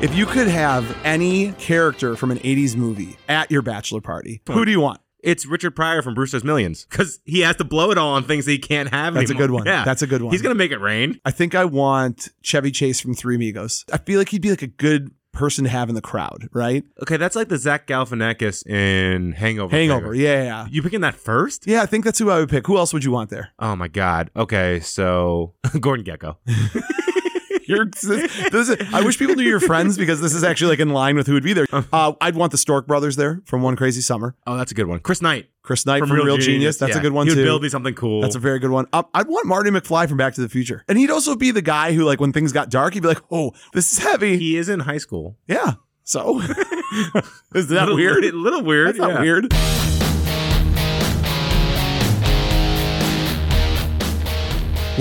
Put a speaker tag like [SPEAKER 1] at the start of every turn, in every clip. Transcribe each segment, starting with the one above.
[SPEAKER 1] If you could have any character from an 80s movie at your bachelor party, who do you want?
[SPEAKER 2] It's Richard Pryor from Brewster's Millions because he has to blow it all on things that he can't have.
[SPEAKER 1] That's a
[SPEAKER 2] anymore.
[SPEAKER 1] good one.
[SPEAKER 2] Yeah.
[SPEAKER 1] That's a good one.
[SPEAKER 2] He's gonna make it rain.
[SPEAKER 1] I think I want Chevy Chase from Three Amigos. I feel like he'd be like a good person to have in the crowd, right?
[SPEAKER 2] Okay, that's like the Zach Galifianakis in Hangover.
[SPEAKER 1] Hangover.
[SPEAKER 2] favorite.
[SPEAKER 1] Yeah, yeah.
[SPEAKER 2] You picking that first?
[SPEAKER 1] Yeah, I think that's who I would pick. Who else would you want there?
[SPEAKER 2] Oh my God. Okay, so Gordon Gecko.
[SPEAKER 1] You're, this, this is, I wish people knew your friends because this is actually like in line with who would be there.
[SPEAKER 2] Uh-huh.
[SPEAKER 1] Uh, I'd want the Stork brothers there from One Crazy Summer.
[SPEAKER 2] Oh, that's a good one. Chris Knight
[SPEAKER 1] Chris Knight from, Real, Genius. That's
[SPEAKER 2] Yeah.
[SPEAKER 1] a good one
[SPEAKER 2] He would
[SPEAKER 1] too.
[SPEAKER 2] build me something cool.
[SPEAKER 1] That's a very good one. Um, I'd want Marty McFly from Back to the Future, and he'd also be the guy who, like, when things got dark, he'd be like, "Oh, this is heavy."
[SPEAKER 2] he is in high school.
[SPEAKER 1] yeah. So, is that
[SPEAKER 2] Little-
[SPEAKER 1] weird?
[SPEAKER 2] Little, weird.
[SPEAKER 1] That's not
[SPEAKER 2] yeah.
[SPEAKER 1] weird.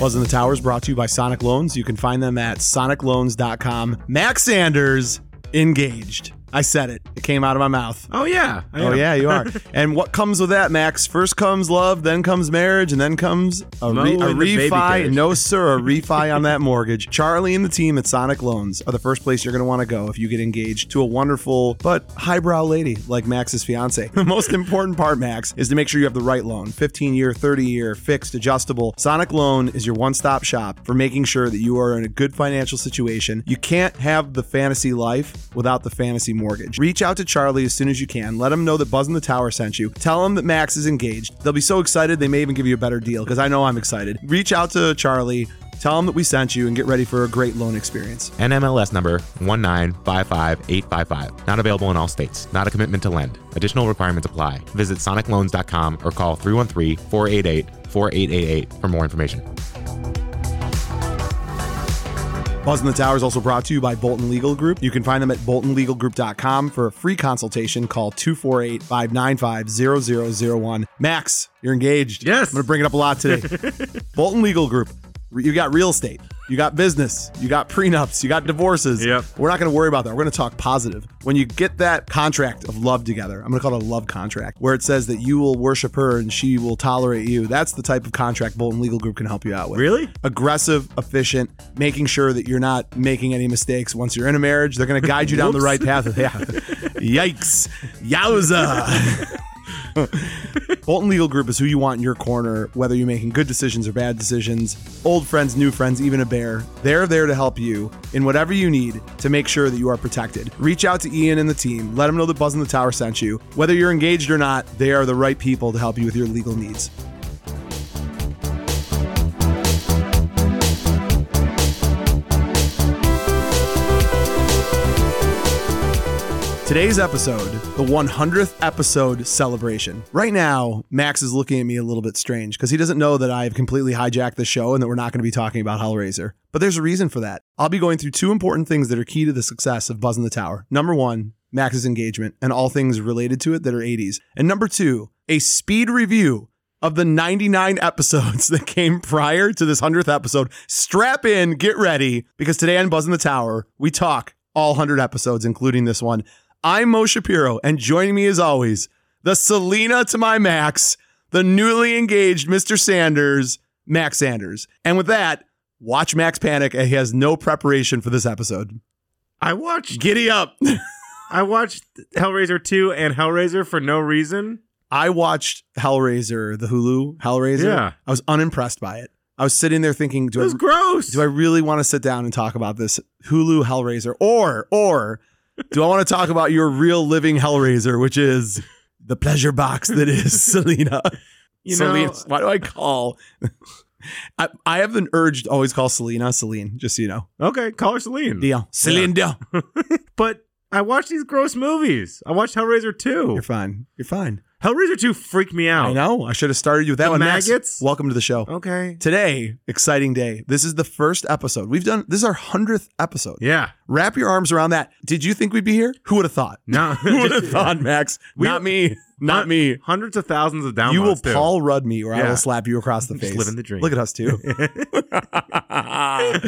[SPEAKER 1] Buzz in the Towers brought to you by Sonic Loans. You can find them at sonicloans.com. Max Sanders engaged. I said it. It came out of my mouth.
[SPEAKER 2] Oh yeah. I
[SPEAKER 1] Oh
[SPEAKER 2] am.
[SPEAKER 1] yeah, you are. and what comes with that, Max? First comes love, then comes marriage, and then comes a, re- a
[SPEAKER 2] Mo in the baby
[SPEAKER 1] refi.
[SPEAKER 2] carriage.
[SPEAKER 1] No sir, a refi on that mortgage. Charlie and the team at Sonic Loans are the first place you're going to want to go if you get engaged to a wonderful but highbrow lady like Max's fiance. The most important part, Max, is to make sure you have the right loan. 15 year, 30 year, fixed, adjustable. Sonic Loan is your one-stop shop for making sure that you are in a good financial situation. You can't have the fantasy life without the fantasy mortgage. Reach out to Charlie as soon as you can. Let him know that Buzz in the Tower sent you. Tell him that Max is engaged. They'll be so excited they may even give you a better deal because I know I'm excited. Reach out to Charlie, tell him that we sent you, and get ready for a great loan experience.
[SPEAKER 2] NMLS number 1955855. Not available in all states. Not a commitment to lend. Additional requirements apply. Visit sonicloans.com or call 313-488-4888 for more information.
[SPEAKER 1] Buzz in the Tower is also brought to you by Bolton Legal Group. You can find them at boltonlegalgroup.com for a free consultation. Call 248 595 0001. Max, you're engaged.
[SPEAKER 2] Yes.
[SPEAKER 1] I'm going to bring it up a lot today. Bolton Legal Group. You got real estate, you got business, you got prenups, you got divorces.
[SPEAKER 2] Yep.
[SPEAKER 1] We're not going to worry about that. We're going to talk positive. When you get that contract of love together, I'm going to call it a love contract, where it says that you will worship her and she will tolerate you. That's the type of contract Bolton Legal Group can help you out with
[SPEAKER 2] Really?
[SPEAKER 1] aggressive, efficient, making sure that you're not making any mistakes once you're in a marriage. They're going to guide you down the right path. Yeah. Yikes. Yowza. Bolton Legal Group is who you want in your corner, whether you're making good decisions or bad decisions, old friends, new friends, even a bear. They're there to help you in whatever you need to make sure that you are protected. Reach out to Ian and the team. Let them know that Buzz in the Tower sent you. Whether you're engaged or not, they are the right people to help you with your legal needs. Today's episode, the 100th episode celebration. Right now, Max is looking at me a little bit strange because he doesn't know that I've completely hijacked the show and that we're not going to be talking about Hellraiser. But there's a reason for that. I'll be going through two important things that are key to the success of Buzz in the Tower. Number one, Max's engagement and all things related to it that are 80s. And number two, a speed review of the 99 episodes that came prior to this 100th episode. Strap in, get ready, because today on Buzz in the Tower, we talk all 100 episodes, including this one. I'm Mo Shapiro, and joining me as always, the Selena to my Max, the newly engaged Mr. Sanders, Max Sanders. And with that, watch Max panic, and he has no preparation for this episode.
[SPEAKER 3] I watched
[SPEAKER 1] Giddy up.
[SPEAKER 3] I watched Hellraiser 2 and Hellraiser for no reason.
[SPEAKER 1] I watched Hellraiser, the Hulu Hellraiser.
[SPEAKER 3] Yeah.
[SPEAKER 1] I was unimpressed by it. I was sitting there thinking,
[SPEAKER 3] It
[SPEAKER 1] do I,
[SPEAKER 3] was gross.
[SPEAKER 1] do I really want to sit down and talk about this Hulu Hellraiser? Or, or do I want to talk about your real living Hellraiser, which is the pleasure box that is Selena?
[SPEAKER 3] you
[SPEAKER 1] Selena.
[SPEAKER 3] know,
[SPEAKER 1] Why do I call? I, I have an urge to always call Selena Celine, just so you know.
[SPEAKER 3] okay, call her Celine.
[SPEAKER 1] Dion. Celine Dion.
[SPEAKER 3] But I watched these gross movies. I watched Hellraiser 2.
[SPEAKER 1] You're fine. You're fine.
[SPEAKER 3] Hellraiser 2 freaked me out.
[SPEAKER 1] I know. I should have started you with that one.
[SPEAKER 3] Oh. The
[SPEAKER 1] Max,
[SPEAKER 3] maggots? Oh.
[SPEAKER 1] welcome to the show.
[SPEAKER 3] Okay.
[SPEAKER 1] Today, exciting day. This is the first episode. We've done this is our hundredth episode.
[SPEAKER 3] Yeah.
[SPEAKER 1] Wrap your arms around that. Did you think we'd be here? Who would have thought?
[SPEAKER 3] No.
[SPEAKER 1] Who would have thought, Max?
[SPEAKER 3] We-
[SPEAKER 1] not me. Not
[SPEAKER 3] Hun-
[SPEAKER 1] me.
[SPEAKER 3] Hundreds of thousands of downloads.
[SPEAKER 1] You will
[SPEAKER 3] too.
[SPEAKER 1] Paul Rudd me, or I
[SPEAKER 3] Yeah.
[SPEAKER 1] will slap you across the
[SPEAKER 3] Just
[SPEAKER 1] face.
[SPEAKER 3] living the dream.
[SPEAKER 1] Look at us too. Ah.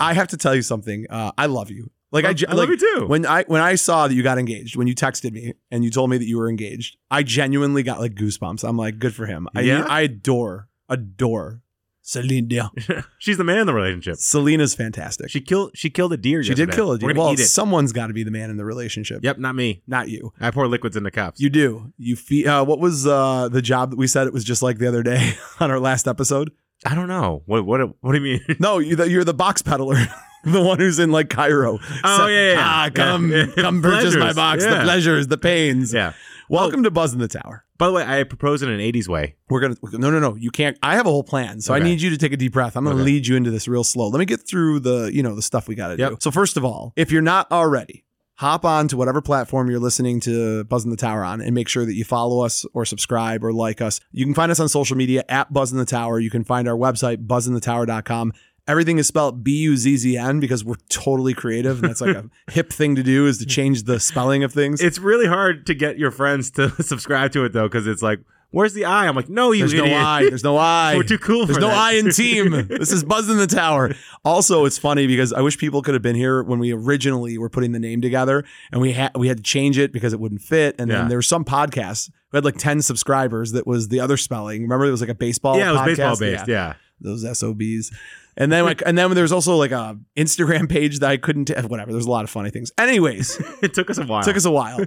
[SPEAKER 1] I have to tell you something. Uh, I love you. Like I,
[SPEAKER 3] I
[SPEAKER 1] ge- like,
[SPEAKER 3] love you too.
[SPEAKER 1] When I when I saw that you got engaged, when you texted me and you told me that you were engaged, I genuinely got like goosebumps. I'm like, good for him. I
[SPEAKER 3] Yeah?
[SPEAKER 1] I adore adore Celine Dion.
[SPEAKER 3] She's the man in the relationship.
[SPEAKER 1] Selena's fantastic.
[SPEAKER 3] She killed. She killed a deer.
[SPEAKER 1] She did
[SPEAKER 3] yesterday.
[SPEAKER 1] kill a
[SPEAKER 3] We're
[SPEAKER 1] dude.
[SPEAKER 3] gonna
[SPEAKER 1] Well,
[SPEAKER 3] eat it.
[SPEAKER 1] someone's got to be the man in the relationship.
[SPEAKER 3] Yep, not me.
[SPEAKER 1] Not you.
[SPEAKER 3] I pour liquids into cups.
[SPEAKER 1] You do. You feed. Uh, what was uh, the job that we said it was just like the other day on our last episode?
[SPEAKER 3] I don't know. What? What? What do you mean?
[SPEAKER 1] No, you're the, you're the box peddler, the one who's in like Cairo.
[SPEAKER 3] Oh, yeah, yeah, yeah.
[SPEAKER 1] Ah, come
[SPEAKER 3] Yeah.
[SPEAKER 1] come purchase my
[SPEAKER 3] Pleasures.
[SPEAKER 1] box. The
[SPEAKER 3] Yeah.
[SPEAKER 1] pleasures, the pains.
[SPEAKER 3] yeah.
[SPEAKER 1] Welcome to Buzz in the Tower.
[SPEAKER 3] By the way, I propose in an '80s way.
[SPEAKER 1] We're gonna no no no. You can't. I have a whole plan, so I
[SPEAKER 3] Okay.
[SPEAKER 1] need you to take a deep breath. I'm gonna
[SPEAKER 3] Okay.
[SPEAKER 1] lead you into this real slow. Let me get through the you know the stuff we gotta
[SPEAKER 3] Yep.
[SPEAKER 1] do. So first of all, if you're not already, hop on to whatever platform you're listening to Buzz in the Tower on, and make sure that you follow us or subscribe or like us. You can find us on social media at Buzz in the Tower. You can find our website buzzinthetower.com. Everything is spelled B U Z Z N because we're totally creative, and that's like a hip thing to do is to change the spelling of things.
[SPEAKER 3] It's really hard to get your friends to subscribe to it though, because it's like, where's the I? I'm like, no, you
[SPEAKER 1] There's no
[SPEAKER 3] idiot.
[SPEAKER 1] I. There's no I.
[SPEAKER 3] We're too cool
[SPEAKER 1] There's
[SPEAKER 3] for
[SPEAKER 1] no
[SPEAKER 3] that.
[SPEAKER 1] I in team. This is Buzz in the Tower. Also, it's funny because I wish people could have been here when we originally were putting the name together, and we had we had to change it because it wouldn't fit. And
[SPEAKER 3] Yeah.
[SPEAKER 1] then there were some podcasts who had like ten subscribers that was the other spelling. Remember, it was like a baseball.
[SPEAKER 3] yeah, it was
[SPEAKER 1] podcast?
[SPEAKER 3] baseball based. Yeah.
[SPEAKER 1] those SOBs. And then like, and then there was also like a Instagram page that I couldn't. T- whatever. There's a lot of funny things. Anyways.
[SPEAKER 3] it took us a while.
[SPEAKER 1] Took us a while.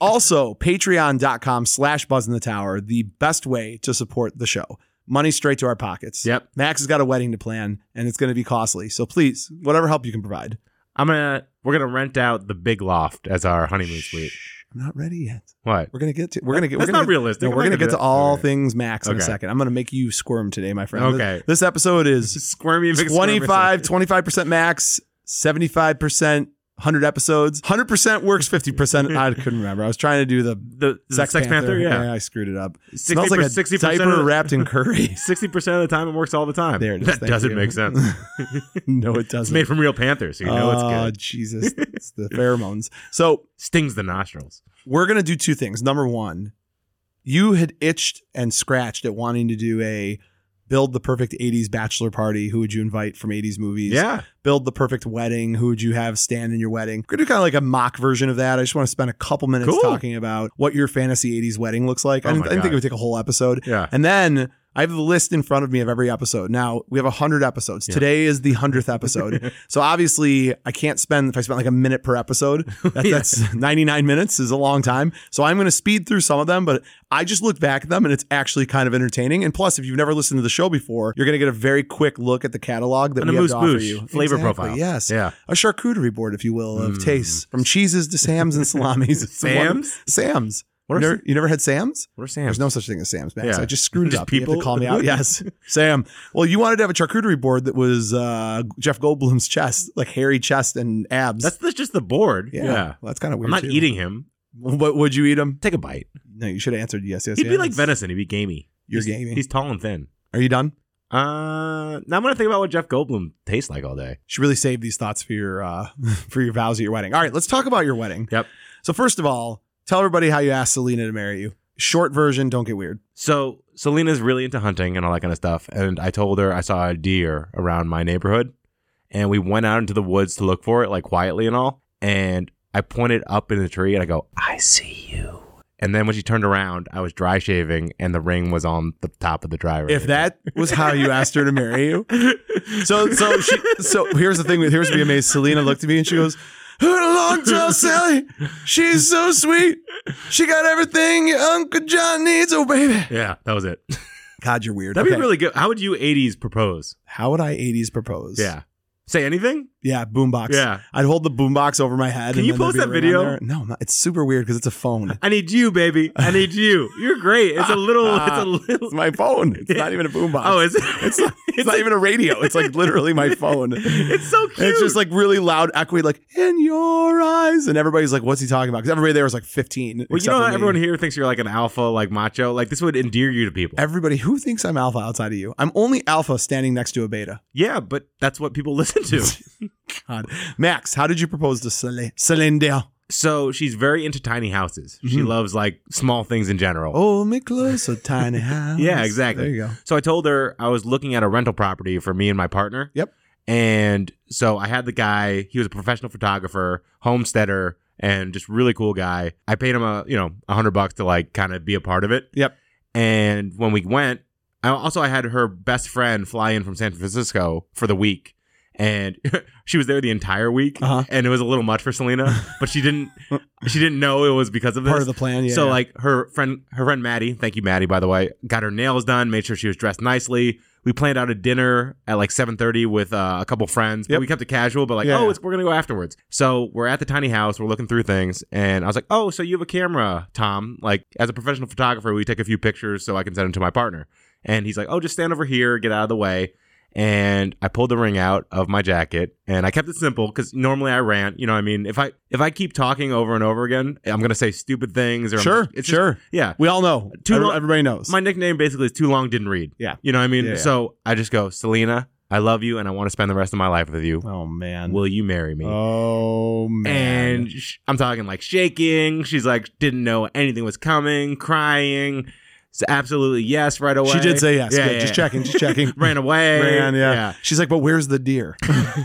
[SPEAKER 1] also, patreon.com slash buzz in the tower, the best way to support the show. Money straight to our pockets.
[SPEAKER 3] Yep.
[SPEAKER 1] Max has got a wedding to plan and it's going to be costly. So please, whatever help you can provide.
[SPEAKER 3] I'm gonna. We're gonna rent out the big loft as our honeymoon suite.
[SPEAKER 1] Shh, I'm not ready yet.
[SPEAKER 3] What?
[SPEAKER 1] We're going to get to, we're going to get,
[SPEAKER 3] That's
[SPEAKER 1] we're gonna
[SPEAKER 3] not
[SPEAKER 1] get-
[SPEAKER 3] realistic.
[SPEAKER 1] no,
[SPEAKER 3] I'm
[SPEAKER 1] we're
[SPEAKER 3] not
[SPEAKER 1] going to get to
[SPEAKER 3] do that.
[SPEAKER 1] all
[SPEAKER 3] Okay.
[SPEAKER 1] things Max in a
[SPEAKER 3] Okay.
[SPEAKER 1] second. I'm going to make you squirm today, my friend.
[SPEAKER 3] Okay.
[SPEAKER 1] This, this episode is
[SPEAKER 3] Squirmy McSquirmerson.
[SPEAKER 1] 25, 25% Max, 75%. 100 episodes, 100% works, 50%. I couldn't remember. I was trying to do the
[SPEAKER 3] The the Sex, Panther. Yeah.
[SPEAKER 1] I screwed it up.
[SPEAKER 3] 60%,
[SPEAKER 1] smells like a
[SPEAKER 3] 60%
[SPEAKER 1] diaper
[SPEAKER 3] of-
[SPEAKER 1] wrapped in curry.
[SPEAKER 3] Sixty percent of the time, it works all the time.
[SPEAKER 1] There it is.
[SPEAKER 3] That
[SPEAKER 1] Thank
[SPEAKER 3] doesn't
[SPEAKER 1] you.
[SPEAKER 3] make sense.
[SPEAKER 1] no, it
[SPEAKER 3] it's
[SPEAKER 1] doesn't.
[SPEAKER 3] made from real panthers, so you know it's
[SPEAKER 1] Oh,
[SPEAKER 3] good.
[SPEAKER 1] Jesus, it's the pheromones. So
[SPEAKER 3] Stings the nostrils.
[SPEAKER 1] we're gonna do two things. Number one, you had itched and scratched at wanting to do a build the perfect '80s bachelor party. Who would you invite from '80s movies?
[SPEAKER 3] Yeah.
[SPEAKER 1] Build the perfect wedding. Who would you have stand in your wedding? We're gonna do kind of like a mock version of that. I just want to spend a couple minutes
[SPEAKER 3] Cool.
[SPEAKER 1] talking about what your fantasy '80s wedding looks like. I
[SPEAKER 3] Oh
[SPEAKER 1] didn't,
[SPEAKER 3] my
[SPEAKER 1] I didn't think
[SPEAKER 3] God.
[SPEAKER 1] it would take a whole episode.
[SPEAKER 3] Yeah.
[SPEAKER 1] And then I have the list in front of me of every episode. Now we have 100 episodes.
[SPEAKER 3] Yeah.
[SPEAKER 1] Today is the 100th episode. so obviously, I can't spend, if I spent like a minute per episode, that,
[SPEAKER 3] Yeah.
[SPEAKER 1] that's 99 minutes is a long time. So I'm going to speed through some of them, but I just looked back at them and it's actually kind of entertaining. And plus, if you've never listened to the show before, you're going to get a very quick look at the catalog that
[SPEAKER 3] And a
[SPEAKER 1] we have
[SPEAKER 3] moose
[SPEAKER 1] to offer
[SPEAKER 3] boosh
[SPEAKER 1] you.
[SPEAKER 3] flavor
[SPEAKER 1] Exactly,
[SPEAKER 3] profile.
[SPEAKER 1] Yes.
[SPEAKER 3] Yeah.
[SPEAKER 1] A charcuterie board, if you will, of
[SPEAKER 3] Mm.
[SPEAKER 1] tastes from cheeses to Sams and salamis. It's a wonder-
[SPEAKER 3] Sam's?
[SPEAKER 1] Sam's.
[SPEAKER 3] What are,
[SPEAKER 1] never, you never had Sam's?
[SPEAKER 3] what are Sam's?
[SPEAKER 1] There's no such thing as Sam's, Max.
[SPEAKER 3] Yeah.
[SPEAKER 1] I just screwed it
[SPEAKER 3] Just
[SPEAKER 1] up. You have
[SPEAKER 3] people?
[SPEAKER 1] to call me out. Yes, Sam. Well, you wanted to have a charcuterie board that was uh, Jeff Goldblum's chest, like hairy chest and abs.
[SPEAKER 3] That's, that's just the board. Yeah.
[SPEAKER 1] Well, that's kind of weird.
[SPEAKER 3] I'm not
[SPEAKER 1] too.
[SPEAKER 3] eating him.
[SPEAKER 1] What would you eat him?
[SPEAKER 3] Take a bite.
[SPEAKER 1] No, you should have answered yes. Yes.
[SPEAKER 3] He'd be
[SPEAKER 1] yes.
[SPEAKER 3] like venison. He'd be gamey.
[SPEAKER 1] You're
[SPEAKER 3] he's,
[SPEAKER 1] gamey.
[SPEAKER 3] He's tall and thin.
[SPEAKER 1] Are you done?
[SPEAKER 3] Uh, now I'm gonna think about what Jeff Goldblum tastes like all day.
[SPEAKER 1] should really save these thoughts for your uh, for your vows at your wedding. All right, let's talk about your wedding.
[SPEAKER 3] Yep.
[SPEAKER 1] So first of all, tell everybody how you asked Selena to marry you. Short version, don't get weird.
[SPEAKER 3] So Selena's really into hunting and all that kind of stuff. And I told her I saw a deer around my neighborhood, and we went out into the woods to look for it, like quietly and all. And I pointed up in the tree and I go, "I see you." And then when she turned around, I was dry shaving, and the ring was on the top of the dry rag.
[SPEAKER 1] If that was how you asked her to marry you, so so she so here's the thing. with Here's the amazing. Selena looked at me and she goes, "Her long tail Sally, she's so sweet. She got everything your Uncle John needs. Oh baby,
[SPEAKER 3] yeah, that was it.
[SPEAKER 1] God, you're weird.
[SPEAKER 3] That'd
[SPEAKER 1] Okay.
[SPEAKER 3] be really good. How would you '80s propose?
[SPEAKER 1] How would I '80s propose?
[SPEAKER 3] Yeah, say anything.
[SPEAKER 1] yeah, boombox.
[SPEAKER 3] Yeah.
[SPEAKER 1] I'd hold the boombox over my head.
[SPEAKER 3] Can
[SPEAKER 1] and
[SPEAKER 3] you
[SPEAKER 1] then there'd
[SPEAKER 3] post
[SPEAKER 1] be a
[SPEAKER 3] that
[SPEAKER 1] ring on
[SPEAKER 3] video?
[SPEAKER 1] there. No, I'm not- it's super weird because it's a phone.
[SPEAKER 3] I need you, baby. I need you. You're great. It's a little. It's a little.
[SPEAKER 1] It's my phone. It's not even a boombox.
[SPEAKER 3] Oh, is it?
[SPEAKER 1] It's not, it's not even a radio. It's like literally my phone.
[SPEAKER 3] It's so
[SPEAKER 1] And
[SPEAKER 3] cute.
[SPEAKER 1] it's just like really loud, echoey, like in your eyes, and everybody's like, "What's he talking about?" Because everybody there was like 15.
[SPEAKER 3] Well, you
[SPEAKER 1] except
[SPEAKER 3] know,
[SPEAKER 1] for
[SPEAKER 3] how
[SPEAKER 1] me.
[SPEAKER 3] everyone here thinks you're like an alpha, like macho. Like this would endear you to people.
[SPEAKER 1] Everybody who thinks I'm alpha outside of you, I'm only alpha standing next to a beta.
[SPEAKER 3] yeah, but that's what people listen to.
[SPEAKER 1] God. Max, how did you propose to Celine, Celine Dion?
[SPEAKER 3] so she's very into tiny houses. She
[SPEAKER 1] Mhm.
[SPEAKER 3] loves like small things in general.
[SPEAKER 1] Hold me close, a tiny house.
[SPEAKER 3] Yeah, exactly.
[SPEAKER 1] There you go.
[SPEAKER 3] So I told her I was looking at a rental property for me and my partner.
[SPEAKER 1] Yep.
[SPEAKER 3] And so I had the guy, he was a professional photographer, homesteader, and just really cool guy. I paid him a, you know, a hundred bucks to like kind of be a part of it.
[SPEAKER 1] Yep.
[SPEAKER 3] And when we went, I also I had her best friend fly in from San Francisco for the week. And she was there the entire week,
[SPEAKER 1] Uh-huh.
[SPEAKER 3] and it was a little much for Selena, but she didn't. She didn't know it was because of this.
[SPEAKER 1] Part of the plan. Yeah.
[SPEAKER 3] So
[SPEAKER 1] yeah.
[SPEAKER 3] like her friend, her friend Maddie, thank you Maddie by the way, got her nails done, made sure she was dressed nicely. We planned out a dinner at like 7:30 with uh, a couple friends, but
[SPEAKER 1] Yep.
[SPEAKER 3] we kept it casual. But like,
[SPEAKER 1] Yeah.
[SPEAKER 3] oh, it's, we're gonna go afterwards. So we're at the tiny house, we're looking through things, and I was like, oh, so you have a camera, Tom? Like, as a professional photographer, we take a few pictures so I can send them to my partner. And he's like, oh, just stand over here, get out of the way. And I pulled the ring out of my jacket, and I kept it simple because normally I rant. You know, what I mean, if I if I keep talking over and over again, I'm gonna say stupid things. Or I'm
[SPEAKER 1] sure,
[SPEAKER 3] just- it's just-
[SPEAKER 1] sure.
[SPEAKER 3] yeah.
[SPEAKER 1] we all know.
[SPEAKER 3] Too long-
[SPEAKER 1] Everybody knows.
[SPEAKER 3] My nickname basically is too long didn't read.
[SPEAKER 1] Yeah.
[SPEAKER 3] You know what I mean?
[SPEAKER 1] Yeah, yeah.
[SPEAKER 3] So I just go, Selena, I love you and I want to spend the rest of my life with you.
[SPEAKER 1] oh man.
[SPEAKER 3] Will you marry me?
[SPEAKER 1] Oh man.
[SPEAKER 3] and sh- I'm talking like shaking. She's like, didn't know anything was coming, crying. It's absolutely yes right away.
[SPEAKER 1] she did say yes.
[SPEAKER 3] Yeah,
[SPEAKER 1] Good.
[SPEAKER 3] yeah,
[SPEAKER 1] just
[SPEAKER 3] yeah.
[SPEAKER 1] checking, just checking.
[SPEAKER 3] Ran away.
[SPEAKER 1] Ran, yeah. She's like, but where's the deer?
[SPEAKER 3] Yeah.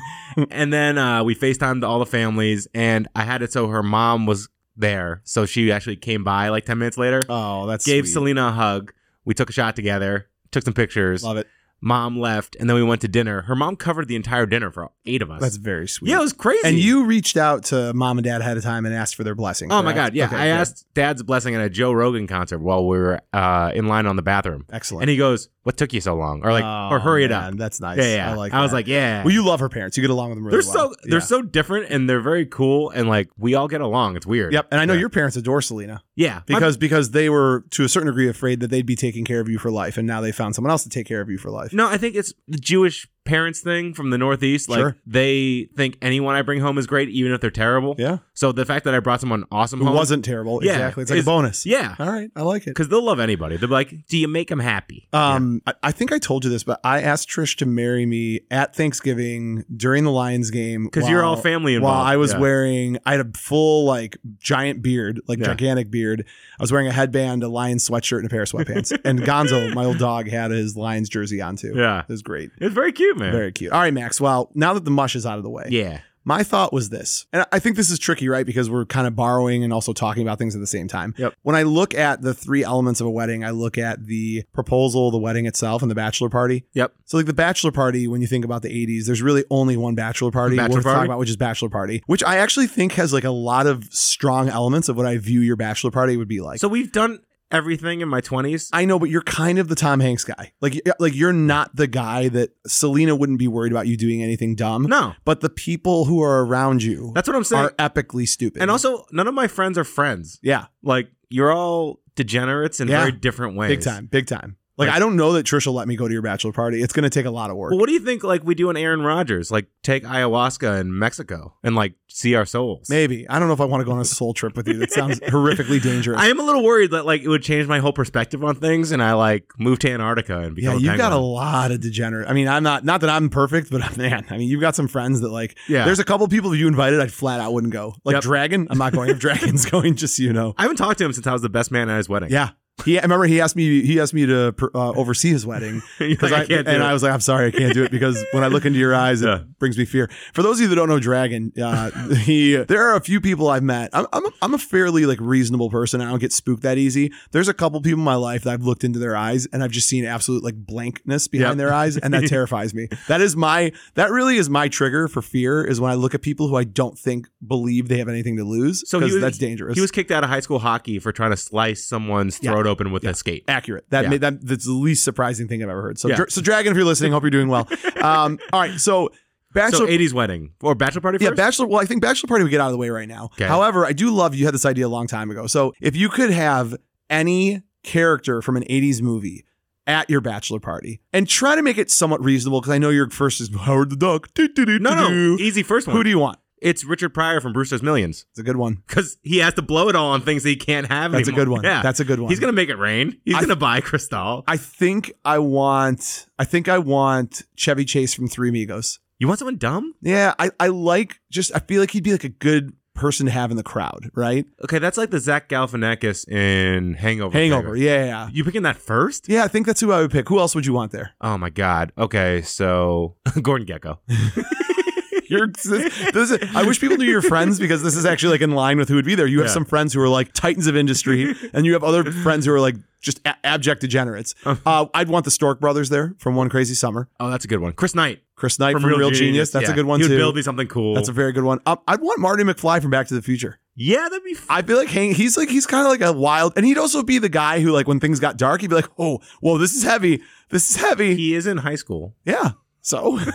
[SPEAKER 3] And then uh, we FaceTimed all the families, and I had it so her mom was there. So she actually came by like 10 minutes later,
[SPEAKER 1] Oh, that's
[SPEAKER 3] gave
[SPEAKER 1] sweet.
[SPEAKER 3] Selena a hug. We took a shot together, took some pictures.
[SPEAKER 1] Love it.
[SPEAKER 3] mom left, and then we went to dinner. Her mom covered the entire dinner for eight of us.
[SPEAKER 1] That's very sweet.
[SPEAKER 3] yeah, it was crazy.
[SPEAKER 1] and you reached out to mom and dad ahead of time and asked for their blessing.
[SPEAKER 3] Oh my
[SPEAKER 1] correct?
[SPEAKER 3] god! Yeah,
[SPEAKER 1] Okay,
[SPEAKER 3] I
[SPEAKER 1] good.
[SPEAKER 3] asked Dad's blessing at a Joe Rogan concert while we were uh, in line on the bathroom,
[SPEAKER 1] Excellent.
[SPEAKER 3] and he goes, "What took you so long?" Or like, "Or hurry it up."
[SPEAKER 1] That's Oh, nice.
[SPEAKER 3] Yeah, yeah.
[SPEAKER 1] I like.
[SPEAKER 3] was
[SPEAKER 1] that.
[SPEAKER 3] like, "Yeah."
[SPEAKER 1] well, you love her parents. You get along with them really
[SPEAKER 3] they're
[SPEAKER 1] well.
[SPEAKER 3] so they're
[SPEAKER 1] Yeah.
[SPEAKER 3] so different, and they're very cool, and like we all get along. It's weird.
[SPEAKER 1] Yep. And I know
[SPEAKER 3] Yeah.
[SPEAKER 1] your parents adore Selena
[SPEAKER 3] Yeah, My-
[SPEAKER 1] because because they were to a certain degree afraid that they'd be taking care of you for life, and now they found someone else to take care of you for life.
[SPEAKER 3] No, I think it's the Jewish parents thing from the Northeast. Like
[SPEAKER 1] Sure.
[SPEAKER 3] they think anyone I bring home is great, even if they're terrible.
[SPEAKER 1] Yeah.
[SPEAKER 3] So the fact that I brought someone awesome
[SPEAKER 1] Who
[SPEAKER 3] home
[SPEAKER 1] wasn't terrible.
[SPEAKER 3] Yeah,
[SPEAKER 1] Exactly. It's like
[SPEAKER 3] it's-
[SPEAKER 1] a bonus.
[SPEAKER 3] Yeah.
[SPEAKER 1] All right. I like it.
[SPEAKER 3] Because they'll love anybody. They'll be like, do you make them happy?
[SPEAKER 1] Um, I, I think I told you this, but I asked Trish to marry me at Thanksgiving during the Lions game
[SPEAKER 3] Because you're all
[SPEAKER 1] while-
[SPEAKER 3] family
[SPEAKER 1] While
[SPEAKER 3] involved.
[SPEAKER 1] I was
[SPEAKER 3] Yeah.
[SPEAKER 1] wearing, I had a full like giant beard, like
[SPEAKER 3] Yeah.
[SPEAKER 1] gigantic beard. I was wearing a headband, a Lions sweatshirt, and a pair of sweatpants. and Gonzo, my old dog, had his Lions jersey on too.
[SPEAKER 3] Yeah.
[SPEAKER 1] it was great.
[SPEAKER 3] It's very cute, man.
[SPEAKER 1] Very cute. All right, Max. Well, now that the mush is out of the way,
[SPEAKER 3] Yeah.
[SPEAKER 1] my thought was this, and I think this is tricky, right? Because we're kind of borrowing and also talking about things at the same time.
[SPEAKER 3] Yep.
[SPEAKER 1] When I look at the three elements of a wedding, I look at the proposal, the wedding itself, and the bachelor party.
[SPEAKER 3] Yep.
[SPEAKER 1] So, like the bachelor party, when you think about the 80s, there's really only one bachelor party
[SPEAKER 3] Bachelor
[SPEAKER 1] worth talking
[SPEAKER 3] party?
[SPEAKER 1] about, which is bachelor party, which I actually think has like a lot of strong elements of what I view your bachelor party would be like.
[SPEAKER 3] So we've done everything in my 20s.
[SPEAKER 1] I know, but you're kind of the Tom Hanks guy. Like, y- like you're not the guy that Selena wouldn't be worried about you doing anything dumb.
[SPEAKER 3] no.
[SPEAKER 1] But the people who are around you
[SPEAKER 3] That's what I'm saying.
[SPEAKER 1] are epically stupid.
[SPEAKER 3] and also, none of my friends are friends.
[SPEAKER 1] yeah,
[SPEAKER 3] Like, you're all degenerates in
[SPEAKER 1] Yeah.
[SPEAKER 3] very different ways.
[SPEAKER 1] Big time, big time. Like,
[SPEAKER 3] Like-
[SPEAKER 1] I don't know that Trish will let me go to your bachelor party. It's going to take a lot of work.
[SPEAKER 3] Well, what do you think? Like we do in Aaron Rodgers, like take ayahuasca in Mexico and like see our souls.
[SPEAKER 1] Maybe I don't know if I want to go on a soul trip with you. That sounds horrifically dangerous.
[SPEAKER 3] I am a little worried that like it would change my whole perspective on things, and I like move to Antarctica and
[SPEAKER 1] yeah,
[SPEAKER 3] become.
[SPEAKER 1] you've
[SPEAKER 3] a
[SPEAKER 1] got a
[SPEAKER 3] penguin.
[SPEAKER 1] lot of degenerate. I mean, I'm not not that I'm perfect, but man, I mean, you've got some friends that like.
[SPEAKER 3] yeah.
[SPEAKER 1] There's a couple people that you invited, I flat out wouldn't go. Like
[SPEAKER 3] Yep.
[SPEAKER 1] Dragon, I'm not going. If Dragon's going, just so you know.
[SPEAKER 3] I haven't talked to him since I was the best man at his wedding.
[SPEAKER 1] Yeah, he. I remember he asked me. He asked me to per- uh, oversee his wedding,
[SPEAKER 3] because
[SPEAKER 1] Because I,
[SPEAKER 3] can't.
[SPEAKER 1] and
[SPEAKER 3] do it.
[SPEAKER 1] I was like, I'm sorry, I can't do it because when I look into your eyes,
[SPEAKER 3] Yeah.
[SPEAKER 1] it brings me fear. For those of you that don't know Dragon, uh, he there are a few people I've met. I'm I'm a, I'm a fairly like reasonable person. I don't get spooked that easy. There's a couple people in my life that I've looked into their eyes and I've just seen absolute like blankness behind
[SPEAKER 3] Yep.
[SPEAKER 1] their eyes, and that terrifies me. That is my that really is my trigger for fear is when I look at people who I don't think believe they have anything to lose.
[SPEAKER 3] So he
[SPEAKER 1] because
[SPEAKER 3] was-
[SPEAKER 1] that's dangerous.
[SPEAKER 3] He was kicked out of high school hockey for trying to slice someone's
[SPEAKER 1] Yeah.
[SPEAKER 3] throat open with a skate.
[SPEAKER 1] accurate. That
[SPEAKER 3] Yeah.
[SPEAKER 1] made that that's the least surprising thing I've ever heard. So
[SPEAKER 3] Yeah.
[SPEAKER 1] Dra- so Dragon, if you're listening, hope you're doing well. Um, all right, so
[SPEAKER 3] So
[SPEAKER 1] bachelor.
[SPEAKER 3] 80s wedding or bachelor party
[SPEAKER 1] yeah,
[SPEAKER 3] first?
[SPEAKER 1] bachelor. Well, I think bachelor party we get out of the way right now.
[SPEAKER 3] Okay.
[SPEAKER 1] However, I do love you had this idea a long time ago. So if you could have any character from an '80s movie at your bachelor party and try to make it somewhat reasonable, because I know your first is Howard the Duck.
[SPEAKER 3] no, no,
[SPEAKER 1] Do-do-do-do-do.
[SPEAKER 3] easy first one.
[SPEAKER 1] Who do you want?
[SPEAKER 3] it's Richard Pryor from Brewster's Millions
[SPEAKER 1] It's a good one.
[SPEAKER 3] because he has to blow it all on things that he can't have.
[SPEAKER 1] That's a
[SPEAKER 3] anymore.
[SPEAKER 1] good one.
[SPEAKER 3] Yeah,
[SPEAKER 1] That's a good one.
[SPEAKER 3] he's gonna make it rain. He's
[SPEAKER 1] I-
[SPEAKER 3] gonna buy Cristal.
[SPEAKER 1] I think I want. I think I want Chevy Chase from Three Amigos.
[SPEAKER 3] you want someone dumb?
[SPEAKER 1] Yeah, I, I like just I feel like he'd be like a good person to have in the crowd, right?
[SPEAKER 3] Okay, that's like the Zach Galifianakis in Hangover.
[SPEAKER 1] Hangover,
[SPEAKER 3] figure.
[SPEAKER 1] yeah, yeah.
[SPEAKER 3] You picking that first?
[SPEAKER 1] Yeah, I think that's who I would pick. Who else would you want there?
[SPEAKER 3] Oh my God. Okay, so Gordon Gecko.
[SPEAKER 1] You're, this, this is, I wish people knew your friends because this is actually like in line with who would be there. You have
[SPEAKER 3] Yeah.
[SPEAKER 1] some friends who are like titans of industry, and you have other friends who are like just a- abject degenerates.
[SPEAKER 3] Uh-huh.
[SPEAKER 1] Uh, I'd want the Stork brothers there from One Crazy Summer.
[SPEAKER 3] Oh, that's a good one. Chris Knight
[SPEAKER 1] Chris Knight from, Real, Genius. That's
[SPEAKER 3] Yeah.
[SPEAKER 1] a good one
[SPEAKER 3] He would
[SPEAKER 1] too.
[SPEAKER 3] build me something cool.
[SPEAKER 1] that's a very good one. Um, I'd want Marty McFly from Back to the Future.
[SPEAKER 3] yeah, that'd be. F-
[SPEAKER 1] I feel like hang, he's like he's kind of like a wild, and he'd also be the guy who like when things got dark, he'd be like, "Oh, whoa, this is heavy. This is heavy."
[SPEAKER 3] he is in high school.
[SPEAKER 1] yeah. So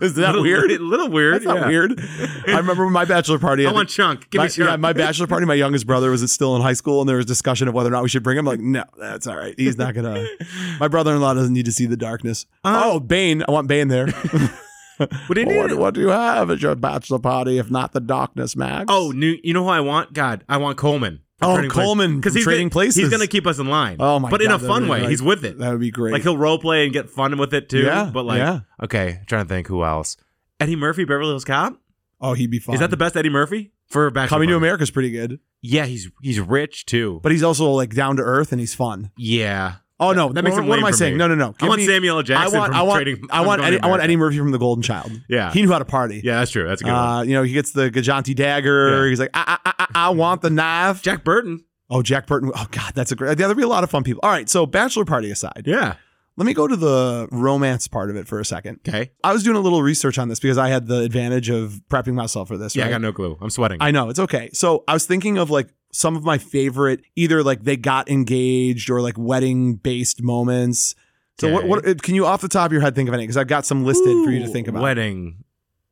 [SPEAKER 1] is that
[SPEAKER 3] Little-
[SPEAKER 1] weird?
[SPEAKER 3] Little weird.
[SPEAKER 1] That's not
[SPEAKER 3] yeah.
[SPEAKER 1] weird. I remember my bachelor party.
[SPEAKER 3] I
[SPEAKER 1] think-
[SPEAKER 3] want chunk. Give
[SPEAKER 1] my,
[SPEAKER 3] me chunk.
[SPEAKER 1] yeah, my bachelor party. My youngest brother was still in high school, and there was discussion of whether or not we should bring him. Like, no, that's all right. He's not gonna. My brother-in-law doesn't need to see the darkness.
[SPEAKER 3] Uh,
[SPEAKER 1] oh, Bane. I want Bane there.
[SPEAKER 3] Would it-
[SPEAKER 1] Well, what, what do you have at your bachelor party if not the darkness, Max?
[SPEAKER 3] oh, new, you know who I want? God, I want Coleman.
[SPEAKER 1] Oh, Coleman from
[SPEAKER 3] he's
[SPEAKER 1] Trading
[SPEAKER 3] gonna,
[SPEAKER 1] Places.
[SPEAKER 3] He's going to keep us in line.
[SPEAKER 1] Oh my
[SPEAKER 3] But in
[SPEAKER 1] God,
[SPEAKER 3] a
[SPEAKER 1] that
[SPEAKER 3] fun
[SPEAKER 1] would be
[SPEAKER 3] way.
[SPEAKER 1] like-
[SPEAKER 3] he's with it.
[SPEAKER 1] that would be great.
[SPEAKER 3] Like he'll role play and get fun with it too.
[SPEAKER 1] Yeah,
[SPEAKER 3] But like,
[SPEAKER 1] yeah.
[SPEAKER 3] okay, trying to think who else. Eddie Murphy, Beverly Hills Cop.
[SPEAKER 1] oh, he'd be fun.
[SPEAKER 3] Is that the best Eddie Murphy for a bachelor?
[SPEAKER 1] Coming to
[SPEAKER 3] party?
[SPEAKER 1] America's pretty good,
[SPEAKER 3] Yeah, he's he's rich too. But
[SPEAKER 1] but he's also like down to earth and he's fun.
[SPEAKER 3] yeah,
[SPEAKER 1] Oh no,
[SPEAKER 3] That makes
[SPEAKER 1] what,
[SPEAKER 3] him
[SPEAKER 1] what am
[SPEAKER 3] lame
[SPEAKER 1] I
[SPEAKER 3] for
[SPEAKER 1] saying?
[SPEAKER 3] me.
[SPEAKER 1] No, no, no.
[SPEAKER 3] I
[SPEAKER 1] Give
[SPEAKER 3] want
[SPEAKER 1] me-
[SPEAKER 3] Samuel L. Jackson.
[SPEAKER 1] I want,
[SPEAKER 3] from
[SPEAKER 1] I want,
[SPEAKER 3] trading,
[SPEAKER 1] I want,
[SPEAKER 3] from Going
[SPEAKER 1] Eddie,
[SPEAKER 3] to
[SPEAKER 1] I want
[SPEAKER 3] America.
[SPEAKER 1] Eddie Murphy from The Golden Child.
[SPEAKER 3] Yeah.
[SPEAKER 1] he knew how to party.
[SPEAKER 3] Yeah, that's true. That's a good one.
[SPEAKER 1] Uh, you know, he gets the Gajanti dagger.
[SPEAKER 3] Yeah.
[SPEAKER 1] He's like, I, I, I, I I want the knife.
[SPEAKER 3] Jack Burton.
[SPEAKER 1] oh, Jack Burton. Oh, God, that's a great. Yeah, there'd be a lot of fun people. All right, so bachelor party aside,
[SPEAKER 3] Yeah.
[SPEAKER 1] let me go to the romance part of it for a second.
[SPEAKER 3] Okay.
[SPEAKER 1] I was doing a little research on this because I had the advantage of prepping myself for this.
[SPEAKER 3] Yeah,
[SPEAKER 1] right?
[SPEAKER 3] I got no clue. I'm sweating.
[SPEAKER 1] I know it's okay. So I was thinking of like some of my favorite, either like they got engaged or like wedding based moments. So what,
[SPEAKER 3] Okay.
[SPEAKER 1] what can you off the top of your head think of any? Because I've got some listed for you to
[SPEAKER 3] Ooh,
[SPEAKER 1] think about.
[SPEAKER 3] Wedding.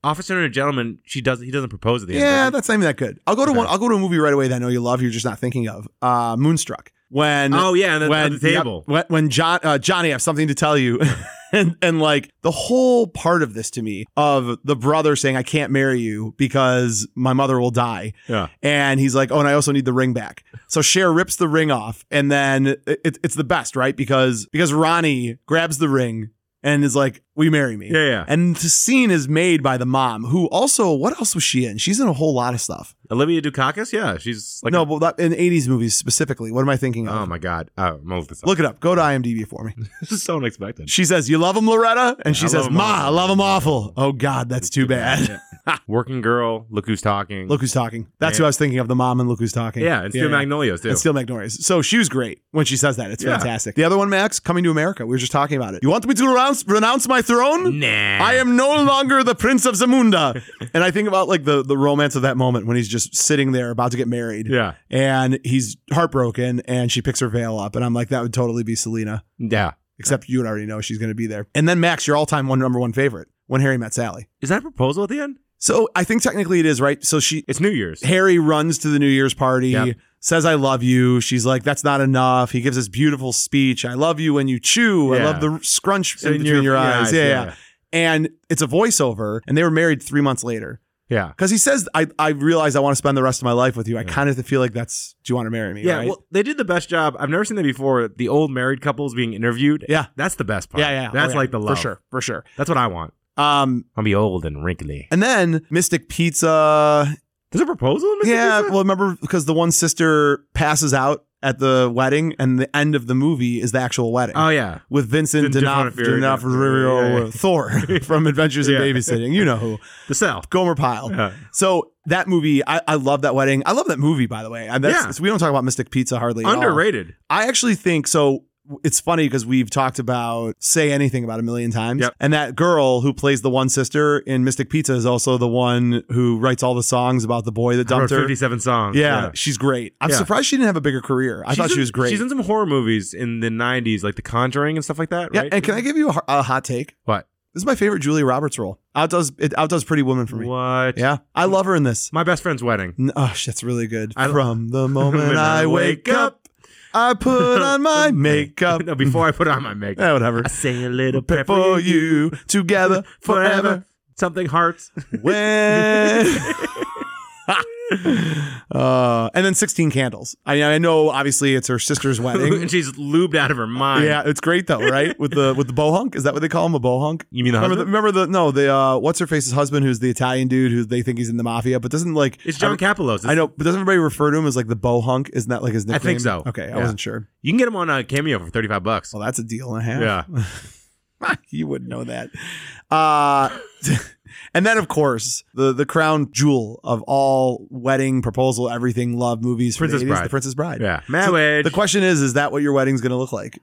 [SPEAKER 3] Officer and a gentleman. She does. He doesn't propose at the
[SPEAKER 1] yeah,
[SPEAKER 3] end. does
[SPEAKER 1] that's not even that good. I'll go to
[SPEAKER 3] Okay.
[SPEAKER 1] one. I'll go to a movie right away that I know you love. You're just not thinking of. Uh, Moonstruck. When
[SPEAKER 3] he? oh yeah, and then
[SPEAKER 1] when
[SPEAKER 3] at the table.
[SPEAKER 1] yep, when, when John uh, Johnny, I have something to tell you. And, and like the whole part of this to me of the brother saying I can't marry you because my mother will die
[SPEAKER 3] Yeah.
[SPEAKER 1] and he's like, "Oh, and I also need the ring back." So Cher rips the ring off, and then it, it- it's the best, right? Because because Ronnie grabs the ring and is like, "Will you marry me?"
[SPEAKER 3] Yeah, yeah.
[SPEAKER 1] And the scene is made by the mom, who also, what else was she in? She's in a whole lot of stuff.
[SPEAKER 3] Olivia Dukakis. Yeah, she's like.
[SPEAKER 1] no, but that, in '80s movies specifically. What am I thinking
[SPEAKER 3] oh
[SPEAKER 1] of?
[SPEAKER 3] my god. Oh, I'm gonna look this up.
[SPEAKER 1] Look it up. Go to IMDb for me.
[SPEAKER 3] this is so unexpected.
[SPEAKER 1] She says, "You love him, Loretta," and she
[SPEAKER 3] I love
[SPEAKER 1] says,
[SPEAKER 3] him
[SPEAKER 1] "Ma, I
[SPEAKER 3] awful.
[SPEAKER 1] love him awful." Oh God, that's too bad.
[SPEAKER 3] Working girl. Look who's talking.
[SPEAKER 1] Look who's talking. That's
[SPEAKER 3] Yeah.
[SPEAKER 1] who I was thinking of. The mom and look who's talking.
[SPEAKER 3] Yeah, and Steel Magnolias too.
[SPEAKER 1] And Steel Magnolias. So she was great when she says that. It's
[SPEAKER 3] Yeah.
[SPEAKER 1] fantastic. The other one, Max, coming to America. We were just talking about it. You want me to renounce, renounce my throne?
[SPEAKER 3] nah.
[SPEAKER 1] I am no longer the prince of Zamunda. and I think about like the, the romance of that moment when he's just sitting there about to get married
[SPEAKER 3] Yeah.
[SPEAKER 1] and he's heartbroken and she picks her veil up. And I'm like, that would totally be Selena,
[SPEAKER 3] Yeah.
[SPEAKER 1] except you would already know she's going to be there. And then Max, your all time one number one favorite when Harry met Sally.
[SPEAKER 3] Is that a proposal at the end?
[SPEAKER 1] So I think technically it is, right? So she,
[SPEAKER 3] It's New Year's.
[SPEAKER 1] Harry runs to the New Year's party.
[SPEAKER 3] Yep.
[SPEAKER 1] says I love you. She's like, that's not enough. He gives this beautiful speech. I love you when you chew. I
[SPEAKER 3] Yeah.
[SPEAKER 1] love the scrunch in between your, eyes. Yeah, yeah. And it's a voiceover, and they were married three months later.
[SPEAKER 3] yeah.
[SPEAKER 1] Because he says, I, I realize I want to spend the rest of my life with you. I
[SPEAKER 3] Yeah.
[SPEAKER 1] kind of feel like that's, do you want to marry me?
[SPEAKER 3] Yeah,
[SPEAKER 1] right?
[SPEAKER 3] well, they did the best job. I've never seen that before. The old married couples being interviewed.
[SPEAKER 1] Yeah.
[SPEAKER 3] that's the best part.
[SPEAKER 1] yeah, yeah. Oh,
[SPEAKER 3] That's
[SPEAKER 1] yeah.
[SPEAKER 3] like the love
[SPEAKER 1] For sure, for sure.
[SPEAKER 3] That's what I want.
[SPEAKER 1] Um,
[SPEAKER 3] I'll be old and wrinkly.
[SPEAKER 1] and then Mystic Pizza
[SPEAKER 3] There's a proposal. in Mr.
[SPEAKER 1] Yeah,
[SPEAKER 3] Pizza?
[SPEAKER 1] well, remember because the one sister passes out at the wedding, and the end of the movie is the actual wedding
[SPEAKER 3] oh yeah,
[SPEAKER 1] with Vincent
[SPEAKER 3] Vin-
[SPEAKER 1] D'Onof-
[SPEAKER 3] D'Onofrio.
[SPEAKER 1] D'Onofrio
[SPEAKER 3] Yeah, yeah.
[SPEAKER 1] Thor from Adventures in
[SPEAKER 3] Yeah.
[SPEAKER 1] Babysitting. You know who?
[SPEAKER 3] the South.
[SPEAKER 1] Gomer Pyle.
[SPEAKER 3] Yeah.
[SPEAKER 1] So that movie, I, I love that wedding. I love that movie, by the way. And that's,
[SPEAKER 3] Yeah.
[SPEAKER 1] so we don't talk about Mystic Pizza hardly. at all.
[SPEAKER 3] Underrated.
[SPEAKER 1] I actually think so. It's funny because we've talked about say anything about a million times,
[SPEAKER 3] Yep.
[SPEAKER 1] and that girl who plays the one sister in Mystic Pizza is also the one who writes all the songs about the boy that
[SPEAKER 3] I wrote
[SPEAKER 1] dumped her.
[SPEAKER 3] 57 songs.
[SPEAKER 1] Yeah, she's great. I'm
[SPEAKER 3] Yeah.
[SPEAKER 1] surprised she didn't have a bigger career. I
[SPEAKER 3] She's
[SPEAKER 1] thought she
[SPEAKER 3] in-
[SPEAKER 1] was great.
[SPEAKER 3] She's in some horror movies in the 90s, like The Conjuring and stuff like that.
[SPEAKER 1] yeah,
[SPEAKER 3] right?
[SPEAKER 1] and can I give you a, a hot take?
[SPEAKER 3] What?
[SPEAKER 1] This is my favorite Julia Roberts role. Outdoes it outdoes Pretty Woman for me.
[SPEAKER 3] What?
[SPEAKER 1] Yeah, I love her in this.
[SPEAKER 3] My best friend's wedding.
[SPEAKER 1] N- Oh, shit, that's really good.
[SPEAKER 3] I-
[SPEAKER 1] From the moment I wake up, I put on my makeup.
[SPEAKER 3] no, before I put on my makeup.
[SPEAKER 1] yeah, whatever.
[SPEAKER 3] I say a little prayer
[SPEAKER 1] Prepare for you together forever.
[SPEAKER 3] Something hearts.
[SPEAKER 1] when uh, and then 16 candles i mean i know obviously it's her sister's wedding
[SPEAKER 3] and she's lubed out of her mind.
[SPEAKER 1] yeah it's great though right with the with the bohunk is that what they call him a bohunk
[SPEAKER 3] You mean the
[SPEAKER 1] remember
[SPEAKER 3] husband?
[SPEAKER 1] the, remember the no the uh what's her face's husband who's the italian dude who they think he's in the mafia but doesn't like
[SPEAKER 3] it's John Capolos.
[SPEAKER 1] I know, but doesn't everybody refer to him as like the bohunk? Isn't that like his nickname?
[SPEAKER 3] think so.
[SPEAKER 1] Okay, I
[SPEAKER 3] Yeah.
[SPEAKER 1] wasn't sure.
[SPEAKER 3] You can get him on a cameo for 35 bucks.
[SPEAKER 1] Well, that's a deal and a half.
[SPEAKER 3] Yeah.
[SPEAKER 1] you wouldn't know that. Uh, and then, of course, the the crown jewel of all wedding proposal, everything, love movies, for the
[SPEAKER 3] Princess
[SPEAKER 1] 80s,
[SPEAKER 3] Bride.
[SPEAKER 1] the Princess Bride.
[SPEAKER 3] Yeah. Marriage.
[SPEAKER 1] The question is, is that what your wedding's going to look like?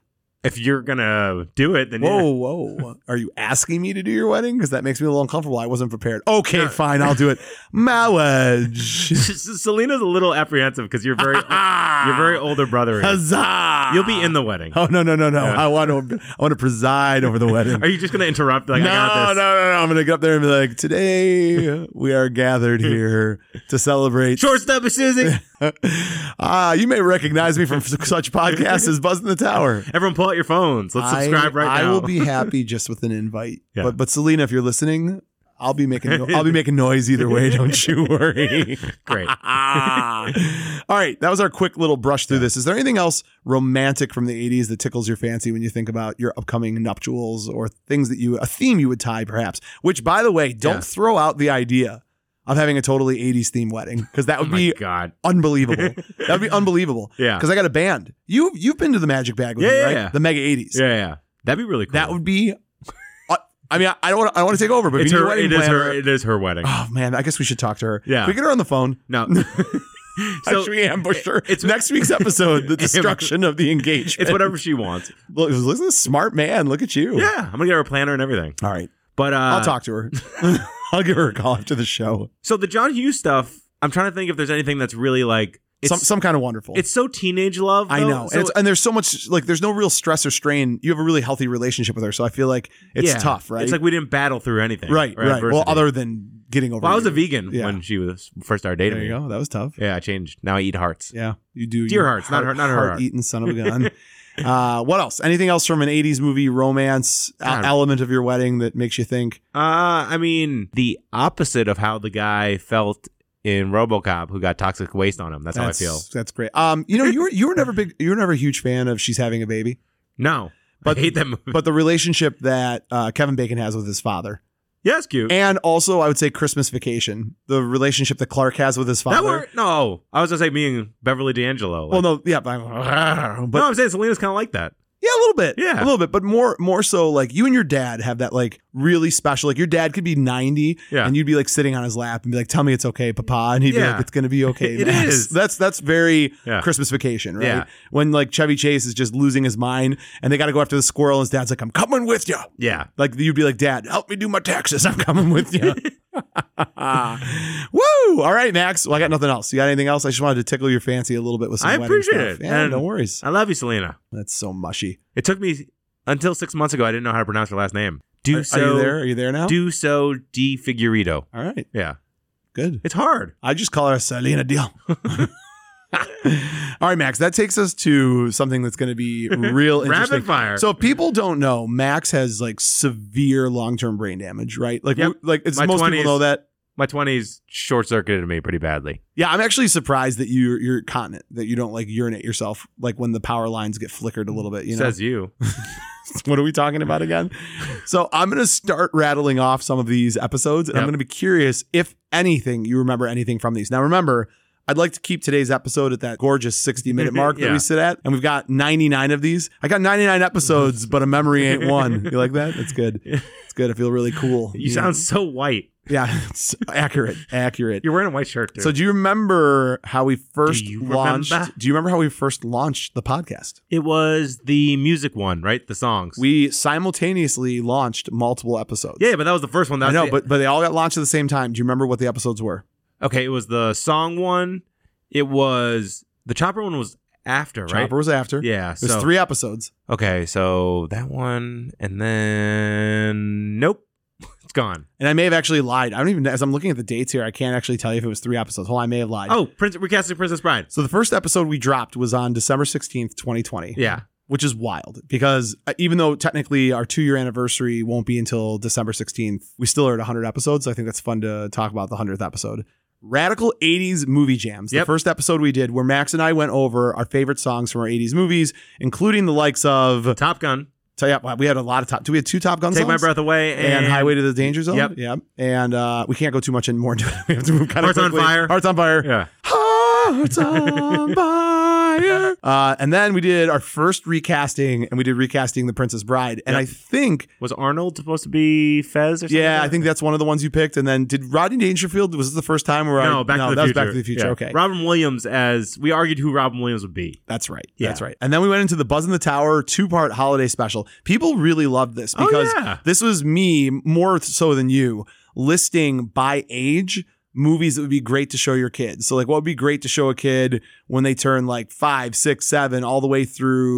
[SPEAKER 3] if you're going to do it, then yeah.
[SPEAKER 1] Whoa, whoa. Are you asking me to do your wedding? Because that makes me a little uncomfortable. I wasn't prepared. Okay, fine. I'll do it. Marriage.
[SPEAKER 3] Selena's a little apprehensive because you're very you're very older brother.
[SPEAKER 1] Ah. Huzzah.
[SPEAKER 3] You'll be in the wedding.
[SPEAKER 1] Oh, no, no, no, no.
[SPEAKER 3] Yeah.
[SPEAKER 1] I want to I want to preside over the wedding.
[SPEAKER 3] Are you just gonna interrupt? Like
[SPEAKER 1] no,
[SPEAKER 3] I got
[SPEAKER 1] no,
[SPEAKER 3] this.
[SPEAKER 1] no, no. I'm going to get up there and be like, today we are gathered here to celebrate.
[SPEAKER 3] Shortstop is Susie.
[SPEAKER 1] Ah, you may recognize me from such podcasts as Buzz in the Tower.
[SPEAKER 3] Everyone, pull out your phones. Let's subscribe
[SPEAKER 1] I,
[SPEAKER 3] right
[SPEAKER 1] I
[SPEAKER 3] now.
[SPEAKER 1] will be happy just with an invite.
[SPEAKER 3] Yeah.
[SPEAKER 1] But but Selena, if you're listening, I'll be making no- I'll be making noise either way. Don't you worry.
[SPEAKER 3] Great.
[SPEAKER 1] All right, that was our quick little brush through this. Is there anything else romantic from the 80s that tickles your fancy when you think about your upcoming nuptials or things that you a theme you would tie perhaps? Which by the way, don't
[SPEAKER 3] Yeah.
[SPEAKER 1] throw out the idea of having a totally 80s theme wedding because that
[SPEAKER 3] Oh
[SPEAKER 1] would
[SPEAKER 3] my
[SPEAKER 1] be
[SPEAKER 3] god.
[SPEAKER 1] unbelievable. that would be unbelievable.
[SPEAKER 3] Yeah.
[SPEAKER 1] Because I got a band. You you've been to the Magic Bag with
[SPEAKER 3] Yeah,
[SPEAKER 1] me,
[SPEAKER 3] yeah,
[SPEAKER 1] right?
[SPEAKER 3] yeah.
[SPEAKER 1] The Mega 80s.
[SPEAKER 3] Yeah, yeah. That'd be really cool.
[SPEAKER 1] That would be. I- I mean, I- I don't. wanna- I want to take over, but
[SPEAKER 3] It's
[SPEAKER 1] if you need a
[SPEAKER 3] her.
[SPEAKER 1] wedding
[SPEAKER 3] It is
[SPEAKER 1] planner-
[SPEAKER 3] her. It is her wedding.
[SPEAKER 1] Oh man, I guess we should talk to her.
[SPEAKER 3] Yeah.
[SPEAKER 1] Can we get her on the phone.
[SPEAKER 3] No.
[SPEAKER 1] So,
[SPEAKER 3] so
[SPEAKER 1] should we ambush her? It's
[SPEAKER 3] it's-
[SPEAKER 1] next week's episode: the destruction of the engagement.
[SPEAKER 3] it's whatever she wants.
[SPEAKER 1] Look, listen, to this smart man. Look at you.
[SPEAKER 3] Yeah, I'm gonna get her a planner and everything.
[SPEAKER 1] All right,
[SPEAKER 3] But uh,
[SPEAKER 1] I'll talk to her. I'll give her a call after the show.
[SPEAKER 3] So the John Hughes stuff. I'm trying to think if there's anything that's really like it's
[SPEAKER 1] Some some kind of wonderful.
[SPEAKER 3] it's so teenage love.
[SPEAKER 1] I
[SPEAKER 3] though,
[SPEAKER 1] know,
[SPEAKER 3] so
[SPEAKER 1] and, it's, and there's so much like there's no real stress or strain. You have a really healthy relationship with her, so I feel like it's
[SPEAKER 3] yeah.
[SPEAKER 1] tough, right?
[SPEAKER 3] It's like we didn't battle through anything.
[SPEAKER 1] right,
[SPEAKER 3] or
[SPEAKER 1] right. Well,
[SPEAKER 3] adversity.
[SPEAKER 1] other than getting over.
[SPEAKER 3] Well, I was
[SPEAKER 1] you.
[SPEAKER 3] a vegan
[SPEAKER 1] Yeah.
[SPEAKER 3] when she was first started dating
[SPEAKER 1] There you
[SPEAKER 3] me.
[SPEAKER 1] go. That was tough.
[SPEAKER 3] Yeah, I changed. Now I eat hearts.
[SPEAKER 1] Yeah, you do.
[SPEAKER 3] Dear
[SPEAKER 1] you
[SPEAKER 3] hearts, not her- not her heart.
[SPEAKER 1] Heart-eating son of a gun. uh, what else? Anything else from an '80s movie romance uh,
[SPEAKER 3] God.
[SPEAKER 1] element of your wedding that makes you think?
[SPEAKER 3] Uh, I mean, the opposite of how the guy felt in RoboCop, who got toxic waste on him. That's, how I feel.
[SPEAKER 1] That's great. Um, you know, you were you were never big. You were never a huge fan of she's having a baby,
[SPEAKER 3] No,
[SPEAKER 1] But-
[SPEAKER 3] I hate that movie.
[SPEAKER 1] but the relationship that uh, Kevin Bacon has with his father,
[SPEAKER 3] yeah, it's cute.
[SPEAKER 1] and also I would say Christmas Vacation, the relationship that Clark has with his
[SPEAKER 3] That
[SPEAKER 1] father.
[SPEAKER 3] were no. I was gonna say me and Beverly D'Angelo.
[SPEAKER 1] well,
[SPEAKER 3] Like,
[SPEAKER 1] no, yeah, but, but
[SPEAKER 3] no, I'm saying Selena's kind of like that.
[SPEAKER 1] Yeah, a little bit.
[SPEAKER 3] Yeah.
[SPEAKER 1] a little bit, but more, more so like you and your dad have that like really special. Like your dad could be ninety,
[SPEAKER 3] Yeah.
[SPEAKER 1] and you'd be like sitting on his lap and be like, "Tell me it's okay, Papa," and he'd be
[SPEAKER 3] Yeah.
[SPEAKER 1] like, "It's gonna be okay."
[SPEAKER 3] It
[SPEAKER 1] Max."
[SPEAKER 3] is.
[SPEAKER 1] That's that's very
[SPEAKER 3] Yeah.
[SPEAKER 1] Christmas vacation, right?
[SPEAKER 3] Yeah.
[SPEAKER 1] When like Chevy Chase is just losing his mind, and they got to go after the squirrel, and his dad's like, "I'm coming with you."
[SPEAKER 3] Yeah.
[SPEAKER 1] Like you'd be like, "Dad, help me do my taxes. I'm coming with you." Woo! All right, Max. Well, I got nothing else. You got anything else? I just wanted to tickle your fancy a little bit with some.
[SPEAKER 3] I
[SPEAKER 1] wedding
[SPEAKER 3] appreciate
[SPEAKER 1] stuff.
[SPEAKER 3] it.
[SPEAKER 1] Yeah,
[SPEAKER 3] And-
[SPEAKER 1] no worries.
[SPEAKER 3] I love you, Selena.
[SPEAKER 1] That's so mushy.
[SPEAKER 3] It took me until six months ago. I didn't know how to pronounce her last name. Do
[SPEAKER 1] Are-
[SPEAKER 3] so.
[SPEAKER 1] are you there? Are you there now?
[SPEAKER 3] Do so. D Figurito.
[SPEAKER 1] All right,
[SPEAKER 3] Yeah,
[SPEAKER 1] good.
[SPEAKER 3] it's hard.
[SPEAKER 1] I just call her Selena Dion. All right, Max, that takes us to something that's going to be real interesting.
[SPEAKER 3] Rapid fire.
[SPEAKER 1] So if people don't know, Max has like severe long-term brain damage, right? Like,
[SPEAKER 3] Yep.
[SPEAKER 1] we- like it's
[SPEAKER 3] My
[SPEAKER 1] most
[SPEAKER 3] 20s.
[SPEAKER 1] people know that.
[SPEAKER 3] my twenties short circuited me pretty badly.
[SPEAKER 1] Yeah, I'm actually surprised that you're you're continent that you don't like urinate yourself like when the power lines get flickered a little bit. You know,
[SPEAKER 3] Says you.
[SPEAKER 1] what are we talking about again? so I'm gonna start rattling off some of these episodes, and I'm
[SPEAKER 3] Yep.
[SPEAKER 1] gonna be curious if anything you remember anything from these. Now remember. I'd like to keep today's episode at that gorgeous 60 minute mark that
[SPEAKER 3] Yeah.
[SPEAKER 1] we sit at. And we've got 99 of these. I got 99 episodes, but a memory ain't one. You like that? That's good. It's good. I feel really cool.
[SPEAKER 3] You
[SPEAKER 1] Yeah.
[SPEAKER 3] sound so white.
[SPEAKER 1] yeah, it's accurate. Accurate.
[SPEAKER 3] You're wearing a white shirt, dude.
[SPEAKER 1] So do you remember how we first
[SPEAKER 3] you
[SPEAKER 1] launched?
[SPEAKER 3] remember?
[SPEAKER 1] Do you remember how we first launched the podcast?
[SPEAKER 3] it was the music one, right? The songs.
[SPEAKER 1] We simultaneously launched multiple episodes.
[SPEAKER 3] yeah, but that was the first one.
[SPEAKER 1] I
[SPEAKER 3] That was
[SPEAKER 1] know,
[SPEAKER 3] the-
[SPEAKER 1] but but they all got launched at the same time. Do you remember what the episodes were?
[SPEAKER 3] okay, it was the song one. It was the chopper one was after, right?
[SPEAKER 1] Chopper was after.
[SPEAKER 3] Yeah.
[SPEAKER 1] It was
[SPEAKER 3] so
[SPEAKER 1] three episodes.
[SPEAKER 3] okay, so that one, and then nope, it's gone.
[SPEAKER 1] And I may have actually lied. I don't even as I'm looking at the dates here, I can't actually tell you if it was three episodes. Hold on, I may have lied.
[SPEAKER 3] Oh, Prince recasting Princess Bride.
[SPEAKER 1] So the first episode we dropped was on December 16th, 2020.
[SPEAKER 3] Yeah,
[SPEAKER 1] Which is wild because uh, even though technically our two year anniversary won't be until December 16th, we still are at 100 episodes. I think that's fun to talk about the 100th episode. Radical 80s movie jams. The
[SPEAKER 3] Yep.
[SPEAKER 1] first episode we did where Max and I went over our favorite songs from our 80s movies, including the likes of.
[SPEAKER 3] Top Gun,
[SPEAKER 1] Tell you, wow, we had a lot of top. Do we have two Top Gun
[SPEAKER 3] Take
[SPEAKER 1] songs?
[SPEAKER 3] My Breath Away,
[SPEAKER 1] and,
[SPEAKER 3] and,
[SPEAKER 1] Highway to the Danger Zone.
[SPEAKER 3] Yep.
[SPEAKER 1] Yep. And uh, we can't go too much in more into it. We have to move kind
[SPEAKER 3] Hearts
[SPEAKER 1] of
[SPEAKER 3] on
[SPEAKER 1] quickly.
[SPEAKER 3] Fire.
[SPEAKER 1] Hearts on Fire.
[SPEAKER 3] Yeah,
[SPEAKER 1] Hearts on fire. Uh, and then we did our first recasting, and we did recasting The Princess Bride. And
[SPEAKER 3] Yep.
[SPEAKER 1] I think,
[SPEAKER 3] was Arnold supposed to be Fez or something?
[SPEAKER 1] yeah, I
[SPEAKER 3] like that?
[SPEAKER 1] think that's one of the ones you picked. And then did Rodney Dangerfield? Was this the first time where I
[SPEAKER 3] No, Back to
[SPEAKER 1] that
[SPEAKER 3] the Future.
[SPEAKER 1] was Back to the Future.
[SPEAKER 3] Yeah.
[SPEAKER 1] Okay,
[SPEAKER 3] Robin Williams as we argued who Robin Williams would be.
[SPEAKER 1] that's right.
[SPEAKER 3] Yeah.
[SPEAKER 1] That's right. And then we went into the Buzz in the Tower two part holiday special. People really loved this
[SPEAKER 3] Oh,
[SPEAKER 1] because
[SPEAKER 3] yeah.
[SPEAKER 1] this was me more so than you listing by age movies that would be great to show your kids. So like what would be great to show a kid when they turn like five, six, seven, all the way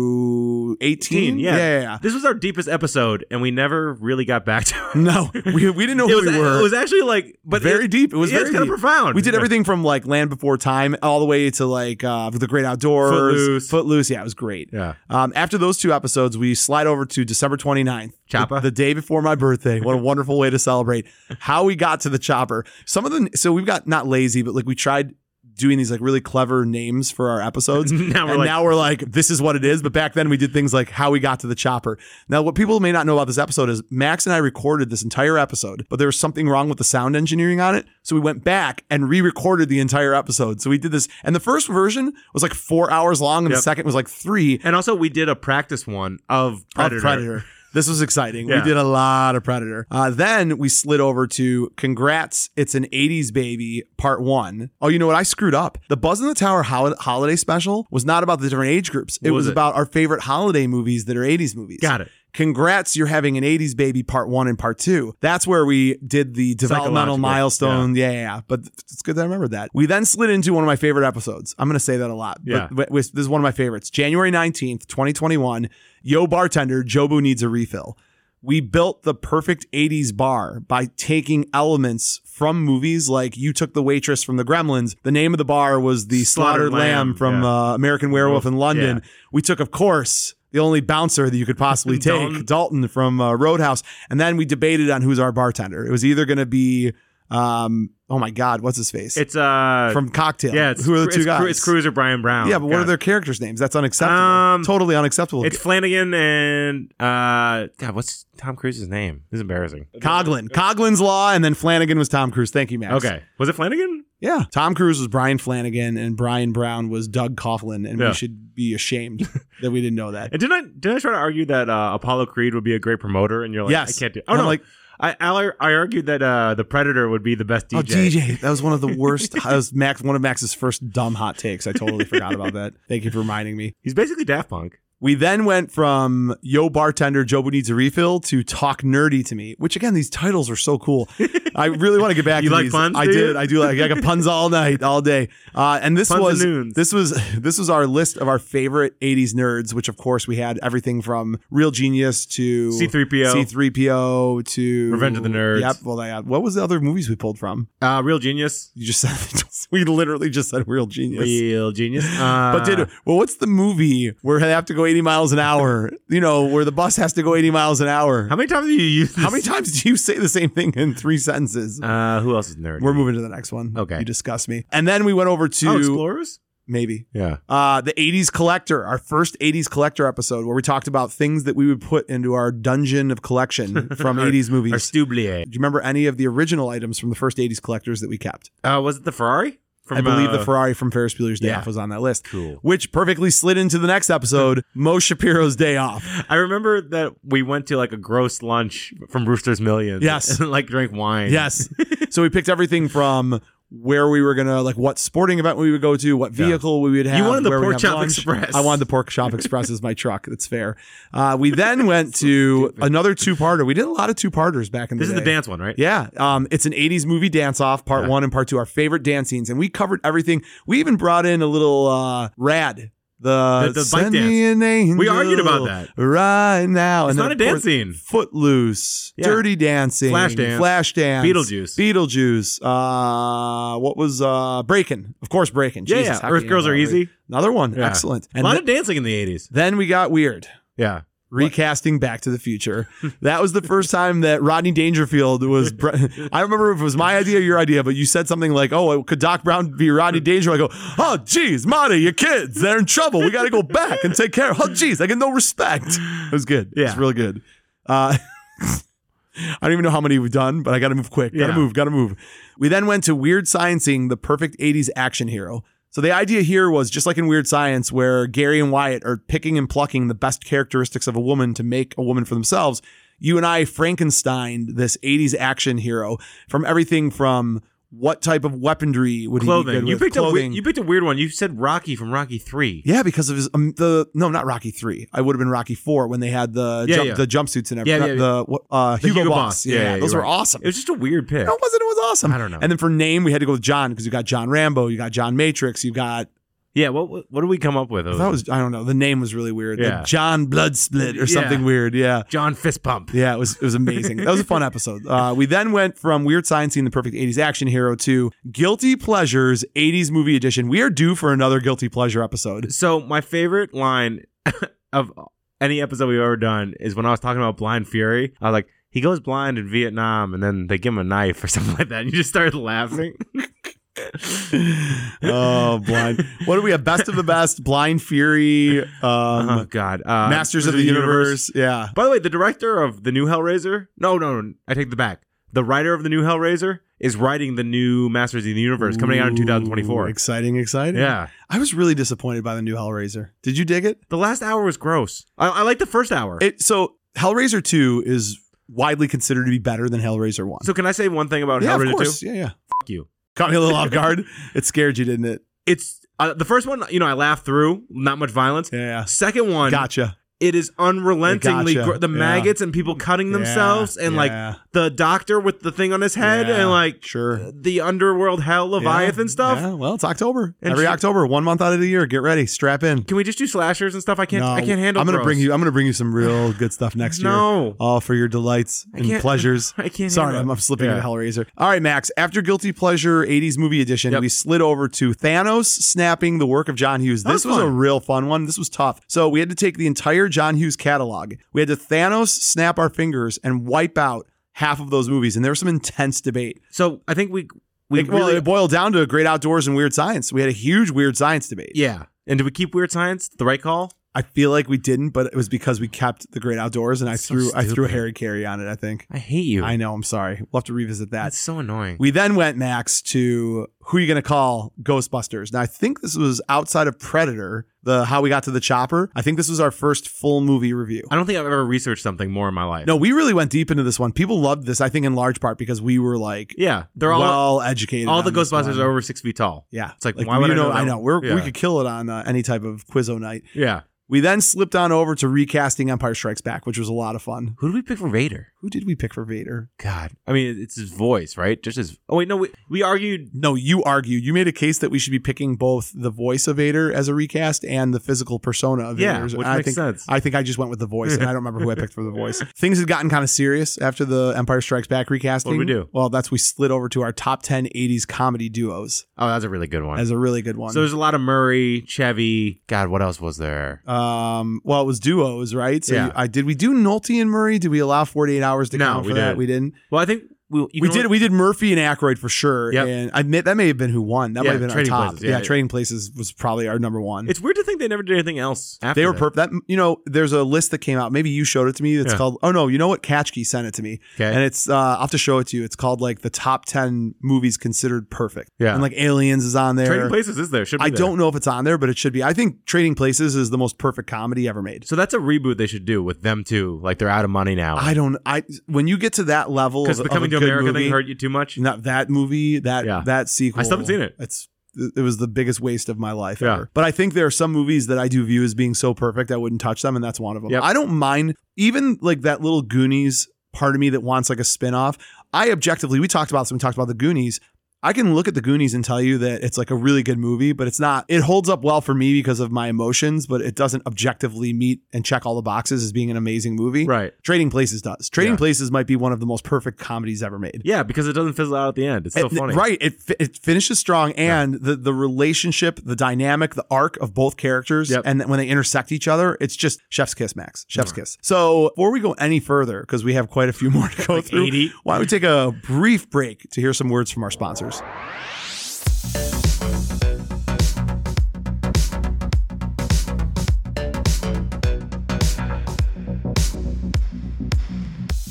[SPEAKER 1] through 18?
[SPEAKER 3] 18, yeah.
[SPEAKER 1] yeah, yeah.
[SPEAKER 3] This was our deepest episode, and we never really got back to it.
[SPEAKER 1] No, we, we didn't know
[SPEAKER 3] it
[SPEAKER 1] who
[SPEAKER 3] was,
[SPEAKER 1] we were.
[SPEAKER 3] It was actually like, but
[SPEAKER 1] very
[SPEAKER 3] it,
[SPEAKER 1] deep. It was
[SPEAKER 3] yeah,
[SPEAKER 1] very
[SPEAKER 3] it's kind
[SPEAKER 1] deep.
[SPEAKER 3] of profound.
[SPEAKER 1] We did
[SPEAKER 3] Yeah.
[SPEAKER 1] everything from like Land Before Time all the way to like uh, The Great Outdoors,
[SPEAKER 3] Footloose.
[SPEAKER 1] Footloose. Yeah, it was great.
[SPEAKER 3] Yeah.
[SPEAKER 1] Um, after those two episodes, we slide over to December 29th.
[SPEAKER 3] Chopper.
[SPEAKER 1] The, the day before my birthday. What a wonderful way to celebrate. How we got to the chopper. Some of the so we've got not lazy, but like we tried doing these like really clever names for our episodes.
[SPEAKER 3] Now we're
[SPEAKER 1] and
[SPEAKER 3] like-
[SPEAKER 1] now we're like, this is what it is. But back then we did things like how we got to the chopper. Now, what people may not know about this episode is Max and I recorded this entire episode, but there was something wrong with the sound engineering on it. So we went back and re recorded the entire episode. So we did this. And the first version was like four hours long, and the
[SPEAKER 3] Yep.
[SPEAKER 1] second was like three.
[SPEAKER 3] And also, we did a practice one of Predator.
[SPEAKER 1] Of Predator. This was exciting.
[SPEAKER 3] Yeah.
[SPEAKER 1] We did a lot of Predator. Uh, then we slid over to Congrats, It's an 80s Baby, Part 1. Oh, you know what? I screwed up. The Buzz in the Tower hol- holiday special was not about the different age groups. It
[SPEAKER 3] What
[SPEAKER 1] was,
[SPEAKER 3] was it?
[SPEAKER 1] about our favorite holiday movies that are 80s movies.
[SPEAKER 3] Got it.
[SPEAKER 1] Congrats, you're having an 80s Baby, Part 1 and Part 2. That's where we did the developmental
[SPEAKER 3] Psychological.
[SPEAKER 1] milestone. Yeah. yeah, yeah. But it's good that I remembered that. We then slid into one of my favorite episodes. I'm going to say that a lot. but-
[SPEAKER 3] Yeah.
[SPEAKER 1] but this is one of my favorites. January 19th, 2021. Yo, bartender, Jobu needs a refill. We built the perfect 80s bar by taking elements from movies like You Took the Waitress from the Gremlins. The name of the bar was The Slaughtered,
[SPEAKER 3] Slaughtered
[SPEAKER 1] Lamb,
[SPEAKER 3] Lamb,
[SPEAKER 1] from
[SPEAKER 3] yeah.
[SPEAKER 1] uh, American Werewolf in London. We took, of course, the only bouncer that you could possibly take, Dalton,
[SPEAKER 3] Dalton.
[SPEAKER 1] from uh, Roadhouse. And then we debated on who's our bartender. It was either going to be, um, oh my God, what's his face?
[SPEAKER 3] It's uh
[SPEAKER 1] from Cocktail.
[SPEAKER 3] yeah. It's,
[SPEAKER 1] Who are the
[SPEAKER 3] Cru-
[SPEAKER 1] two
[SPEAKER 3] it's,
[SPEAKER 1] guys?
[SPEAKER 3] Cru- It's Cruiser Brian Brown.
[SPEAKER 1] Yeah, but what
[SPEAKER 3] Got
[SPEAKER 1] are
[SPEAKER 3] it.
[SPEAKER 1] their characters' names? That's unacceptable.
[SPEAKER 3] Um,
[SPEAKER 1] totally unacceptable.
[SPEAKER 3] It's Flanagan and uh God. What's Tom Cruise's name? This is embarrassing.
[SPEAKER 1] Coglin. Coglin's Law, and then Flanagan was Tom Cruise. Thank you, Max.
[SPEAKER 3] Okay. Was it Flanagan?
[SPEAKER 1] Yeah. Tom Cruise was Brian Flanagan, and Brian Brown was Doug Coughlin, and
[SPEAKER 3] Yeah.
[SPEAKER 1] we should be ashamed that we didn't know that.
[SPEAKER 3] And didn't I didn't I try to argue that uh, Apollo Creed would be a great promoter? And you're like,
[SPEAKER 1] Yes.
[SPEAKER 3] I can't do. Oh
[SPEAKER 1] I'm
[SPEAKER 3] no,
[SPEAKER 1] like-
[SPEAKER 3] like I I I argued that uh, the Predator would be the best DJ.
[SPEAKER 1] Oh, DJ. That was one of the worst. that was Max, one of Max's first dumb hot takes. I totally forgot about that. Thank you for reminding me.
[SPEAKER 3] He's basically Daft Punk.
[SPEAKER 1] We then went from Yo Bartender, Joe Who Needs a Refill to Talk Nerdy to Me, which again, these titles are so cool. I really want to get back
[SPEAKER 3] You
[SPEAKER 1] to
[SPEAKER 3] like
[SPEAKER 1] these.
[SPEAKER 3] puns,
[SPEAKER 1] I
[SPEAKER 3] do you?
[SPEAKER 1] did. I do like I got puns all night, all day. Uh, and this
[SPEAKER 3] Puns and
[SPEAKER 1] was
[SPEAKER 3] noons.
[SPEAKER 1] this was this was our list of our favorite 80s nerds, which of course we had everything from Real Genius to
[SPEAKER 3] C-3PO.
[SPEAKER 1] C3PO to
[SPEAKER 3] Revenge of the Nerds.
[SPEAKER 1] Yep. Well, they had, what was the other movies we pulled from?
[SPEAKER 3] Uh, real genius.
[SPEAKER 1] You just said we literally just said Real Genius.
[SPEAKER 3] Real genius. Uh,
[SPEAKER 1] But did well? What's the movie where they have to go 80 miles an hour? You know, where the bus has to go 80 miles an hour.
[SPEAKER 3] how many times have you used? This?
[SPEAKER 1] How many times do you say the same thing in three sentences?
[SPEAKER 3] Uh, who else is nerd?
[SPEAKER 1] We're moving to the next one.
[SPEAKER 3] Okay.
[SPEAKER 1] you disgust me. And then we went over to
[SPEAKER 3] Oh, explorers.
[SPEAKER 1] maybe
[SPEAKER 3] Yeah.
[SPEAKER 1] uh, the 80s collector, our first 80s collector episode where we talked about things that we would put into our dungeon of collection from 80s movies.
[SPEAKER 3] Or Stublier.
[SPEAKER 1] do you remember any of the original items from the first 80s collectors that we kept?
[SPEAKER 3] Uh, was it the Ferrari? From,
[SPEAKER 1] I believe
[SPEAKER 3] uh,
[SPEAKER 1] the Ferrari from Ferris Bueller's Day
[SPEAKER 3] yeah.
[SPEAKER 1] Off was on that list.
[SPEAKER 3] Cool.
[SPEAKER 1] Which perfectly slid into the next episode, Mo Shapiro's Day Off.
[SPEAKER 3] I remember that we went to like a gross lunch from Brewster's Millions.
[SPEAKER 1] Yes.
[SPEAKER 3] And like drank wine.
[SPEAKER 1] Yes. so we picked everything from where we were gonna like what sporting event we would go to, what vehicle we would have.
[SPEAKER 3] wanted the
[SPEAKER 1] where we'd
[SPEAKER 3] Pork
[SPEAKER 1] have
[SPEAKER 3] Chop
[SPEAKER 1] lunch.
[SPEAKER 3] Express.
[SPEAKER 1] I wanted the Pork Chop Express as my truck. That's fair. Uh, we then went to another two-parter. We did a lot of two-parters back in
[SPEAKER 3] This
[SPEAKER 1] the
[SPEAKER 3] is
[SPEAKER 1] day.
[SPEAKER 3] the dance one, right?
[SPEAKER 1] Yeah, um, it's an '80s movie dance-off, part
[SPEAKER 3] Yeah.
[SPEAKER 1] one and part two. Our favorite dance scenes, and we covered everything. We even brought in a little uh, rad. The,
[SPEAKER 3] The- the
[SPEAKER 1] send
[SPEAKER 3] bike dance.
[SPEAKER 1] me an angel
[SPEAKER 3] We argued about that.
[SPEAKER 1] right now.
[SPEAKER 3] It's
[SPEAKER 1] and
[SPEAKER 3] not
[SPEAKER 1] then,
[SPEAKER 3] a
[SPEAKER 1] of course,
[SPEAKER 3] dance scene.
[SPEAKER 1] Footloose,
[SPEAKER 3] Yeah.
[SPEAKER 1] Dirty Dancing,
[SPEAKER 3] Flashdance,
[SPEAKER 1] Flashdance,
[SPEAKER 3] Beetlejuice.
[SPEAKER 1] Beetlejuice. Uh, what was uh, Breaking? Of course, Breaking.
[SPEAKER 3] Yeah,
[SPEAKER 1] Jesus, how
[SPEAKER 3] yeah. Earth
[SPEAKER 1] can you
[SPEAKER 3] Girls
[SPEAKER 1] not
[SPEAKER 3] Are
[SPEAKER 1] read?
[SPEAKER 3] Easy.
[SPEAKER 1] Another one,
[SPEAKER 3] Yeah.
[SPEAKER 1] excellent.
[SPEAKER 3] A
[SPEAKER 1] And
[SPEAKER 3] lot
[SPEAKER 1] th-
[SPEAKER 3] of dancing in the 80s.
[SPEAKER 1] then we got weird.
[SPEAKER 3] Yeah.
[SPEAKER 1] Recasting Back to the Future. That was the first time that Rodney Dangerfield was. Bre- I remember if it was my idea or your idea, but you said something like, "Oh, could Doc Brown be Rodney Dangerfield?" I go, "Oh, geez, Marty, your kids, they're in trouble. We got to go back and take care." of Oh, geez, I get no respect. It was good. It was
[SPEAKER 3] Yeah.
[SPEAKER 1] real good. Uh, I don't even know how many we've done, but I got to move quick. Got to
[SPEAKER 3] Yeah.
[SPEAKER 1] move. Got to move. We then went to Weird Sciencing, the perfect 80s action hero. So the idea here was just like in Weird Science, where Gary and Wyatt are picking and plucking the best characteristics of a woman to make a woman for themselves. You and I Frankenstein this 80s action hero from everything from what type of weaponry would he be
[SPEAKER 3] Clothing.
[SPEAKER 1] good
[SPEAKER 3] You
[SPEAKER 1] with?
[SPEAKER 3] picked, a, we-
[SPEAKER 1] clothing.
[SPEAKER 3] you picked a weird one. You said Rocky from Rocky 3.
[SPEAKER 1] yeah, because of his um, the no, not Rocky three. I would have been Rocky four when they had the
[SPEAKER 3] Yeah,
[SPEAKER 1] jump,
[SPEAKER 3] yeah.
[SPEAKER 1] the jumpsuits and
[SPEAKER 3] Yeah,
[SPEAKER 1] everything.
[SPEAKER 3] yeah,
[SPEAKER 1] not The what, uh,
[SPEAKER 3] The
[SPEAKER 1] Hugo,
[SPEAKER 3] Hugo
[SPEAKER 1] Boss.
[SPEAKER 3] Boss.
[SPEAKER 1] Yeah,
[SPEAKER 3] Yeah, yeah,
[SPEAKER 1] those
[SPEAKER 3] you're
[SPEAKER 1] were
[SPEAKER 3] right.
[SPEAKER 1] awesome.
[SPEAKER 3] It was just a weird pick.
[SPEAKER 1] No, it wasn't. It was awesome.
[SPEAKER 3] I don't know.
[SPEAKER 1] And then for name, we had to go with John because you got John Rambo, you got John Matrix, you got
[SPEAKER 3] yeah. What, what what did we come up with?
[SPEAKER 1] that was I don't know. The name was really weird.
[SPEAKER 3] Yeah.
[SPEAKER 1] Like John Bloodsplit or something
[SPEAKER 3] Yeah.
[SPEAKER 1] weird. Yeah.
[SPEAKER 3] John Fist Pump.
[SPEAKER 1] Yeah, it was it was amazing. that was a fun episode. Uh, we then went from Weird Science Scene, the perfect 80s action hero, to Guilty Pleasures 80s movie edition. We are due for another Guilty Pleasure episode.
[SPEAKER 3] So my favorite line of any episode we've ever done is when I was talking about Blind Fury. I was like, he goes blind in Vietnam, and then they give him a knife or something like that, and you just started laughing.
[SPEAKER 1] oh, blind. What do we have? Best of the best, Blind Fury, um,
[SPEAKER 3] oh God, uh,
[SPEAKER 1] Masters of the, universe. Yeah.
[SPEAKER 3] By the way, the director of the new Hellraiser. No, no, no, I take the back. The writer of the new Hellraiser is writing the new Masters of the Universe coming out in
[SPEAKER 1] Ooh,
[SPEAKER 3] 2024.
[SPEAKER 1] Exciting, exciting.
[SPEAKER 3] Yeah.
[SPEAKER 1] I was really disappointed by the new Hellraiser. Did you dig it?
[SPEAKER 3] The last hour was gross. I, I like the first hour.
[SPEAKER 1] It so Hellraiser 2 is widely considered to be better than Hellraiser 1.
[SPEAKER 3] so can I say one thing about
[SPEAKER 1] yeah,
[SPEAKER 3] Hellraiser
[SPEAKER 1] of course.
[SPEAKER 3] 2?
[SPEAKER 1] Yeah, yeah.
[SPEAKER 3] Fuck you.
[SPEAKER 1] Caught me a little off guard. It scared you, didn't it?
[SPEAKER 3] It's uh, the first one. You know, I laughed through. Not much violence.
[SPEAKER 1] Yeah.
[SPEAKER 3] Second one,
[SPEAKER 1] Gotcha.
[SPEAKER 3] it is unrelentingly
[SPEAKER 1] Gotcha.
[SPEAKER 3] gr- the
[SPEAKER 1] Yeah.
[SPEAKER 3] maggots and people cutting themselves and like
[SPEAKER 1] Yeah.
[SPEAKER 3] the doctor with the thing on his head
[SPEAKER 1] Yeah.
[SPEAKER 3] and like
[SPEAKER 1] Sure.
[SPEAKER 3] the underworld hell leviathan
[SPEAKER 1] Yeah.
[SPEAKER 3] stuff.
[SPEAKER 1] Yeah, well, it's October.
[SPEAKER 3] And
[SPEAKER 1] Every
[SPEAKER 3] she-
[SPEAKER 1] October, one month out of the year. Get ready. Strap in.
[SPEAKER 3] Can we just do slashers and stuff? I can't.
[SPEAKER 1] No,
[SPEAKER 3] I can't handle.
[SPEAKER 1] I'm gonna
[SPEAKER 3] gross.
[SPEAKER 1] bring you I'm gonna bring you some real good stuff next year.
[SPEAKER 3] No,
[SPEAKER 1] All for your delights
[SPEAKER 3] I
[SPEAKER 1] and
[SPEAKER 3] can't-
[SPEAKER 1] pleasures.
[SPEAKER 3] I can't.
[SPEAKER 1] Sorry,
[SPEAKER 3] handle
[SPEAKER 1] I'm,
[SPEAKER 3] it.
[SPEAKER 1] I'm slipping
[SPEAKER 3] Yeah.
[SPEAKER 1] into Hellraiser. All right, Max. After Guilty Pleasure 80s Movie Edition,
[SPEAKER 3] Yep.
[SPEAKER 1] we slid over to Thanos snapping the work of John Hughes.
[SPEAKER 3] That
[SPEAKER 1] This
[SPEAKER 3] was
[SPEAKER 1] was, a
[SPEAKER 3] fun.
[SPEAKER 1] real fun one. This was tough. So we had to take the entire John Hughes catalog. We had to Thanos snap our fingers and wipe out half of those movies. And there was some intense debate.
[SPEAKER 3] So I think we we
[SPEAKER 1] It- well,
[SPEAKER 3] really-
[SPEAKER 1] it boiled down to Great Outdoors and Weird Science. We had a huge Weird Science debate.
[SPEAKER 3] yeah. And did we keep weird science? The right call.
[SPEAKER 1] I feel like we didn't, but it was because we kept the Great Outdoors and I
[SPEAKER 3] That's so
[SPEAKER 1] threw I threw
[SPEAKER 3] stupid.
[SPEAKER 1] Harry Carey on it. I think.
[SPEAKER 3] I hate you.
[SPEAKER 1] I know. I'm sorry. We'll have to revisit that.
[SPEAKER 3] That's so annoying.
[SPEAKER 1] We then went, Max, to who you going to call Ghostbusters? Now, I think this was outside of Predator, the how we got to the chopper. I think this was our first full movie review.
[SPEAKER 3] I don't think I've ever researched something more in my life.
[SPEAKER 1] No, we really went deep into this one. People loved this, I think, in large part because we were like
[SPEAKER 3] Yeah, they're all
[SPEAKER 1] well educated.
[SPEAKER 3] all the
[SPEAKER 1] on this
[SPEAKER 3] Ghostbusters
[SPEAKER 1] one.
[SPEAKER 3] are over six feet tall.
[SPEAKER 1] Yeah,
[SPEAKER 3] It's like, why would
[SPEAKER 1] you
[SPEAKER 3] I know that?
[SPEAKER 1] I know we're, we
[SPEAKER 3] Yeah.
[SPEAKER 1] could kill it on uh, any type of Quizzo night.
[SPEAKER 3] Yeah.
[SPEAKER 1] We then slipped on over to recasting Empire Strikes Back, which was a lot of fun.
[SPEAKER 3] Who do we pick for Vader?
[SPEAKER 1] Who did we pick for Vader?
[SPEAKER 3] God, I mean, it's his voice, right? Just his. Oh wait, no, we, we argued.
[SPEAKER 1] No, you argued. You made a case that we should be picking both the voice of Vader as a recast and the physical persona of
[SPEAKER 3] Yeah,
[SPEAKER 1] Vader.
[SPEAKER 3] which
[SPEAKER 1] And I
[SPEAKER 3] makes
[SPEAKER 1] think,
[SPEAKER 3] sense.
[SPEAKER 1] I think I just went with the voice, and I don't remember who I picked for the voice. Things had gotten kind of serious after the Empire Strikes Back recasting.
[SPEAKER 3] What'd we do?
[SPEAKER 1] Well, that's we slid over to our top 10 80s comedy duos
[SPEAKER 3] Oh, that's a really good one.
[SPEAKER 1] as a really good one.
[SPEAKER 3] So there's a lot of Murray, Chevy. God, what else was there?
[SPEAKER 1] um, well, it was duos, right? So
[SPEAKER 3] Yeah.
[SPEAKER 1] you- I did we do Nolte and Murray? Did we allow 48 hours to
[SPEAKER 3] No,
[SPEAKER 1] count for
[SPEAKER 3] we
[SPEAKER 1] that?
[SPEAKER 3] didn't.
[SPEAKER 1] We didn't.
[SPEAKER 3] Well, I think we you
[SPEAKER 1] we
[SPEAKER 3] can
[SPEAKER 1] did
[SPEAKER 3] only-
[SPEAKER 1] we did Murphy and Aykroyd for sure,
[SPEAKER 3] Yep.
[SPEAKER 1] and I admit that may have been who won. That
[SPEAKER 3] Yeah,
[SPEAKER 1] might have been our
[SPEAKER 3] Trading
[SPEAKER 1] top.
[SPEAKER 3] Places. Yeah,
[SPEAKER 1] yeah,
[SPEAKER 3] yeah.
[SPEAKER 1] Trading Places was probably our number one.
[SPEAKER 3] It's weird to think they never did anything else. After
[SPEAKER 1] they were
[SPEAKER 3] that.
[SPEAKER 1] perp. That you know, there's a list that came out. Maybe you showed it to me. It's
[SPEAKER 3] Yeah.
[SPEAKER 1] called. Oh no, you know what? Katchkey sent it to me,
[SPEAKER 3] Okay.
[SPEAKER 1] and it's. Uh, I'll have to show it to you. It's called like the top ten movies considered perfect.
[SPEAKER 3] Yeah.
[SPEAKER 1] and like Aliens is on
[SPEAKER 3] Trading
[SPEAKER 1] there.
[SPEAKER 3] Places is there. Should be
[SPEAKER 1] I
[SPEAKER 3] there.
[SPEAKER 1] don't know if it's on there, but it should be. I think Trading Places is the most perfect comedy ever made.
[SPEAKER 3] So that's a reboot they should do with them too. Like they're out of money now
[SPEAKER 1] I don't. I when you get to that level,
[SPEAKER 3] because
[SPEAKER 1] of,
[SPEAKER 3] the
[SPEAKER 1] of
[SPEAKER 3] Coming
[SPEAKER 1] a good
[SPEAKER 3] to America
[SPEAKER 1] movie,
[SPEAKER 3] thing hurt you too much.
[SPEAKER 1] Not that movie, that
[SPEAKER 3] Yeah.
[SPEAKER 1] that sequel.
[SPEAKER 3] I still haven't seen it.
[SPEAKER 1] It's it was the biggest waste of my life
[SPEAKER 3] Yeah.
[SPEAKER 1] ever. But I think there are some movies that I do view as being so perfect I wouldn't touch them, and that's one of them.
[SPEAKER 3] Yep.
[SPEAKER 1] I don't mind even like that little Goonies part of me that wants like a spin-off. I objectively, we talked about this when we talked about the Goonies. I can look at the Goonies and tell you that it's like a really good movie, but it's not. It holds up well for me because of my emotions, but it doesn't objectively meet and check all the boxes as being an amazing movie.
[SPEAKER 3] Right.
[SPEAKER 1] Trading Places does. Trading
[SPEAKER 3] Yeah.
[SPEAKER 1] Places might be one of the most perfect comedies ever made.
[SPEAKER 3] Yeah, because it doesn't fizzle out at the end. It's still
[SPEAKER 1] It-
[SPEAKER 3] funny.
[SPEAKER 1] Right. It fi- it finishes strong, and the the relationship, the dynamic, the arc of both characters,
[SPEAKER 3] Yep.
[SPEAKER 1] and when they intersect each other, it's just chef's kiss, Max. Chef's kiss. So before we go any further, because we have quite a few more to go
[SPEAKER 3] Like
[SPEAKER 1] through,
[SPEAKER 3] 80.
[SPEAKER 1] why don't we take a brief break to hear some words from our sponsors?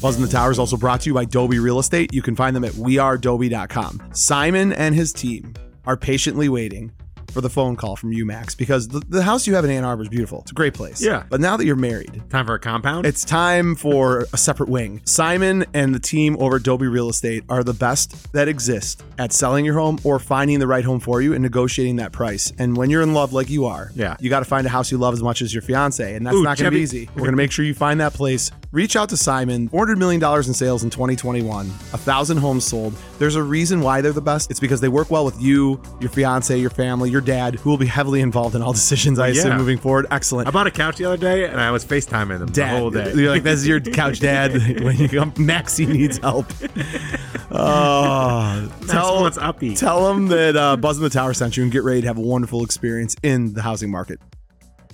[SPEAKER 1] Buzz in the Tower is also brought to you by Dolby Real Estate. You can find them at wearedolby.com. Simon and his team are patiently waiting for the phone call from you, Max, because the, the house you have in Ann Arbor is beautiful. It's a great place.
[SPEAKER 3] Yeah.
[SPEAKER 1] But now that you're married,
[SPEAKER 3] Time for a compound.
[SPEAKER 1] it's time for a separate wing. Simon and the team over at Dolby Real Estate are the best that exist at selling your home or finding the right home for you and negotiating that price. And when you're in love like you are,
[SPEAKER 3] Yeah.
[SPEAKER 1] you got to find a house you love as much as your fiance, and that's
[SPEAKER 3] Ooh,
[SPEAKER 1] not going to be
[SPEAKER 3] Chevy.
[SPEAKER 1] easy. We're going to make sure you find that place. Reach out to Simon. $400 million in sales in 2021. A thousand homes sold. There's a reason why they're the best. It's because they work well with you, your fiance, your family, your dad, who will be heavily involved in all decisions, I assume,
[SPEAKER 3] Yeah.
[SPEAKER 1] moving forward. Excellent
[SPEAKER 3] I bought a couch the other day and I was FaceTiming them
[SPEAKER 1] dad.
[SPEAKER 3] the whole day.
[SPEAKER 1] You're like, this is your couch dad. when you come, Maxie needs help. Oh,
[SPEAKER 3] Tell
[SPEAKER 1] tell,
[SPEAKER 3] what's uppy.
[SPEAKER 1] tell him that uh, Buzz in the Tower sent you and get ready to have a wonderful experience in the housing market.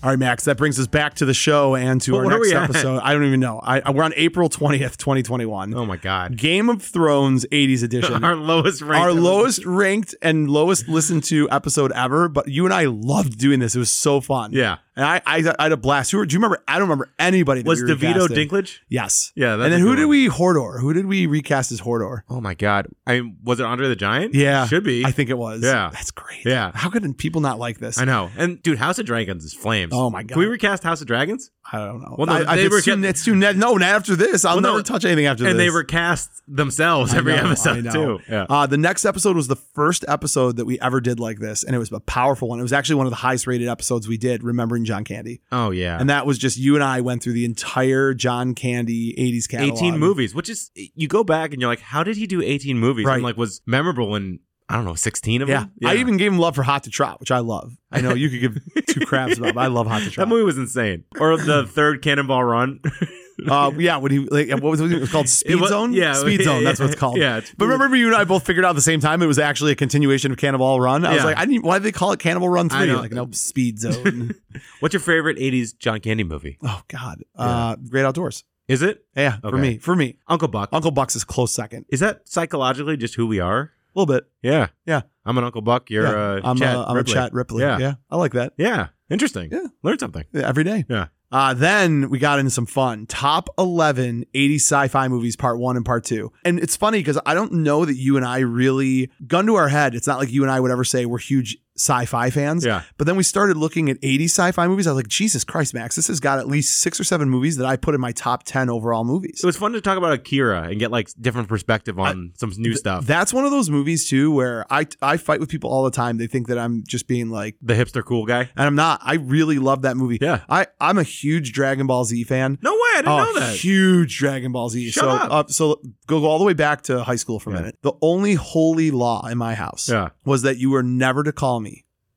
[SPEAKER 1] All right, Max, that brings us back to the show and to
[SPEAKER 3] What
[SPEAKER 1] our
[SPEAKER 3] are
[SPEAKER 1] next
[SPEAKER 3] we at?
[SPEAKER 1] episode. I don't even know. I, I- we're on April 20th, 2021.
[SPEAKER 3] oh my god,
[SPEAKER 1] Game of Thrones 80s edition.
[SPEAKER 3] our lowest rank.
[SPEAKER 1] Our lowest ranked and lowest listened to episode ever, but you and I loved doing this. It was so fun.
[SPEAKER 3] Yeah.
[SPEAKER 1] and I I, I had a blast. Who were, do you remember? I don't remember anybody. That
[SPEAKER 3] was
[SPEAKER 1] we were
[SPEAKER 3] DeVito
[SPEAKER 1] casting.
[SPEAKER 3] Dinklage.
[SPEAKER 1] Yes.
[SPEAKER 3] Yeah, that's
[SPEAKER 1] and then
[SPEAKER 3] a
[SPEAKER 1] who
[SPEAKER 3] good
[SPEAKER 1] did
[SPEAKER 3] one.
[SPEAKER 1] we Hordor? Who did we recast as Hordor?
[SPEAKER 3] Oh my god. I mean, was it Andre the Giant?
[SPEAKER 1] Yeah,
[SPEAKER 3] should be.
[SPEAKER 1] I think it was.
[SPEAKER 3] Yeah.
[SPEAKER 1] that's great.
[SPEAKER 3] Yeah.
[SPEAKER 1] how could people not like this?
[SPEAKER 3] I know. And dude, House of Dragons is flames.
[SPEAKER 1] Oh my
[SPEAKER 3] Can we
[SPEAKER 1] God.
[SPEAKER 3] recast House of Dragons?
[SPEAKER 1] I don't know.
[SPEAKER 3] Well, no,
[SPEAKER 1] I, I,
[SPEAKER 3] they
[SPEAKER 1] it's,
[SPEAKER 3] were
[SPEAKER 1] too,
[SPEAKER 3] get-
[SPEAKER 1] it's too net. No, not after this. I'll
[SPEAKER 3] Well, no,
[SPEAKER 1] never touch anything after
[SPEAKER 3] and
[SPEAKER 1] this.
[SPEAKER 3] they recast themselves
[SPEAKER 1] I
[SPEAKER 3] every
[SPEAKER 1] know, I
[SPEAKER 3] episode
[SPEAKER 1] know.
[SPEAKER 3] too. Yeah.
[SPEAKER 1] Uh, the next episode was the first episode that we ever did like this, and it was a powerful one. It was actually one of the highest rated episodes we did, remembering John Candy.
[SPEAKER 3] Oh yeah.
[SPEAKER 1] And that was just you and I went through the entire John Candy 80s catalog.
[SPEAKER 3] 18 movies, which is you go back and you're like, how did he do 18 movies?
[SPEAKER 1] Right.
[SPEAKER 3] And like was memorable in I don't know, 16 of
[SPEAKER 1] Yeah.
[SPEAKER 3] them.
[SPEAKER 1] I even gave him love for Hot to Trot, which I love. I know you could give two craps about, but I love Hot to
[SPEAKER 3] that
[SPEAKER 1] Trot.
[SPEAKER 3] movie was insane. Or the third Cannonball Run.
[SPEAKER 1] Uh, yeah, when he like, what was it, it was called? Speed
[SPEAKER 3] It was-
[SPEAKER 1] Zone.
[SPEAKER 3] yeah,
[SPEAKER 1] Speed
[SPEAKER 3] yeah,
[SPEAKER 1] Zone. That's what it's
[SPEAKER 3] yeah,
[SPEAKER 1] called.
[SPEAKER 3] yeah, it's-
[SPEAKER 1] but remember, you and I both figured out at the same time it was actually a continuation of Cannibal Run. I was
[SPEAKER 3] Yeah.
[SPEAKER 1] like, I didn't. Why did they call it Cannibal Run
[SPEAKER 3] I
[SPEAKER 1] Three?
[SPEAKER 3] know.
[SPEAKER 1] Like, no, Speed Zone.
[SPEAKER 3] What's your favorite 80s John Candy movie?
[SPEAKER 1] oh God, uh, Great Outdoors.
[SPEAKER 3] Is it
[SPEAKER 1] Yeah, for
[SPEAKER 3] Okay.
[SPEAKER 1] me, for me,
[SPEAKER 3] Uncle Buck?
[SPEAKER 1] Uncle Buck's is close second.
[SPEAKER 3] Is that psychologically just who we are?
[SPEAKER 1] A little bit.
[SPEAKER 3] Yeah.
[SPEAKER 1] Yeah.
[SPEAKER 3] I'm an Uncle Buck. You're
[SPEAKER 1] yeah.
[SPEAKER 3] a
[SPEAKER 1] I'm
[SPEAKER 3] Chet
[SPEAKER 1] a, I'm
[SPEAKER 3] Uh, Ripley.
[SPEAKER 1] a Chat Ripley.
[SPEAKER 3] Yeah.
[SPEAKER 1] yeah, I like that.
[SPEAKER 3] Yeah. Interesting.
[SPEAKER 1] Yeah.
[SPEAKER 3] Learn something.
[SPEAKER 1] Yeah, every day.
[SPEAKER 3] Yeah.
[SPEAKER 1] Uh, then we got into some fun. Top 11 80 sci fi movies, part one and part two. And it's funny because I don't know that you and I really, gun to our head, it's not like you and I would ever say we're huge sci fi fans.
[SPEAKER 3] Yeah.
[SPEAKER 1] But then we started looking at 80 sci fi movies. I was like, Jesus Christ, Max, this has got at least six or seven movies that I put in my top 10 overall movies.
[SPEAKER 3] It was fun to talk about Akira and get like different perspective on some new stuff.
[SPEAKER 1] That's one of those movies, too, where I, I fight with people all the time. They think that I'm just being like,
[SPEAKER 3] the hipster cool guy.
[SPEAKER 1] and I'm not. I really love that movie.
[SPEAKER 3] Yeah.
[SPEAKER 1] I, I'm a huge Dragon Ball Z fan.
[SPEAKER 3] No way, I didn't
[SPEAKER 1] oh,
[SPEAKER 3] know that.
[SPEAKER 1] Huge Dragon Ball Z.
[SPEAKER 3] Shut
[SPEAKER 1] so
[SPEAKER 3] up.
[SPEAKER 1] uh, so go, go all the way back to high school for a
[SPEAKER 3] Yeah.
[SPEAKER 1] minute. The only holy law in my house
[SPEAKER 3] Yeah.
[SPEAKER 1] was that you were never to call me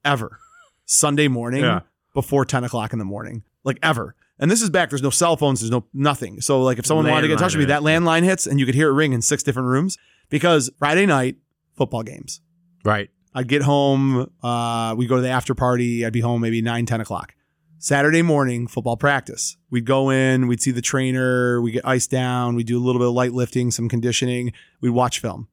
[SPEAKER 1] ever Sunday morning
[SPEAKER 3] Yeah.
[SPEAKER 1] before 10 o'clock in the morning. Like ever. And this is back. There's no cell phones. There's no nothing. So like if someone wanted to get in touch with me, that
[SPEAKER 3] Landline
[SPEAKER 1] landline hits and you could hear it ring in six different rooms because Friday night football games.
[SPEAKER 3] Right.
[SPEAKER 1] I'd get home. Uh, we'd go to the after party. I'd be home maybe 9, 10 o'clock. Saturday morning, football practice. We'd go in, we'd see the trainer, we get iced down, we do a little bit of light lifting, some conditioning, we'd watch film.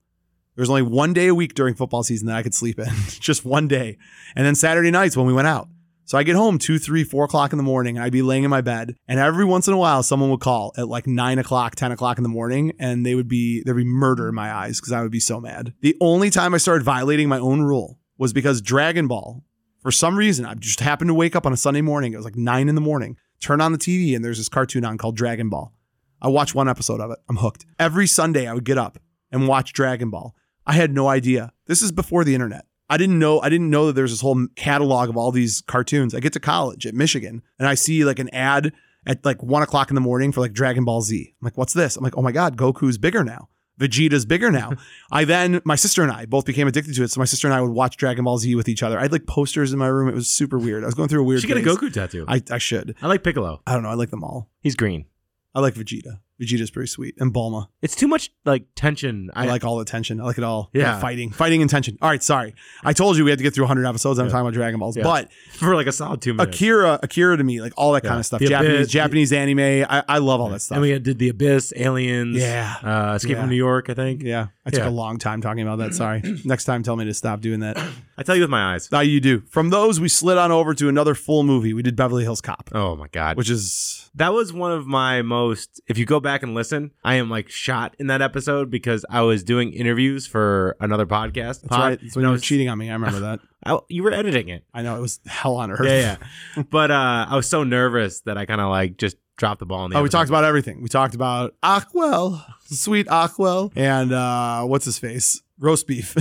[SPEAKER 1] There was only one day a week during football season that I could sleep in, just one day. And then Saturday nights when we went out. So I get home two, three, four o'clock in the morning, and I'd be laying in my bed. And every once in a while, someone would call at like nine o'clock, 10 o'clock in the morning, and they would be, there'd be murder in my eyes because I would be so mad. The only time I started violating my own rule was because Dragon Ball, for some reason, I just happened to wake up on a Sunday morning. It was like nine in the morning. Turn on the TV, and there's this cartoon on called Dragon Ball. I watched one episode of it. I'm hooked. Every Sunday, I would get up and watch Dragon Ball. I had no idea. This is before the internet. I didn't know. I didn't know that there's this whole catalog of all these cartoons. I get to college at Michigan and I see like an ad at like one o'clock in the morning for like Dragon Ball Z. I'm like, what's this? I'm like, oh my god, Goku's bigger now. Vegeta's bigger now. I then my sister and I both became addicted to it. So my sister and I would watch Dragon Ball Z with each other. I had like posters in my room. It was super weird. I was going through a weird.
[SPEAKER 3] She get a
[SPEAKER 1] phase.
[SPEAKER 3] Goku tattoo. I,
[SPEAKER 1] I, I should.
[SPEAKER 3] like Piccolo.
[SPEAKER 1] I don't know. I like them all.
[SPEAKER 3] He's green.
[SPEAKER 1] I like Vegeta. Vegeta's pretty sweet. And Bulma.
[SPEAKER 3] It's too much like tension.
[SPEAKER 1] I, like all the tension. I like it all.
[SPEAKER 3] Yeah.
[SPEAKER 1] The fighting, fighting and tension. All right, sorry. I told you we had to get through 100 episodes. I'm
[SPEAKER 3] Yeah.
[SPEAKER 1] talking about Dragon Balls,
[SPEAKER 3] Yeah.
[SPEAKER 1] but
[SPEAKER 3] for like a solid two minutes.
[SPEAKER 1] Akira, Akira to me, like all that
[SPEAKER 3] Yeah.
[SPEAKER 1] kind of stuff.
[SPEAKER 3] The
[SPEAKER 1] Japanese,
[SPEAKER 3] Abyss, the-
[SPEAKER 1] Japanese anime. I, I love all that stuff.
[SPEAKER 3] And we did the Abyss, Aliens,
[SPEAKER 1] Yeah.
[SPEAKER 3] uh, Escape
[SPEAKER 1] Yeah.
[SPEAKER 3] from New York. I think.
[SPEAKER 1] yeah, I took a
[SPEAKER 3] Yeah.
[SPEAKER 1] long time talking about that. Sorry. Next time, tell me to stop doing that.
[SPEAKER 3] I tell you with my eyes.
[SPEAKER 1] Ah, you do. From those, we slid on over to another full movie. We did Beverly Hills Cop,
[SPEAKER 3] Oh my god.
[SPEAKER 1] which is
[SPEAKER 3] That was one of my most. If you go back and listen, I am like shot in that episode because I was doing interviews for another podcast.
[SPEAKER 1] that's right. That's when you
[SPEAKER 3] and I
[SPEAKER 1] were
[SPEAKER 3] was-
[SPEAKER 1] cheating on me. I remember that.
[SPEAKER 3] I, you were editing it.
[SPEAKER 1] I know it was hell on earth.
[SPEAKER 3] Yeah, yeah. but uh, I was so nervous that I kind of like just dropped the ball in the.
[SPEAKER 1] Oh, we
[SPEAKER 3] episode.
[SPEAKER 1] talked about everything. We talked about Aquel, sweet Aquel, and uh, what's his face? Roast beef.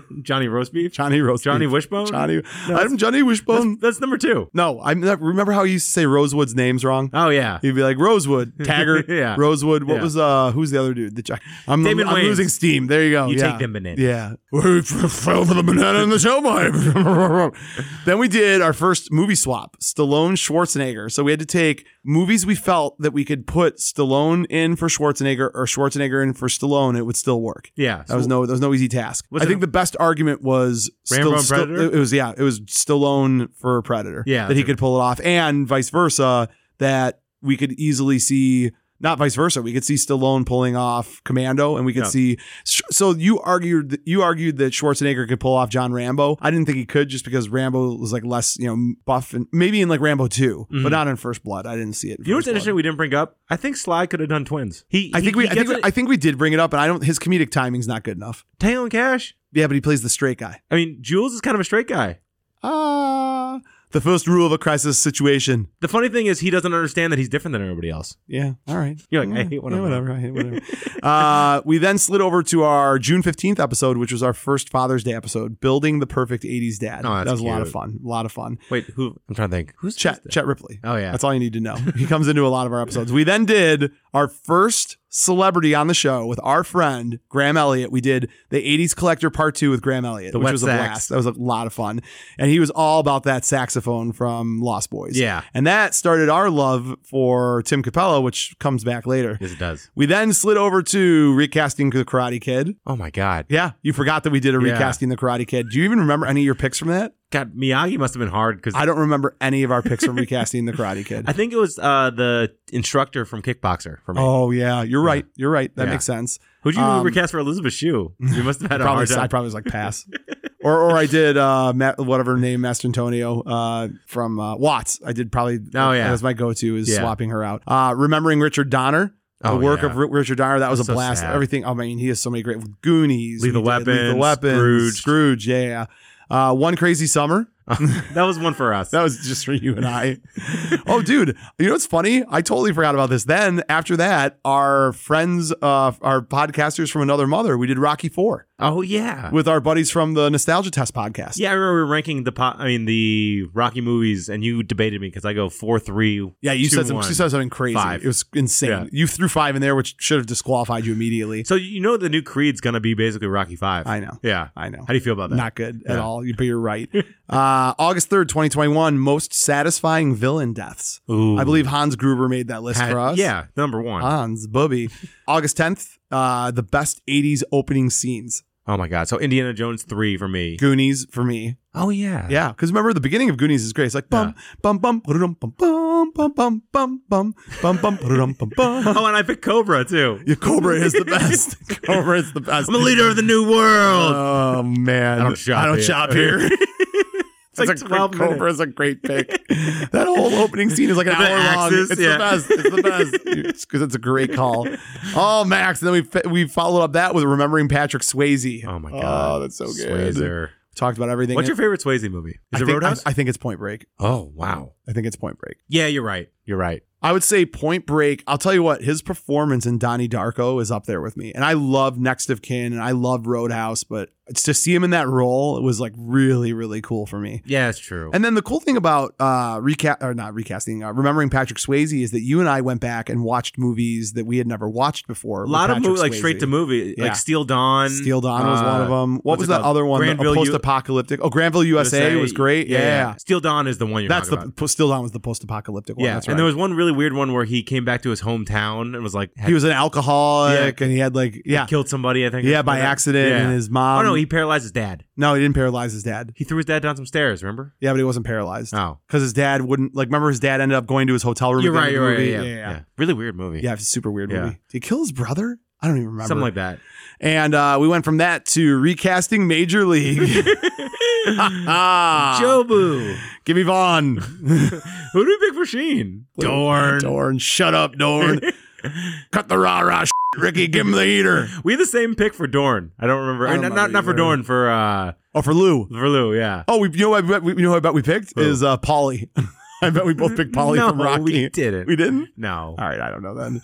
[SPEAKER 3] Johnny Roast Beef,
[SPEAKER 1] Johnny Roast
[SPEAKER 3] Johnny
[SPEAKER 1] beef.
[SPEAKER 3] Wishbone,
[SPEAKER 1] Johnny.
[SPEAKER 3] No,
[SPEAKER 1] I'm Johnny
[SPEAKER 3] That's,
[SPEAKER 1] Wishbone.
[SPEAKER 3] that's number two.
[SPEAKER 1] No, I remember how he used to say Rosewood's names wrong.
[SPEAKER 3] Oh yeah,
[SPEAKER 1] He'd be like Rosewood, Taggart,
[SPEAKER 3] Yeah.
[SPEAKER 1] Rosewood. What
[SPEAKER 3] Yeah.
[SPEAKER 1] was uh? Who's the other dude? The Jack- I'm,
[SPEAKER 3] Damon
[SPEAKER 1] I'm
[SPEAKER 3] Wayans.
[SPEAKER 1] losing steam. There you go.
[SPEAKER 3] you
[SPEAKER 1] yeah.
[SPEAKER 3] take them banana.
[SPEAKER 1] Yeah. We fell for the banana and the show vibe. then we did our first movie swap, Stallone Schwarzenegger. So we had to take movies we felt that we could put Stallone in for Schwarzenegger or Schwarzenegger in for Stallone, it would still work.
[SPEAKER 3] Yeah,
[SPEAKER 1] That was no that was no easy task.
[SPEAKER 3] Was
[SPEAKER 1] I
[SPEAKER 3] it
[SPEAKER 1] think
[SPEAKER 3] a-
[SPEAKER 1] the best argument was
[SPEAKER 3] Rambo and
[SPEAKER 1] Still-
[SPEAKER 3] Predator?
[SPEAKER 1] It was yeah, it was Stallone for Predator.
[SPEAKER 3] Yeah,
[SPEAKER 1] that he
[SPEAKER 3] that's
[SPEAKER 1] could pull it off, and vice versa. That we could easily see. Not vice versa. We could see Stallone pulling off Commando, and we could
[SPEAKER 3] Yeah.
[SPEAKER 1] see. So you argued that- you argued that Schwarzenegger could pull off John Rambo. I didn't think he could, just because Rambo was like less, you know, buff and maybe in like Rambo 2
[SPEAKER 3] Mhm.
[SPEAKER 1] but not in First Blood. I didn't see it. in
[SPEAKER 3] You know what's
[SPEAKER 1] First Blood.
[SPEAKER 3] interesting? We didn't bring up. I think Sly could have done twins. He,
[SPEAKER 1] I
[SPEAKER 3] he-
[SPEAKER 1] think we,
[SPEAKER 3] he
[SPEAKER 1] I think,
[SPEAKER 3] gets
[SPEAKER 1] we-
[SPEAKER 3] it-
[SPEAKER 1] I think we did bring it up, and I don't. His comedic timing's not good enough.
[SPEAKER 3] Taylor and Cash.
[SPEAKER 1] Yeah, but he plays the straight guy.
[SPEAKER 3] I mean, Jules is kind of a straight guy.
[SPEAKER 1] Ah, the first rule of a crisis situation.
[SPEAKER 3] The funny thing is, he doesn't understand that he's different than everybody else.
[SPEAKER 1] Yeah. All right.
[SPEAKER 3] You're like, I
[SPEAKER 1] Yeah,
[SPEAKER 3] hate when I'm
[SPEAKER 1] yeah, whatever. I hate whatever. uh, we then slid over to our June fifteenth episode, which was our first Father's Day episode, building the perfect '80s dad.
[SPEAKER 3] Oh, that's
[SPEAKER 1] that was a lot of
[SPEAKER 3] cute.
[SPEAKER 1] fun. A lot of fun.
[SPEAKER 3] Wait, who? I'm trying to think. Who's
[SPEAKER 1] Chet
[SPEAKER 3] who's the-
[SPEAKER 1] Chet Ripley.
[SPEAKER 3] Oh yeah,
[SPEAKER 1] That's all you need to know. He comes into a lot of our episodes. We then did our first celebrity on the show with our friend Graham Elliott. We did the 80s Collector Part 2 with Graham Elliott,
[SPEAKER 3] The
[SPEAKER 1] which
[SPEAKER 3] wet
[SPEAKER 1] was a
[SPEAKER 3] sax.
[SPEAKER 1] blast. That was a lot of fun. And he was all about that saxophone from Lost Boys.
[SPEAKER 3] yeah.
[SPEAKER 1] And that started our love for Tim Capella, which comes back later.
[SPEAKER 3] Yes, it does.
[SPEAKER 1] We then slid over to recasting the Karate Kid.
[SPEAKER 3] Oh my God,
[SPEAKER 1] Yeah, you forgot that we did a
[SPEAKER 3] Yeah.
[SPEAKER 1] recasting the Karate Kid. Do you even remember any of your picks from that?
[SPEAKER 3] God, Miyagi must have been hard because
[SPEAKER 1] I
[SPEAKER 3] I,
[SPEAKER 1] don't remember any of our picks from recasting the Karate Kid.
[SPEAKER 3] think it was uh, the instructor from Kickboxer for me.
[SPEAKER 1] Oh yeah, you're right. You're right. That
[SPEAKER 3] Yeah.
[SPEAKER 1] makes sense.
[SPEAKER 3] Who'd you
[SPEAKER 1] um,
[SPEAKER 3] recast for Elizabeth Shue? You must have had a
[SPEAKER 1] Probably,
[SPEAKER 3] hard time.
[SPEAKER 1] I probably was like pass. or or I did uh, Ma- whatever name Master Antonio uh, from uh, Watts. I did probably.
[SPEAKER 3] Oh, yeah.
[SPEAKER 1] that was my go-to is
[SPEAKER 3] Yeah.
[SPEAKER 1] swapping her out. Uh, remembering Richard Donner. The
[SPEAKER 3] Oh,
[SPEAKER 1] work
[SPEAKER 3] yeah.
[SPEAKER 1] of Ri- Richard Donner that was a
[SPEAKER 3] So
[SPEAKER 1] blast.
[SPEAKER 3] sad.
[SPEAKER 1] Everything. Oh, I mean, he has so many great Goonies,
[SPEAKER 3] Lethal
[SPEAKER 1] we did
[SPEAKER 3] Weapon,
[SPEAKER 1] Weapon,
[SPEAKER 3] Scrooge.
[SPEAKER 1] Scrooge. Yeah. Uh, One Crazy Summer.
[SPEAKER 3] that was one for us.
[SPEAKER 1] That was just for you and I. oh, dude, you know what's funny? I totally forgot about this. Then after that, our friends, uh, our podcasters from another mother, we did Rocky Four
[SPEAKER 3] oh yeah.
[SPEAKER 1] with our buddies from the Nostalgia Test podcast.
[SPEAKER 3] Yeah, I remember we were ranking the po- I mean the Rocky movies, and you debated me because I go four three.
[SPEAKER 1] Yeah, you
[SPEAKER 3] two,
[SPEAKER 1] said some,
[SPEAKER 3] one.
[SPEAKER 1] you said something crazy.
[SPEAKER 3] Five.
[SPEAKER 1] It was insane.
[SPEAKER 3] Yeah.
[SPEAKER 1] You threw five in there, which should have disqualified you immediately.
[SPEAKER 3] So you know the new Creed's gonna be basically Rocky Five.
[SPEAKER 1] I know.
[SPEAKER 3] yeah.
[SPEAKER 1] I know.
[SPEAKER 3] How do you feel about that?
[SPEAKER 1] Not good at
[SPEAKER 3] Yeah.
[SPEAKER 1] all. You- But you're right. uh, August 3rd, 2021, most satisfying villain deaths.
[SPEAKER 3] Ooh.
[SPEAKER 1] I believe Hans Gruber made that list
[SPEAKER 3] Had-
[SPEAKER 1] for us. Uh,
[SPEAKER 3] Yeah, number one.
[SPEAKER 1] Hans Bubby. August 10th, uh, the best 80s opening scenes.
[SPEAKER 3] oh my god. So Indiana Jones three for me.
[SPEAKER 1] Goonies for me.
[SPEAKER 3] Oh yeah.
[SPEAKER 1] Yeah. Because remember, the beginning of Goonies is great. It's like bum, bum, bum, ba-da-dum, bum, bum, bum, bum, bum, bum, bum, bum, ba-da-dum, bum, bum.
[SPEAKER 3] Oh, and I picked Cobra too.
[SPEAKER 1] Your Cobra is the best. Cobra is the best.
[SPEAKER 3] I'm a leader of the new world.
[SPEAKER 1] Oh, man.
[SPEAKER 3] I don't shop
[SPEAKER 1] I don't
[SPEAKER 3] here.
[SPEAKER 1] shop here.
[SPEAKER 3] it's like
[SPEAKER 1] a
[SPEAKER 3] twelve
[SPEAKER 1] great,
[SPEAKER 3] minutes.
[SPEAKER 1] Cobra is a great pick. that whole opening scene is like an
[SPEAKER 3] The
[SPEAKER 1] hour
[SPEAKER 3] axes,
[SPEAKER 1] long. It's
[SPEAKER 3] yeah.
[SPEAKER 1] the best. It's the best because it's a great call. Oh, Max! And then we fi- we followed up that with remembering Patrick Swayze.
[SPEAKER 3] Oh my god.
[SPEAKER 1] Oh, that's so good.
[SPEAKER 3] Swayze.
[SPEAKER 1] Talked about everything.
[SPEAKER 3] What's your favorite Swayze movie?
[SPEAKER 1] I
[SPEAKER 3] Is it
[SPEAKER 1] think,
[SPEAKER 3] Roadhouse?
[SPEAKER 1] I, I think it's Point Break.
[SPEAKER 3] oh wow.
[SPEAKER 1] I think it's Point Break.
[SPEAKER 3] Yeah, you're right. You're right.
[SPEAKER 1] I would say Point Break. I'll tell you what, his performance in Donnie Darko is up there with me. And I love Next of Kin and I love Roadhouse, but it's to see him in that role, it was like really, really cool for me.
[SPEAKER 3] Yeah, it's true.
[SPEAKER 1] And then the cool thing about uh, recast or not recasting, uh, remembering Patrick Swayze is that you and I went back and watched movies that we had never watched before.
[SPEAKER 3] a
[SPEAKER 1] with
[SPEAKER 3] lot of
[SPEAKER 1] Patrick
[SPEAKER 3] movies like
[SPEAKER 1] Swayze.
[SPEAKER 3] straight to movie,
[SPEAKER 1] Yeah.
[SPEAKER 3] like Steel Dawn.
[SPEAKER 1] Steel Dawn was
[SPEAKER 3] uh,
[SPEAKER 1] one of them. What
[SPEAKER 3] what's
[SPEAKER 1] was
[SPEAKER 3] it
[SPEAKER 1] that
[SPEAKER 3] called?
[SPEAKER 1] other one? A
[SPEAKER 3] Granville U-
[SPEAKER 1] post-apocalyptic. oh, Granville USA, was great. Yeah,
[SPEAKER 3] Steel Dawn is the one you're
[SPEAKER 1] that's
[SPEAKER 3] talking
[SPEAKER 1] the
[SPEAKER 3] about.
[SPEAKER 1] po- Steel Dawn was the post-apocalyptic one.
[SPEAKER 3] Yeah,
[SPEAKER 1] that's
[SPEAKER 3] and
[SPEAKER 1] right.
[SPEAKER 3] there was one really weird one where he came back to his hometown and was like, had
[SPEAKER 1] he was an alcoholic and he had like yeah,
[SPEAKER 3] killed somebody. I think.
[SPEAKER 1] yeah, by
[SPEAKER 3] Yeah.
[SPEAKER 1] accident and his mom.
[SPEAKER 3] oh no, he paralyzed his dad.
[SPEAKER 1] no, he didn't paralyze his dad.
[SPEAKER 3] He threw his dad down some stairs. Remember?
[SPEAKER 1] Yeah, but he wasn't paralyzed
[SPEAKER 3] Oh,
[SPEAKER 1] because his dad wouldn't like. Remember, his dad ended up going to his hotel room.
[SPEAKER 3] you're
[SPEAKER 1] at the
[SPEAKER 3] right.
[SPEAKER 1] end
[SPEAKER 3] You're
[SPEAKER 1] of
[SPEAKER 3] right.
[SPEAKER 1] the
[SPEAKER 3] Yeah,
[SPEAKER 1] movie.
[SPEAKER 3] yeah, yeah. Really weird movie.
[SPEAKER 1] Yeah, it's a super weird
[SPEAKER 3] Yeah.
[SPEAKER 1] movie. Did he kill his brother? I don't even remember.
[SPEAKER 3] something like that.
[SPEAKER 1] And uh, we went from that to recasting Major League. ah,
[SPEAKER 3] Jobu.
[SPEAKER 1] give me Vaughn.
[SPEAKER 3] Uh, Who do we pick for Sheen? Dorn.
[SPEAKER 1] Dorn, shut up, Dorn. Cut the rah rah, Ricky. Give him the heater.
[SPEAKER 3] We had the same pick for Dorn. I don't remember.
[SPEAKER 1] I don't remember
[SPEAKER 3] not, not, not for
[SPEAKER 1] either.
[SPEAKER 3] Dorn. For uh,
[SPEAKER 1] Oh, for Lou.
[SPEAKER 3] for Lou. Yeah.
[SPEAKER 1] Oh, we you know what I bet, we, you know who I bet we picked
[SPEAKER 3] Who?
[SPEAKER 1] is uh, Polly. I bet we both picked Polly
[SPEAKER 3] no,
[SPEAKER 1] from Rocky.
[SPEAKER 3] we didn't.
[SPEAKER 1] We didn't.
[SPEAKER 3] no.
[SPEAKER 1] All right, I don't know then.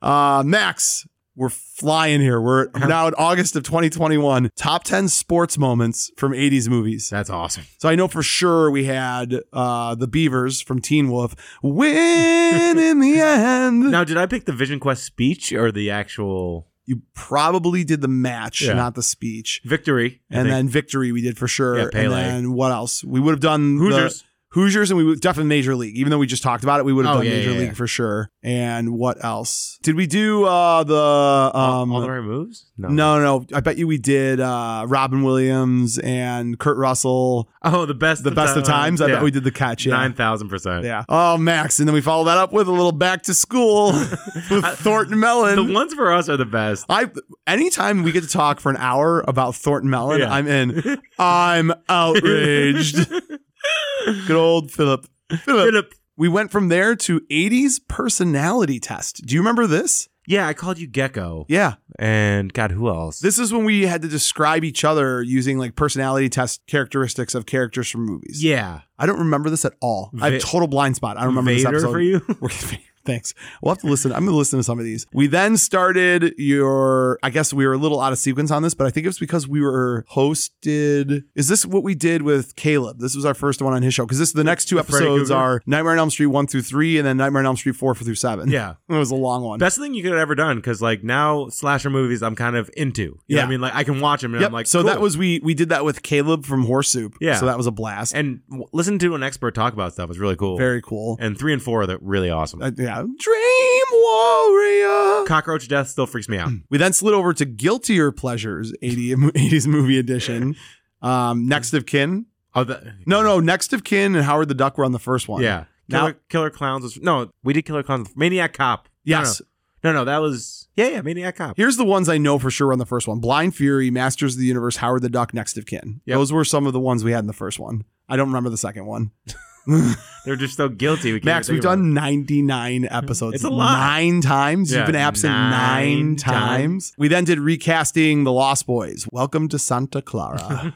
[SPEAKER 1] Uh, Max, we're flying here. We're now in August of 2021. Top 10 sports moments from 80s movies.
[SPEAKER 3] That's awesome.
[SPEAKER 1] So I know for sure we had uh, the Beavers from Teen Wolf. Win in the end.
[SPEAKER 3] Now, did I pick the Vision Quest speech or the actual
[SPEAKER 1] you probably did the match,
[SPEAKER 3] Yeah.
[SPEAKER 1] not the speech.
[SPEAKER 3] victory? I
[SPEAKER 1] And
[SPEAKER 3] think.
[SPEAKER 1] then victory we did for sure.
[SPEAKER 3] Yeah, Pele.
[SPEAKER 1] And then what else? We would have done the-
[SPEAKER 3] Hoosiers.
[SPEAKER 1] Hoosiers, and we would definitely Major League. Even though we just talked about it, we would have
[SPEAKER 3] Oh,
[SPEAKER 1] done
[SPEAKER 3] yeah,
[SPEAKER 1] Major
[SPEAKER 3] yeah,
[SPEAKER 1] League
[SPEAKER 3] yeah.
[SPEAKER 1] for sure. And what else? Did we do uh, the um,
[SPEAKER 3] all, all the right moves? No.
[SPEAKER 1] No, no, no. I bet you we did uh, Robin Williams and Kurt Russell,
[SPEAKER 3] Oh, the best.
[SPEAKER 1] the best of times. I bet we did the catch. Yeah.
[SPEAKER 3] nine thousand percent.
[SPEAKER 1] Yeah. Oh, Max. And then we follow that up with a little back to school with Thornton Mellon.
[SPEAKER 3] The ones for us are the best.
[SPEAKER 1] I anytime we get to talk for an hour about Thornton Mellon,
[SPEAKER 3] Yeah.
[SPEAKER 1] I'm in. I'm outraged. Good old Philip. Philip.
[SPEAKER 3] Philip.
[SPEAKER 1] We went from there to 80s personality test. Do you remember this?
[SPEAKER 3] Yeah, I called you Gecko.
[SPEAKER 1] Yeah.
[SPEAKER 3] And God, who else?
[SPEAKER 1] This is when we had to describe each other using like personality test characteristics of characters from movies.
[SPEAKER 3] yeah,
[SPEAKER 1] I don't remember this at all. I have
[SPEAKER 3] Va-
[SPEAKER 1] total blind spot. I don't remember this
[SPEAKER 3] Vader
[SPEAKER 1] episode.
[SPEAKER 3] for you.
[SPEAKER 1] Thanks. We'll have to listen. I'm going to listen to some of these. We then started your, I guess we were a little out of sequence on this, but I think it was because we were hosted. Is this what we did with Caleb? This was our first one on his show because this the next two
[SPEAKER 3] The Freddy
[SPEAKER 1] episodes
[SPEAKER 3] Krueger?
[SPEAKER 1] are Nightmare on Elm Street 1 through 3 and then Nightmare on Elm Street 4 through 7.
[SPEAKER 3] yeah.
[SPEAKER 1] It was a long one.
[SPEAKER 3] Best thing you could have ever done because like now slasher movies I'm kind of into. You know what
[SPEAKER 1] Yeah.
[SPEAKER 3] I mean like I can watch them and
[SPEAKER 1] Yep.
[SPEAKER 3] I'm like
[SPEAKER 1] so that
[SPEAKER 3] cool.
[SPEAKER 1] was we we did that with Caleb from Horse Soup.
[SPEAKER 3] Yeah.
[SPEAKER 1] So that was a blast.
[SPEAKER 3] and w- listen to an expert talk about stuff is really cool.
[SPEAKER 1] Very cool.
[SPEAKER 3] and three and four are the- really awesome.
[SPEAKER 1] Uh, yeah. Dream Warrior.
[SPEAKER 3] Cockroach death still freaks me out.
[SPEAKER 1] We then slid over to Guiltier Pleasures, 80, 80s movie edition. Um, Next of Kin.
[SPEAKER 3] Oh, the,
[SPEAKER 1] No, no, Next of Kin and Howard the Duck were on the first one.
[SPEAKER 3] Yeah.
[SPEAKER 1] Now-
[SPEAKER 3] Killer, Killer Clowns was no, we did Killer Clowns. Maniac Cop. No,
[SPEAKER 1] Yes.
[SPEAKER 3] no. No, no, that was yeah, yeah, Maniac Cop.
[SPEAKER 1] Here's the ones I know for sure on the first one Blind Fury, Masters of the Universe, Howard the Duck, Next of Kin.
[SPEAKER 3] Yep.
[SPEAKER 1] Those were some of the ones we had in the first one. I don't remember the second one.
[SPEAKER 3] They're just so guilty. We can't
[SPEAKER 1] Max,
[SPEAKER 3] even
[SPEAKER 1] we've
[SPEAKER 3] think about
[SPEAKER 1] done
[SPEAKER 3] it.
[SPEAKER 1] 99 episodes.
[SPEAKER 3] It's a lot.
[SPEAKER 1] Nine times.
[SPEAKER 3] Yeah,
[SPEAKER 1] You've been absent nine,
[SPEAKER 3] nine
[SPEAKER 1] times. We then did recasting The Lost Boys. Welcome to Santa Clara.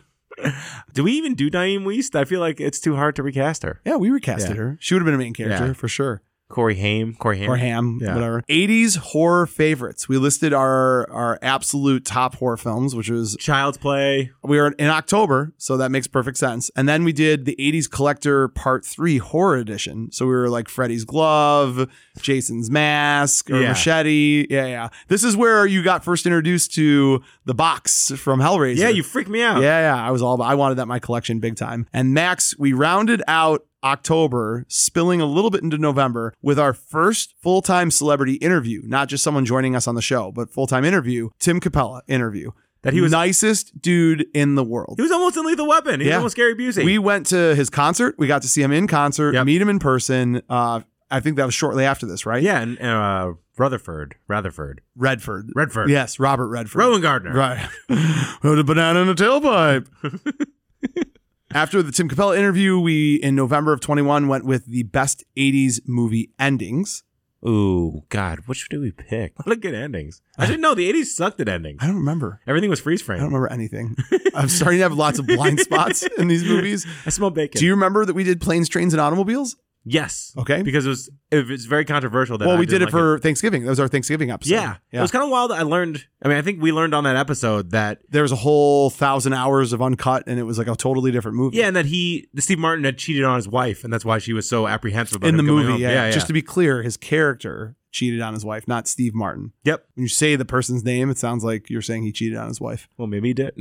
[SPEAKER 3] Do we even do Diane Weist? I feel like it's too hard to recast her.
[SPEAKER 1] yeah, we recasted
[SPEAKER 3] Yeah.
[SPEAKER 1] her. She would have been a main character
[SPEAKER 3] Yeah.
[SPEAKER 1] for sure.
[SPEAKER 3] Corey Haim. Corey Haim.
[SPEAKER 1] Or ham,
[SPEAKER 3] Yeah.
[SPEAKER 1] whatever. 80s horror favorites. We listed our our absolute top horror films, which was
[SPEAKER 3] Child's Play.
[SPEAKER 1] we were in October, so that makes perfect sense. And then we did the 80s Collector Part 3 Horror Edition. So we were like Freddy's Glove, Jason's Mask, or
[SPEAKER 3] Yeah.
[SPEAKER 1] Machete. Yeah, yeah. This is where you got first introduced to the box from Hellraiser.
[SPEAKER 3] Yeah, you freaked me out.
[SPEAKER 1] Yeah, yeah. I was all about, I wanted that in my collection big time. And Max, we rounded out October, spilling a little bit into November with our first full time celebrity interview, not just someone joining us on the show, but full time interview, Tim Capella interview.
[SPEAKER 3] That he was-
[SPEAKER 1] nicest dude in the world.
[SPEAKER 3] He was almost in Lethal Weapon. He was
[SPEAKER 1] Yeah.
[SPEAKER 3] almost Gary Busey.
[SPEAKER 1] We went to his concert. We got to see him in concert,
[SPEAKER 3] Yep.
[SPEAKER 1] meet him in person. Uh, I think that was shortly after this, right?
[SPEAKER 3] yeah, and uh, Rutherford. Rutherford.
[SPEAKER 1] Redford.
[SPEAKER 3] Redford.
[SPEAKER 1] Yes, Robert Redford.
[SPEAKER 3] Rowan Gardner.
[SPEAKER 1] Right. With a banana in a tailpipe. After the Tim Capella interview, we in November of 21 went with the best 80s movie endings.
[SPEAKER 3] Ooh, God, which do we pick? What a good endings. I didn't know the 80s sucked at endings.
[SPEAKER 1] I don't remember.
[SPEAKER 3] Everything was freeze
[SPEAKER 1] I don't
[SPEAKER 3] frame.
[SPEAKER 1] remember anything. I'm starting to have lots of blind spots in these movies.
[SPEAKER 3] I smell bacon.
[SPEAKER 1] Do you remember that we did planes, trains, and automobiles?
[SPEAKER 3] yes.
[SPEAKER 1] Okay.
[SPEAKER 3] Because it was it was very controversial that
[SPEAKER 1] well,
[SPEAKER 3] I
[SPEAKER 1] we did
[SPEAKER 3] didn't
[SPEAKER 1] it
[SPEAKER 3] like
[SPEAKER 1] for Thanksgiving. That was our Thanksgiving episode.
[SPEAKER 3] Yeah. It was kind of wild. I learned I mean, I think we learned on that episode that
[SPEAKER 1] There was a whole thousand hours of uncut, and it was like a totally different movie.
[SPEAKER 3] yeah, and that he Steve Martin had cheated on his wife and that's why she was so apprehensive about
[SPEAKER 1] in the
[SPEAKER 3] him coming
[SPEAKER 1] movie.
[SPEAKER 3] home.
[SPEAKER 1] Yeah,
[SPEAKER 3] yeah,
[SPEAKER 1] Just to be clear, his character cheated on his wife, not Steve Martin.
[SPEAKER 3] Yep.
[SPEAKER 1] When you say the person's name, it sounds like you're saying he cheated on his wife.
[SPEAKER 3] Well, maybe he did.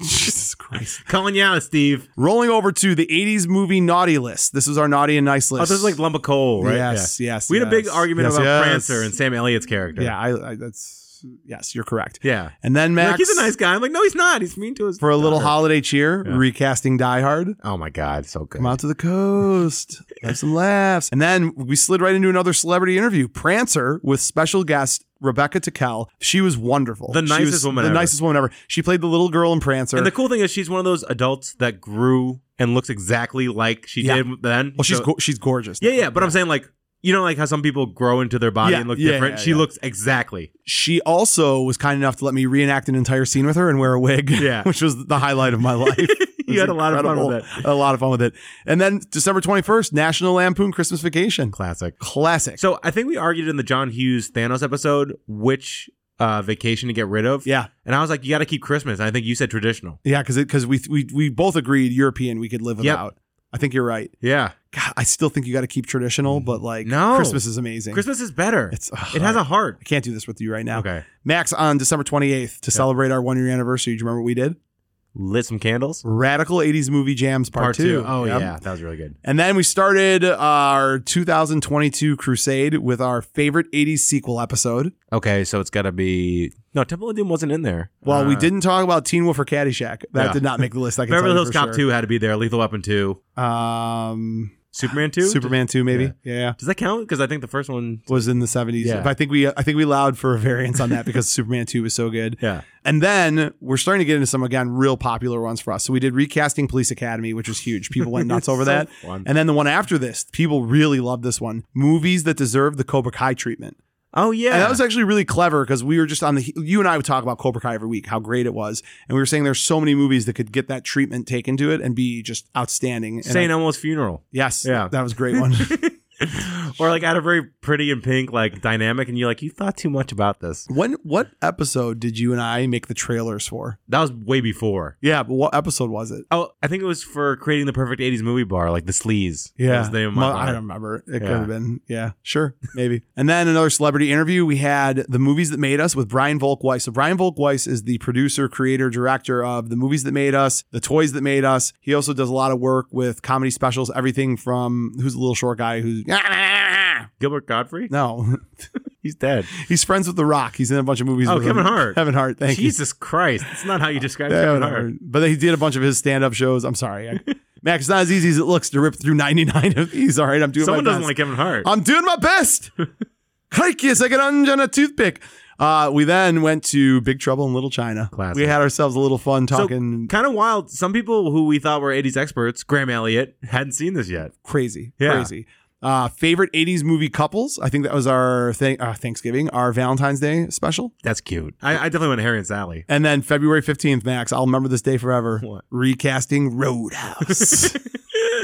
[SPEAKER 1] Jesus Christ.
[SPEAKER 3] Calling you out, Steve.
[SPEAKER 1] Rolling over to the 80s movie naughty list. This is our naughty and nice
[SPEAKER 3] Oh,
[SPEAKER 1] list.
[SPEAKER 3] this is like Lumba Cole, right?
[SPEAKER 1] Yes, yes.
[SPEAKER 3] Yeah. We had a big
[SPEAKER 1] yes.
[SPEAKER 3] argument
[SPEAKER 1] Yes,
[SPEAKER 3] about
[SPEAKER 1] yes.
[SPEAKER 3] Prancer and Sam Elliott's character.
[SPEAKER 1] Yeah, I, I, that's, yes, you're correct.
[SPEAKER 3] Yeah.
[SPEAKER 1] And then
[SPEAKER 3] You're
[SPEAKER 1] Max,
[SPEAKER 3] Like, he's a nice guy. I'm like, no, he's not. He's mean to his
[SPEAKER 1] for a little
[SPEAKER 3] daughter.
[SPEAKER 1] holiday cheer,
[SPEAKER 3] Yeah.
[SPEAKER 1] recasting Die Hard.
[SPEAKER 3] Oh my God, so good.
[SPEAKER 1] Come out to the coast, have some laughs. And then we slid right into another celebrity interview, Prancer, with special guest Rebecca Tickell. She was wonderful.
[SPEAKER 3] The
[SPEAKER 1] She
[SPEAKER 3] nicest
[SPEAKER 1] was
[SPEAKER 3] woman
[SPEAKER 1] The
[SPEAKER 3] ever.
[SPEAKER 1] nicest woman ever. She played the little girl in Prancer.
[SPEAKER 3] And the cool thing is, she's one of those adults that grew and looks exactly like she
[SPEAKER 1] Yeah.
[SPEAKER 3] did then.
[SPEAKER 1] well, Oh, she's
[SPEAKER 3] So-
[SPEAKER 1] go- she's gorgeous.
[SPEAKER 3] yeah, yeah. But I'm saying like. You know, like how some people grow into their body
[SPEAKER 1] Yeah,
[SPEAKER 3] and look
[SPEAKER 1] yeah,
[SPEAKER 3] different.
[SPEAKER 1] yeah,
[SPEAKER 3] she
[SPEAKER 1] yeah.
[SPEAKER 3] looks exactly.
[SPEAKER 1] She also was kind enough to let me reenact an entire scene with her and wear a wig,
[SPEAKER 3] Yeah.
[SPEAKER 1] which was the highlight of my life. It was
[SPEAKER 3] you had a lot of fun with
[SPEAKER 1] incredible.
[SPEAKER 3] it.
[SPEAKER 1] A lot of fun with it. And then December 21st, National Lampoon Christmas Vacation.
[SPEAKER 3] Classic.
[SPEAKER 1] Classic.
[SPEAKER 3] So I think we argued in the John Hughes Thanos episode which uh, vacation to get rid of.
[SPEAKER 1] yeah.
[SPEAKER 3] And I was like, you got to keep Christmas. And I think you said traditional.
[SPEAKER 1] Yeah, because because we, we we both agreed European we could live
[SPEAKER 3] Yep.
[SPEAKER 1] without. I think you're right.
[SPEAKER 3] Yeah.
[SPEAKER 1] God, I still think you got to keep traditional, but like
[SPEAKER 3] Mm. No.
[SPEAKER 1] Christmas is amazing.
[SPEAKER 3] Christmas is better.
[SPEAKER 1] it's ugh,
[SPEAKER 3] it has a heart.
[SPEAKER 1] I can't do this with you right now.
[SPEAKER 3] Okay.
[SPEAKER 1] Max on December 28th to celebrate our one year anniversary. Do you remember what we did?
[SPEAKER 3] Lit some candles.
[SPEAKER 1] Radical 80s movie jams part, two.
[SPEAKER 3] Oh,
[SPEAKER 1] Yep.
[SPEAKER 3] yeah. That was really good.
[SPEAKER 1] And then we started uh, our 2022 crusade with our favorite 80s sequel episode.
[SPEAKER 3] Okay. So it's got to be. No, Temple of Doom wasn't in there.
[SPEAKER 1] Well, we
[SPEAKER 3] Uh,
[SPEAKER 1] didn't talk about Teen Wolf or Caddyshack. That
[SPEAKER 3] Yeah.
[SPEAKER 1] did not make the list. I can
[SPEAKER 3] Beverly
[SPEAKER 1] tell you
[SPEAKER 3] Hills
[SPEAKER 1] for
[SPEAKER 3] Cop
[SPEAKER 1] sure.
[SPEAKER 3] 2 had to be there. Lethal Weapon 2.
[SPEAKER 1] Um,
[SPEAKER 3] Superman 2?
[SPEAKER 1] Superman 2, maybe.
[SPEAKER 3] Yeah.
[SPEAKER 1] yeah.
[SPEAKER 3] Does that count? Because I think the first one.
[SPEAKER 1] was in the 70s.
[SPEAKER 3] Yeah.
[SPEAKER 1] But I think we I think we allowed for a variance on that because Superman 2 was so good.
[SPEAKER 3] Yeah.
[SPEAKER 1] And then we're starting to get into some again real popular ones for us. So we did recasting Police Academy, which was huge. People went nuts over
[SPEAKER 3] So
[SPEAKER 1] that.
[SPEAKER 3] fun.
[SPEAKER 1] And then the one after this, people really loved this one. Movies that deserve the Cobra Kai treatment.
[SPEAKER 3] Oh, yeah.
[SPEAKER 1] And that was actually really clever because we were just on the you and I would talk about Cobra Kai every week, how great it was. And we were saying there's so many movies that could get that treatment taken to it and be just outstanding. And
[SPEAKER 3] St.
[SPEAKER 1] I-
[SPEAKER 3] Elmo's funeral.
[SPEAKER 1] Yes.
[SPEAKER 3] Yeah.
[SPEAKER 1] That was a great one.
[SPEAKER 3] or like had a very pretty and pink like dynamic and you're like you thought too much about this
[SPEAKER 1] when what episode did you and I make the trailers for?
[SPEAKER 3] that was way before
[SPEAKER 1] Yeah, but what episode was it?
[SPEAKER 3] oh i think it was for creating the perfect 80s movie bar like the sleaze that was the name of
[SPEAKER 1] Mo-
[SPEAKER 3] my
[SPEAKER 1] I
[SPEAKER 3] bar.
[SPEAKER 1] don't remember. It could
[SPEAKER 3] Yeah.
[SPEAKER 1] have been. Yeah, sure, maybe. and then another celebrity interview. We had the movies that made us with Brian Volk Weiss. So Brian Volk Weiss is the producer, creator, director of the movies that made us, the toys that made us. He also does a lot of work with comedy specials, everything from who's the little short guy who's
[SPEAKER 3] gilbert godfrey
[SPEAKER 1] no,
[SPEAKER 3] he's dead
[SPEAKER 1] he's friends with The Rock. He's in a bunch of movies.
[SPEAKER 3] Oh,
[SPEAKER 1] with
[SPEAKER 3] Kevin
[SPEAKER 1] him.
[SPEAKER 3] Hart.
[SPEAKER 1] Kevin Hart. Thank you.
[SPEAKER 3] jesus christ that's not how you describe
[SPEAKER 1] Yeah,
[SPEAKER 3] kevin
[SPEAKER 1] whatever.
[SPEAKER 3] hart
[SPEAKER 1] But he did a bunch of his stand-up shows. I'm sorry, I- Max. It's not as easy as it looks to rip through 99 of these. All right, I'm doing.
[SPEAKER 3] someone
[SPEAKER 1] my
[SPEAKER 3] doesn't
[SPEAKER 1] best.
[SPEAKER 3] like kevin hart
[SPEAKER 1] I'm doing my best. Hike yes, I can unjun a toothpick. Uh, we then went to Big Trouble in Little China.
[SPEAKER 3] Classic.
[SPEAKER 1] We had ourselves a little fun talking
[SPEAKER 3] Kind of wild. Some people who we thought were 80s experts, Graham Elliott, hadn't seen this yet.
[SPEAKER 1] crazy,
[SPEAKER 3] Yeah.
[SPEAKER 1] crazy. Uh, favorite 80s movie couples. I think that was our thing, uh, Thanksgiving, our Valentine's Day special.
[SPEAKER 3] That's cute. I, I definitely want Harry and Sally.
[SPEAKER 1] And then February 15th, Max, I'll remember this day forever.
[SPEAKER 3] What?
[SPEAKER 1] Recasting Roadhouse.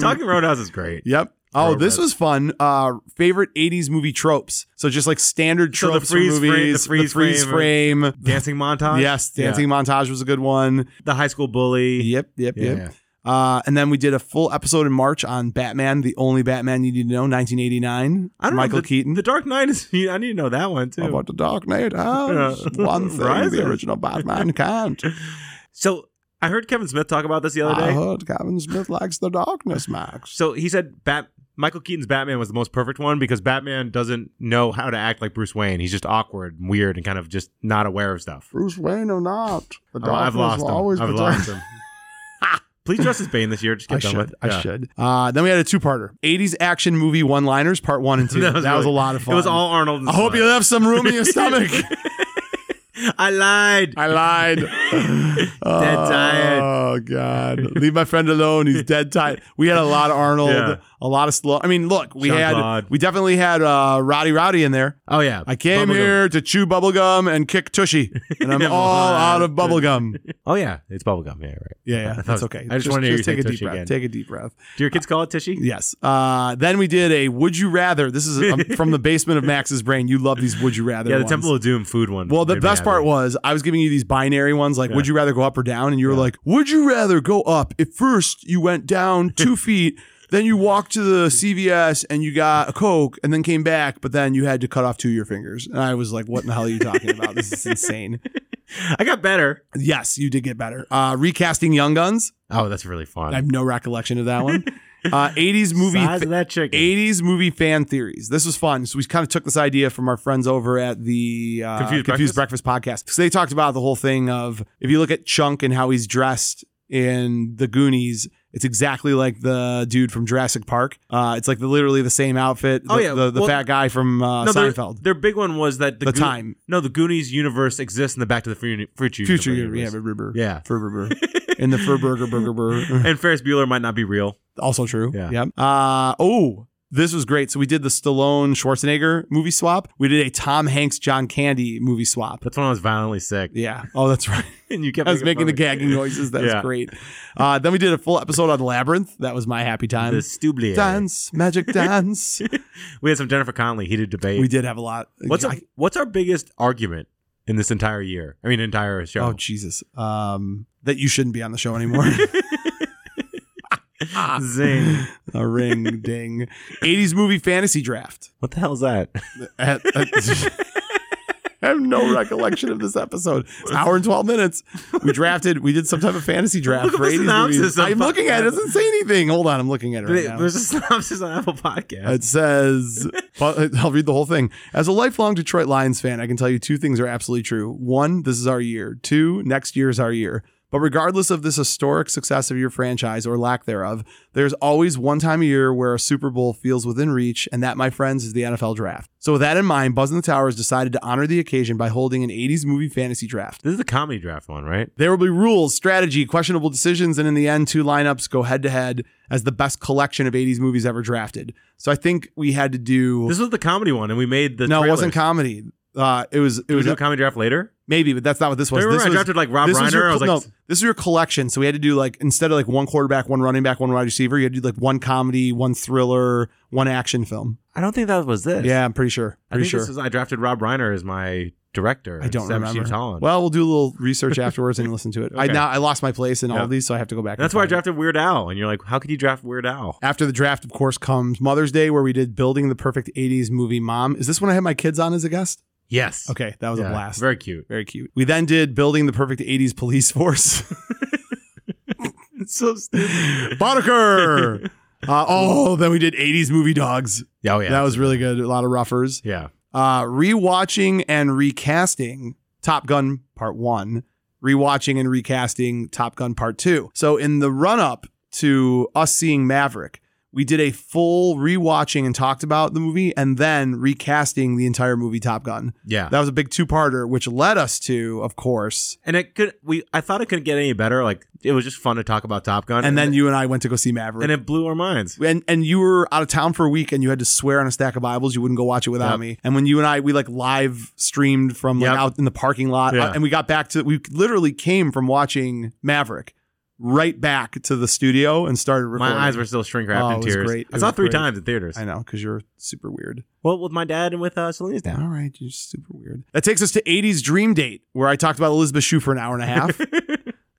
[SPEAKER 3] Talking Roadhouse is great.
[SPEAKER 1] Yep. Oh, this
[SPEAKER 3] Roadhouse.
[SPEAKER 1] was fun. Uh, favorite '80s movie tropes. So just like standard
[SPEAKER 3] So the
[SPEAKER 1] tropes for
[SPEAKER 3] freeze frame- the
[SPEAKER 1] movies.
[SPEAKER 3] freeze
[SPEAKER 1] frame.
[SPEAKER 3] Dancing montage.
[SPEAKER 1] Yes, dancing montage was a good one.
[SPEAKER 3] Yeah. The high school bully.
[SPEAKER 1] Yep, yep,
[SPEAKER 3] Yeah.
[SPEAKER 1] yep. Uh, and then we did a full episode in March on Batman, the only Batman you need to know, 1989.
[SPEAKER 3] I don't
[SPEAKER 1] Michael
[SPEAKER 3] know, the,
[SPEAKER 1] Keaton.
[SPEAKER 3] The Dark Knight is. I need to know that one too.
[SPEAKER 1] about the Dark Knight? Huh?
[SPEAKER 3] Yeah.
[SPEAKER 1] One thing
[SPEAKER 3] Rises.
[SPEAKER 1] the original Batman can't.
[SPEAKER 3] So I heard Kevin Smith talk about this the other
[SPEAKER 1] I
[SPEAKER 3] day.
[SPEAKER 1] heard Kevin Smith likes the darkness, Max.
[SPEAKER 3] So he said Bat Michael Keaton's Batman was the most perfect one because Batman doesn't know how to act like Bruce Wayne. He's just awkward and weird and kind of just not aware of stuff.
[SPEAKER 1] Bruce Wayne or not, the
[SPEAKER 3] Oh, I've lost him. I've
[SPEAKER 1] be
[SPEAKER 3] lost him. Please dress as Bane this year. Just get done with.
[SPEAKER 1] I
[SPEAKER 3] Yeah.
[SPEAKER 1] should. Uh, then we had a two-parter: '80s action movie one-liners, part one and two. that
[SPEAKER 3] That
[SPEAKER 1] was,
[SPEAKER 3] was really-
[SPEAKER 1] a lot of fun.
[SPEAKER 3] It was all Arnold. and
[SPEAKER 1] I hope
[SPEAKER 3] Sly.
[SPEAKER 1] you left some room in your stomach.
[SPEAKER 3] I lied.
[SPEAKER 1] I lied. dead
[SPEAKER 3] tired.
[SPEAKER 1] Oh God! Leave my friend alone. He's dead tired. We had a lot of Arnold,
[SPEAKER 3] Yeah.
[SPEAKER 1] a lot of slow. I mean, look, we
[SPEAKER 3] Jean-Claude.
[SPEAKER 1] had we definitely had uh, Roddy Rowdy in there.
[SPEAKER 3] oh yeah.
[SPEAKER 1] I came
[SPEAKER 3] Bubblegum.
[SPEAKER 1] here to chew bubblegum and kick tushy, and I'm all out of bubblegum.
[SPEAKER 3] Oh yeah. It's bubblegum. Yeah. Right.
[SPEAKER 1] Yeah, yeah, that's okay.
[SPEAKER 3] I just wanted to
[SPEAKER 1] just
[SPEAKER 3] hear
[SPEAKER 1] take a
[SPEAKER 3] you say
[SPEAKER 1] deep
[SPEAKER 3] tushy
[SPEAKER 1] breath.
[SPEAKER 3] again.
[SPEAKER 1] Take a deep breath.
[SPEAKER 3] Do your kids call it Tishy?
[SPEAKER 1] Yes. Uh, then we did a Would You Rather. This is um, from the basement of Max's brain. You love these Would You Rather.
[SPEAKER 3] Yeah, the
[SPEAKER 1] ones.
[SPEAKER 3] Temple of Doom food one.
[SPEAKER 1] Well, the
[SPEAKER 3] made me
[SPEAKER 1] best part
[SPEAKER 3] happy.
[SPEAKER 1] was I was giving you these binary ones like Would You Rather go up or down, and you were like Would you rather go up if first you went down two feet. Then you walked to the CVS and you got a Coke and then came back, but then you had to cut off two of your fingers. And I was like, what in the hell are you talking about? This is insane.
[SPEAKER 3] I got better.
[SPEAKER 1] Yes, you did get better. Uh, recasting Young Guns.
[SPEAKER 3] Oh, that's really
[SPEAKER 1] I
[SPEAKER 3] fun.
[SPEAKER 1] have no recollection of that one. Uh, 80s movie.
[SPEAKER 3] Size
[SPEAKER 1] fa-
[SPEAKER 3] of that chicken.
[SPEAKER 1] 80s movie fan theories. This was fun. So we kind of took this idea from our friends over at the uh,
[SPEAKER 3] Confused
[SPEAKER 1] Breakfast? podcast. So they talked about the whole thing of if you look at Chunk and how he's dressed in the Goonies, it's exactly like the dude from Jurassic Park. Uh, it's like the, literally the same outfit. The,
[SPEAKER 3] Oh, yeah.
[SPEAKER 1] the, the
[SPEAKER 3] Well-
[SPEAKER 1] fat guy from uh,
[SPEAKER 3] No, their,
[SPEAKER 1] Seinfeld.
[SPEAKER 3] their big one was that the,
[SPEAKER 1] The
[SPEAKER 3] Goo-
[SPEAKER 1] time.
[SPEAKER 3] No, the Goonies universe exists in the Back to the Future Future,
[SPEAKER 1] Future year, yeah,
[SPEAKER 3] universe.
[SPEAKER 1] Ferber.
[SPEAKER 3] Yeah.
[SPEAKER 1] Ferber. in the Ferberger Burger Burger.
[SPEAKER 3] and Ferris Bueller might not be real.
[SPEAKER 1] Also true.
[SPEAKER 3] Yeah.
[SPEAKER 1] Yep. Uh, oh, this was great. So we did the Stallone Schwarzenegger movie swap. We did a Tom Hanks John Candy movie swap.
[SPEAKER 3] That's when I was violently sick,
[SPEAKER 1] Yeah. Oh, that's right.
[SPEAKER 3] and you kept
[SPEAKER 1] I was making the
[SPEAKER 3] fun of me.
[SPEAKER 1] gagging noises. That was
[SPEAKER 3] Yeah.
[SPEAKER 1] great. Uh, then we did a full episode on Labyrinth. That was my happy time.
[SPEAKER 3] The Stublier.
[SPEAKER 1] Dance, magic dance.
[SPEAKER 3] We had some Jennifer Connelly heated debate.
[SPEAKER 1] we did have a lot.
[SPEAKER 3] what's our,
[SPEAKER 1] I-
[SPEAKER 3] what's our biggest argument in this entire year? I mean, entire show.
[SPEAKER 1] Oh Jesus. Um, that you shouldn't be on the show anymore.
[SPEAKER 3] Ah, Zing!
[SPEAKER 1] a ring ding. 80s movie fantasy draft.
[SPEAKER 3] What the hell is that?
[SPEAKER 1] at, at- I have no recollection of this episode. It's an hour and 12 minutes. We drafted, we did some type of fantasy draft
[SPEAKER 3] Look at
[SPEAKER 1] for
[SPEAKER 3] the
[SPEAKER 1] 80s
[SPEAKER 3] synopsis
[SPEAKER 1] movies.
[SPEAKER 3] of
[SPEAKER 1] I'm looking at it. It doesn't say anything. Hold on. I'm looking at it right now.
[SPEAKER 3] There's a synopsis on Apple Podcast.
[SPEAKER 1] It says, but uh, I'll read the whole thing. As a lifelong Detroit Lions fan, I can tell you two things are absolutely true. One, this is our year. Two, next year is our year. But regardless of this historic success of your franchise or lack thereof, there's always one time a year where a Super Bowl feels within reach, and that, my friends, is the NFL draft. So, with that in mind, Buzz in the Tower has decided to honor the occasion by holding an 80s movie fantasy draft.
[SPEAKER 3] this is the comedy draft one, right?
[SPEAKER 1] There will be rules, strategy, questionable decisions, and in the end, two lineups go head to head as the best collection of 80s movies ever drafted. So I think we had to do.
[SPEAKER 3] This was the comedy one, and we made the
[SPEAKER 1] no, it
[SPEAKER 3] trailers.
[SPEAKER 1] wasn't comedy. Uh, it was. It
[SPEAKER 3] Did we
[SPEAKER 1] was
[SPEAKER 3] do a comedy draft later?
[SPEAKER 1] maybe, but that's not what this was.
[SPEAKER 3] I remember
[SPEAKER 1] This
[SPEAKER 3] I
[SPEAKER 1] was
[SPEAKER 3] drafted like Rob
[SPEAKER 1] this
[SPEAKER 3] Reiner.
[SPEAKER 1] was your
[SPEAKER 3] I was
[SPEAKER 1] col-
[SPEAKER 3] like,
[SPEAKER 1] no, this is your collection. So we had to do like instead of like one quarterback, one running back, one wide receiver, you had to do like one comedy, one thriller, one action film.
[SPEAKER 3] I don't think that was this.
[SPEAKER 1] Yeah, I'm pretty sure.
[SPEAKER 3] I
[SPEAKER 1] Pretty
[SPEAKER 3] think
[SPEAKER 1] sure.
[SPEAKER 3] this is I drafted Rob Reiner as my director.
[SPEAKER 1] I don't
[SPEAKER 3] instead of
[SPEAKER 1] remember.
[SPEAKER 3] James Holland.
[SPEAKER 1] Well, we'll do a little research afterwards and listen to it. I
[SPEAKER 3] Okay.
[SPEAKER 1] now I lost my place in all
[SPEAKER 3] Yeah.
[SPEAKER 1] of these, so I have to go back.
[SPEAKER 3] And that's
[SPEAKER 1] and
[SPEAKER 3] why I
[SPEAKER 1] find it.
[SPEAKER 3] drafted Weird Al, and you're like, how could you draft Weird Al?
[SPEAKER 1] After the draft, of course, comes Mother's Day, where we did Building the Perfect 80s Movie Mom. Is this when I had my kids on as a guest?
[SPEAKER 3] Yes.
[SPEAKER 1] Okay, that was a
[SPEAKER 3] Yeah,
[SPEAKER 1] blast. Very,
[SPEAKER 3] Very cute.
[SPEAKER 1] cute. We then did Building the Perfect 80s Police Force.
[SPEAKER 3] It's so stupid.
[SPEAKER 1] Boddicker! Uh, oh, then we did 80s Movie Dogs.
[SPEAKER 3] Yeah, oh yeah.
[SPEAKER 1] that was really good. A lot of roughers.
[SPEAKER 3] yeah.
[SPEAKER 1] Uh, rewatching and recasting Top Gun Part 1, rewatching and recasting Top Gun Part 2. So in the run up to us seeing Maverick, We did a full rewatching and talked about the movie and then recasting the entire movie Top Gun.
[SPEAKER 3] Yeah.
[SPEAKER 1] That was a big two parter, which led us to, of course.
[SPEAKER 3] and it could we I thought it couldn't get any better. Like it was just fun to talk about Top Gun.
[SPEAKER 1] And then
[SPEAKER 3] it-
[SPEAKER 1] you and I went to go see Maverick.
[SPEAKER 3] and it blew our minds.
[SPEAKER 1] and and you were out of town for a week and you had to swear on a stack of bibles you wouldn't go watch it without
[SPEAKER 3] Yep.
[SPEAKER 1] me and when you and i we like live streamed from like
[SPEAKER 3] Yep.
[SPEAKER 1] out in the parking lot uh,
[SPEAKER 3] Yeah.
[SPEAKER 1] and we got back to we literally came from watching maverick right back to the studio and started recording
[SPEAKER 3] My eyes were still shrink wrapped
[SPEAKER 1] Oh, it
[SPEAKER 3] in
[SPEAKER 1] was
[SPEAKER 3] tears.
[SPEAKER 1] great.
[SPEAKER 3] I
[SPEAKER 1] It
[SPEAKER 3] saw
[SPEAKER 1] was
[SPEAKER 3] three
[SPEAKER 1] great.
[SPEAKER 3] times in theaters.
[SPEAKER 1] i know because you're super weird
[SPEAKER 3] Well, with my dad and with uh, Selena's dad.
[SPEAKER 1] all right you're super weird that takes us to 80s dream date where i talked about elizabeth shue for an hour and a half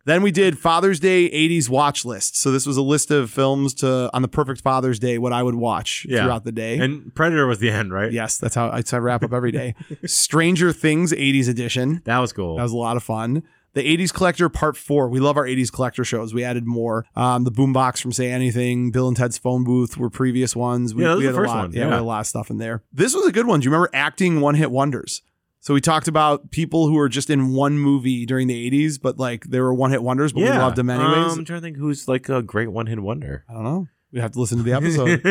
[SPEAKER 1] Then we did Father's Day 80s watch list. So this was a list of films to on the perfect Father's Day what I would watch
[SPEAKER 3] Yeah.
[SPEAKER 1] throughout the day.
[SPEAKER 3] And Predator was the end, right?
[SPEAKER 1] Yes, that's how that's how I wrap up every day. Stranger Things 80s edition.
[SPEAKER 3] That was cool.
[SPEAKER 1] That was a lot of fun. The 80s Collector Part 4. We love our 80s Collector shows. We added more. Um, the Boombox from Say Anything, Bill and Ted's Phone Booth were previous ones. We,
[SPEAKER 3] Yeah, that was
[SPEAKER 1] we
[SPEAKER 3] the
[SPEAKER 1] had
[SPEAKER 3] first
[SPEAKER 1] a lot.
[SPEAKER 3] one.
[SPEAKER 1] we
[SPEAKER 3] Yeah.
[SPEAKER 1] had a lot of stuff in there. This was a good one. Do you remember acting one hit wonders? So we talked about people who were just in one movie during the 80s, but like they were one hit wonders, but we loved them anyways.
[SPEAKER 3] Um, I'm trying to think who's like a great one hit wonder.
[SPEAKER 1] I don't know. We have to listen to the episode.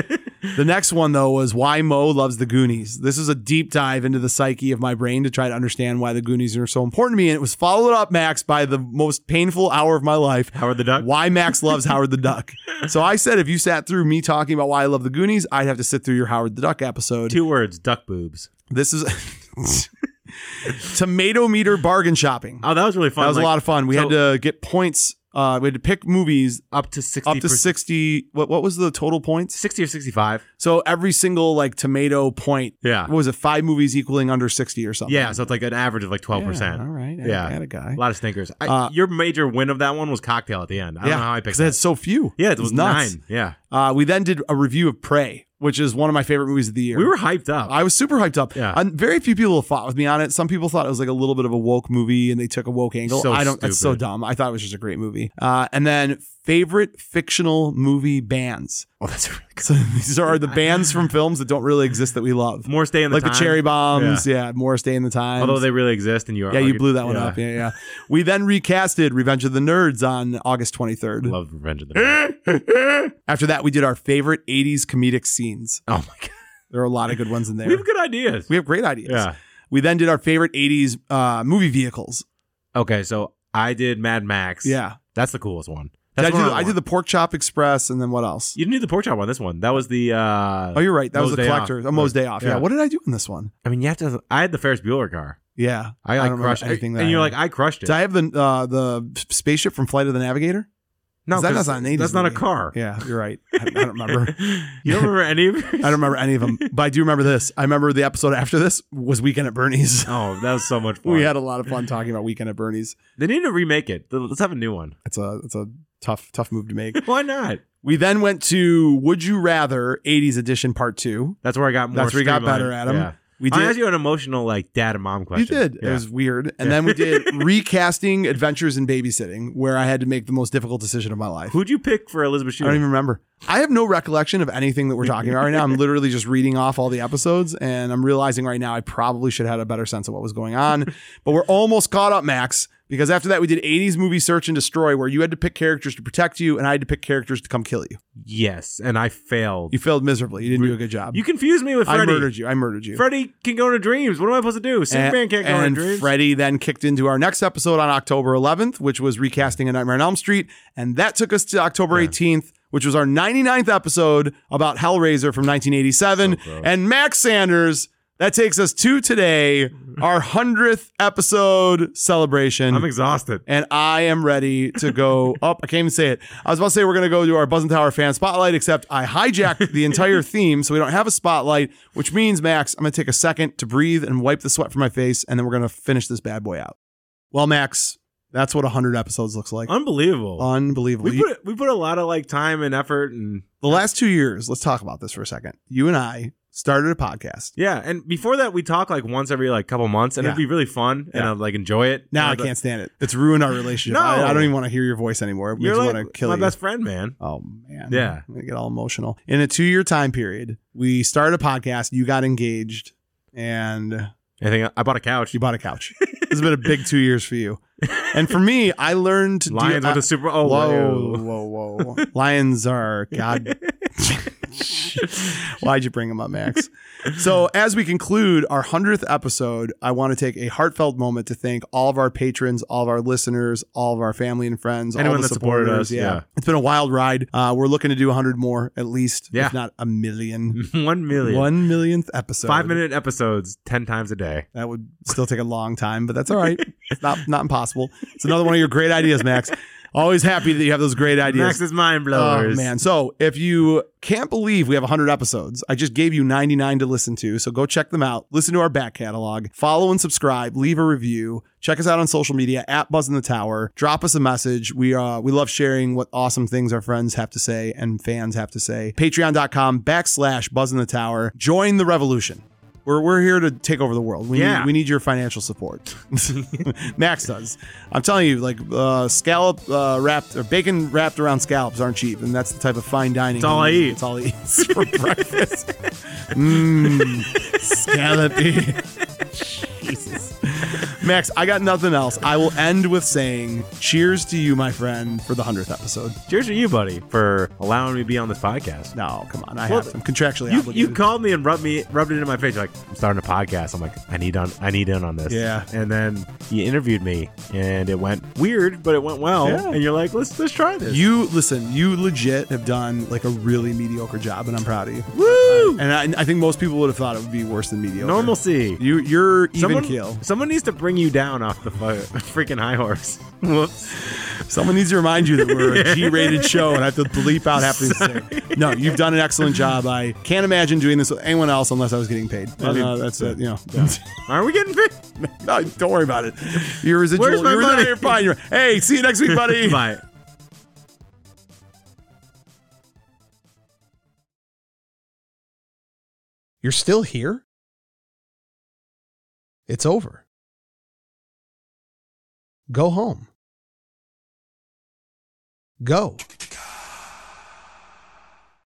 [SPEAKER 1] The next one though was why Mo loves the Goonies. This is a deep dive into the psyche of my brain to try to understand why the Goonies are so important to me, and it was followed up, Max, by the most painful hour of my life.
[SPEAKER 3] Howard the Duck.
[SPEAKER 1] Why Max loves Howard the Duck. So I said, if you sat through me talking about why I love the Goonies, I'd have to sit through your Howard the Duck episode.
[SPEAKER 3] Two words, duck boobs.
[SPEAKER 1] This is tomato meter bargain shopping.
[SPEAKER 3] Oh, that was really fun.
[SPEAKER 1] That was a
[SPEAKER 3] Like,
[SPEAKER 1] lot of fun. We had to get points. Uh, we had to pick movies
[SPEAKER 3] up to 60
[SPEAKER 1] up to sixty. What what was the total points?
[SPEAKER 3] 60 or 65.
[SPEAKER 1] So every single like tomato point
[SPEAKER 3] Yeah.
[SPEAKER 1] what was it five movies equaling under 60 or something
[SPEAKER 3] Yeah, so it's like an average of like 12%.
[SPEAKER 1] Yeah, all right I,
[SPEAKER 3] Yeah.
[SPEAKER 1] I had a guy
[SPEAKER 3] A lot of stinkers. I,
[SPEAKER 1] Uh,
[SPEAKER 3] your major win of that one was cocktail at the end. I don't know how I picked
[SPEAKER 1] because I
[SPEAKER 3] that.
[SPEAKER 1] had so few
[SPEAKER 3] Yeah, it was,
[SPEAKER 1] nuts.
[SPEAKER 3] nine. Yeah.
[SPEAKER 1] uh we then did a review of prey which is one of my favorite movies of the year
[SPEAKER 3] We were hyped up.
[SPEAKER 1] I was super hyped up.
[SPEAKER 3] Yeah.
[SPEAKER 1] And very few people fought with me on it. Some people thought it was like a little bit of a woke movie and they took a woke angle.
[SPEAKER 3] So
[SPEAKER 1] I don't that's so
[SPEAKER 3] stupid.
[SPEAKER 1] dumb. I thought it was just a great movie. Uh, and then favorite fictional movie bands.
[SPEAKER 3] oh, that's really good.
[SPEAKER 1] So these are the bands from films that don't really exist that we love.
[SPEAKER 3] More stay in the
[SPEAKER 1] like
[SPEAKER 3] time.
[SPEAKER 1] the Cherry Bombs, yeah. Morris Day in the Time.
[SPEAKER 3] Although they really exist and you
[SPEAKER 1] Yeah, you blew that one up. Yeah, yeah. We then recasted Revenge of the Nerds on August 23rd.
[SPEAKER 3] Love Revenge of the Nerds.
[SPEAKER 1] After that, we did our favorite 80s comedic scenes.
[SPEAKER 3] oh my god.
[SPEAKER 1] There are a lot of good ones in there.
[SPEAKER 3] We have good ideas.
[SPEAKER 1] We have great ideas.
[SPEAKER 3] yeah.
[SPEAKER 1] We then did our favorite 80s uh, movie vehicles.
[SPEAKER 3] Okay, so I did Mad Max.
[SPEAKER 1] Yeah.
[SPEAKER 3] That's the coolest one.
[SPEAKER 1] Did
[SPEAKER 3] That's
[SPEAKER 1] I, do,
[SPEAKER 3] one
[SPEAKER 1] I did the Pork Chop Express and then what else?
[SPEAKER 3] You didn't do the pork chop on this one. That was the. uh
[SPEAKER 1] Oh, you're right. That was
[SPEAKER 3] Mo's
[SPEAKER 1] the
[SPEAKER 3] Day Off.
[SPEAKER 1] collector. Oh, Mo's Day Off. Yeah.
[SPEAKER 3] Yeah.
[SPEAKER 1] What did I do in this one?
[SPEAKER 3] I mean, you have to. I had the Ferris Bueller car.
[SPEAKER 1] Yeah.
[SPEAKER 3] I,
[SPEAKER 1] I
[SPEAKER 3] like
[SPEAKER 1] don't remember
[SPEAKER 3] crushed
[SPEAKER 1] anything that
[SPEAKER 3] And
[SPEAKER 1] I
[SPEAKER 3] you're
[SPEAKER 1] had.
[SPEAKER 3] like, I crushed it.
[SPEAKER 1] Did I have the uh, the spaceship from Flight of the Navigator?
[SPEAKER 3] no,
[SPEAKER 1] that-
[SPEAKER 3] 'cause
[SPEAKER 1] that's not an 80s
[SPEAKER 3] That's not a
[SPEAKER 1] movie.
[SPEAKER 3] car.
[SPEAKER 1] Yeah, you're right. I, I don't remember.
[SPEAKER 3] you don't remember any of it?
[SPEAKER 1] I don't remember any of them, but I do remember this. I remember the episode after this was Weekend at Bernie's.
[SPEAKER 3] Oh, that was so much fun.
[SPEAKER 1] We had a lot of fun talking about Weekend at Bernie's.
[SPEAKER 3] They need to remake it. Let's have a new one.
[SPEAKER 1] It's a it's a tough tough move to make.
[SPEAKER 3] Why not?
[SPEAKER 1] we then went to Would You Rather 80s Edition Part Two.
[SPEAKER 3] That's where I got more.
[SPEAKER 1] That's where you got
[SPEAKER 3] streamlined.
[SPEAKER 1] better at 'em.
[SPEAKER 3] Yeah.
[SPEAKER 1] We
[SPEAKER 3] I asked
[SPEAKER 1] did.
[SPEAKER 3] you an emotional like dad and mom
[SPEAKER 1] You
[SPEAKER 3] question.
[SPEAKER 1] did.
[SPEAKER 3] Yeah.
[SPEAKER 1] It was weird. And then we did recasting Adventures in Babysitting, where I had to make the most difficult decision of my life.
[SPEAKER 3] Who'd you pick for Elizabeth
[SPEAKER 1] I
[SPEAKER 3] Shue?
[SPEAKER 1] don't even remember. I have no recollection of anything that we're talking about right now. I'm literally just reading off all the episodes, and I'm realizing right now I probably should have had a better sense of what was going on. but we're almost caught up, Max, because after that we did 80s movie Search and Destroy, where you had to pick characters to protect you, and I had to pick characters to come kill you.
[SPEAKER 3] yes, and I failed.
[SPEAKER 1] You failed miserably. You didn't do a good job.
[SPEAKER 3] You confused me with
[SPEAKER 1] I
[SPEAKER 3] Freddie.
[SPEAKER 1] murdered you. I murdered you.
[SPEAKER 3] Freddie can go into dreams. What am I supposed to do? Superman
[SPEAKER 1] And,
[SPEAKER 3] can't go
[SPEAKER 1] and
[SPEAKER 3] into dreams.
[SPEAKER 1] Freddie then kicked into our next episode on October 11th, which was recasting A Nightmare on Elm Street. And that took us to October 18th, which was our 99th episode about Hellraiser from 1987. and Max Sanders, that takes us to today, our 100th episode celebration.
[SPEAKER 3] I'm exhausted.
[SPEAKER 1] and I am ready to go up. I can't even say it. I was about to say we're going to go to our Buzzin' Tower fan spotlight, except I hijacked the entire theme, so we don't have a spotlight, which means, Max, I'm going to take a second to breathe and wipe the sweat from my face, and then we're going to finish this bad boy out. Well, Max, that's what 100 episodes looks like.
[SPEAKER 3] Unbelievable.
[SPEAKER 1] Unbelievable.
[SPEAKER 3] we
[SPEAKER 1] You-
[SPEAKER 3] put we put a lot of like time and effort and
[SPEAKER 1] the last two years, let's talk about this for a second. You and I started a podcast.
[SPEAKER 3] yeah. And before that, we talk like once every like couple months, and it'd
[SPEAKER 1] Yeah.
[SPEAKER 3] be really fun, and
[SPEAKER 1] Yeah.
[SPEAKER 3] I'd like enjoy it.
[SPEAKER 1] Now
[SPEAKER 3] And
[SPEAKER 1] I
[SPEAKER 3] I'd-
[SPEAKER 1] can't stand it. It's ruined our relationship.
[SPEAKER 3] No.
[SPEAKER 1] I, I don't even want to hear your voice anymore. It
[SPEAKER 3] You're
[SPEAKER 1] makes me
[SPEAKER 3] like
[SPEAKER 1] want to kill
[SPEAKER 3] my
[SPEAKER 1] you.
[SPEAKER 3] best friend, man.
[SPEAKER 1] Oh man.
[SPEAKER 3] Yeah.
[SPEAKER 1] I'm gonna get all emotional. In a two year time period, we started a podcast, you got engaged, and
[SPEAKER 3] I think I- I bought a couch.
[SPEAKER 1] you bought a couch. this has been a big two years for you. And for me, I learned to
[SPEAKER 3] Lions
[SPEAKER 1] deal-
[SPEAKER 3] with the Super. Oh,
[SPEAKER 1] Whoa,
[SPEAKER 3] wow.
[SPEAKER 1] whoa, whoa. Lions are God Why'd you bring him up, Max? So, as we conclude our 100th episode, I want to take a heartfelt moment to thank all of our patrons, all of our listeners, all of our family and friends, all
[SPEAKER 3] Anyone
[SPEAKER 1] the
[SPEAKER 3] that supported
[SPEAKER 1] supporters.
[SPEAKER 3] us, yeah.
[SPEAKER 1] It's been a wild ride. Uh, we're looking to do 100 more, at least,
[SPEAKER 3] Yeah.
[SPEAKER 1] if not a million.
[SPEAKER 3] One million.
[SPEAKER 1] One millionth episode.
[SPEAKER 3] Five minute episodes, 10 times a day.
[SPEAKER 1] That would still take a long time, but that's all right. It's not, not impossible. It's another one of your great ideas, Max. Always happy that you have those great ideas.
[SPEAKER 3] Max's mind
[SPEAKER 1] Oh
[SPEAKER 3] blowers.
[SPEAKER 1] man! So if you can't believe we have 100 episodes, I just gave you 99 to listen to. So go check them out. Listen to our back catalog. Follow and subscribe. Leave a review. Check us out on social media at Buzz in the Tower. Drop us a message. We uh we love sharing what awesome things our friends have to say and fans have to say. Patreon.com backslash Buzz in the Tower. Join the revolution. We're, we're here to take over the world. We,
[SPEAKER 3] Yeah.
[SPEAKER 1] need, we need your financial support. Max does. I'm telling you, like uh, scallop uh, wrapped or bacon wrapped around scallops aren't cheap, and that's the type of fine dining. It's
[SPEAKER 3] all I eat.
[SPEAKER 1] It's all he eats for breakfast. Mmm, scallopy. Jesus. Max, I got nothing else. I will end with saying cheers to you, my friend, for the 100th episode.
[SPEAKER 3] Cheers to you, buddy, for allowing me to be on this podcast.
[SPEAKER 1] No, come on. I
[SPEAKER 3] Well,
[SPEAKER 1] have to. I'm contractually
[SPEAKER 3] You,
[SPEAKER 1] obligated.
[SPEAKER 3] you called me and rubbed me rubbed it in my face. You're like I'm starting a podcast. I'm like I need on I need in on this.
[SPEAKER 1] Yeah.
[SPEAKER 3] And then you interviewed me, and it went weird, but it went well.
[SPEAKER 1] Yeah.
[SPEAKER 3] And you're like, let's let's try this.
[SPEAKER 1] You listen. You legit have done like a really mediocre job, and I'm proud of you.
[SPEAKER 3] woo
[SPEAKER 1] And I, I think most people would have thought it would be worse than mediocre.
[SPEAKER 3] normalcy.
[SPEAKER 1] You, you're even
[SPEAKER 3] someone,
[SPEAKER 1] keel.
[SPEAKER 3] someone needs to bring you down off the fu- freaking high horse. Whoops.
[SPEAKER 1] Someone needs to remind you that we're a G-rated show, and I have to bleep out half these things. No, you've done an excellent job. I can't imagine doing this with anyone else unless I was getting paid. And,
[SPEAKER 3] mean,
[SPEAKER 1] uh, that's it. You know.
[SPEAKER 3] Are we getting fit?
[SPEAKER 1] no, don't worry about it. Your residual.
[SPEAKER 3] Where's my
[SPEAKER 1] your
[SPEAKER 3] money?
[SPEAKER 1] You're fine. You're, hey, see you next week, buddy.
[SPEAKER 3] Bye.
[SPEAKER 4] You're still here? It's over. Go home. Go.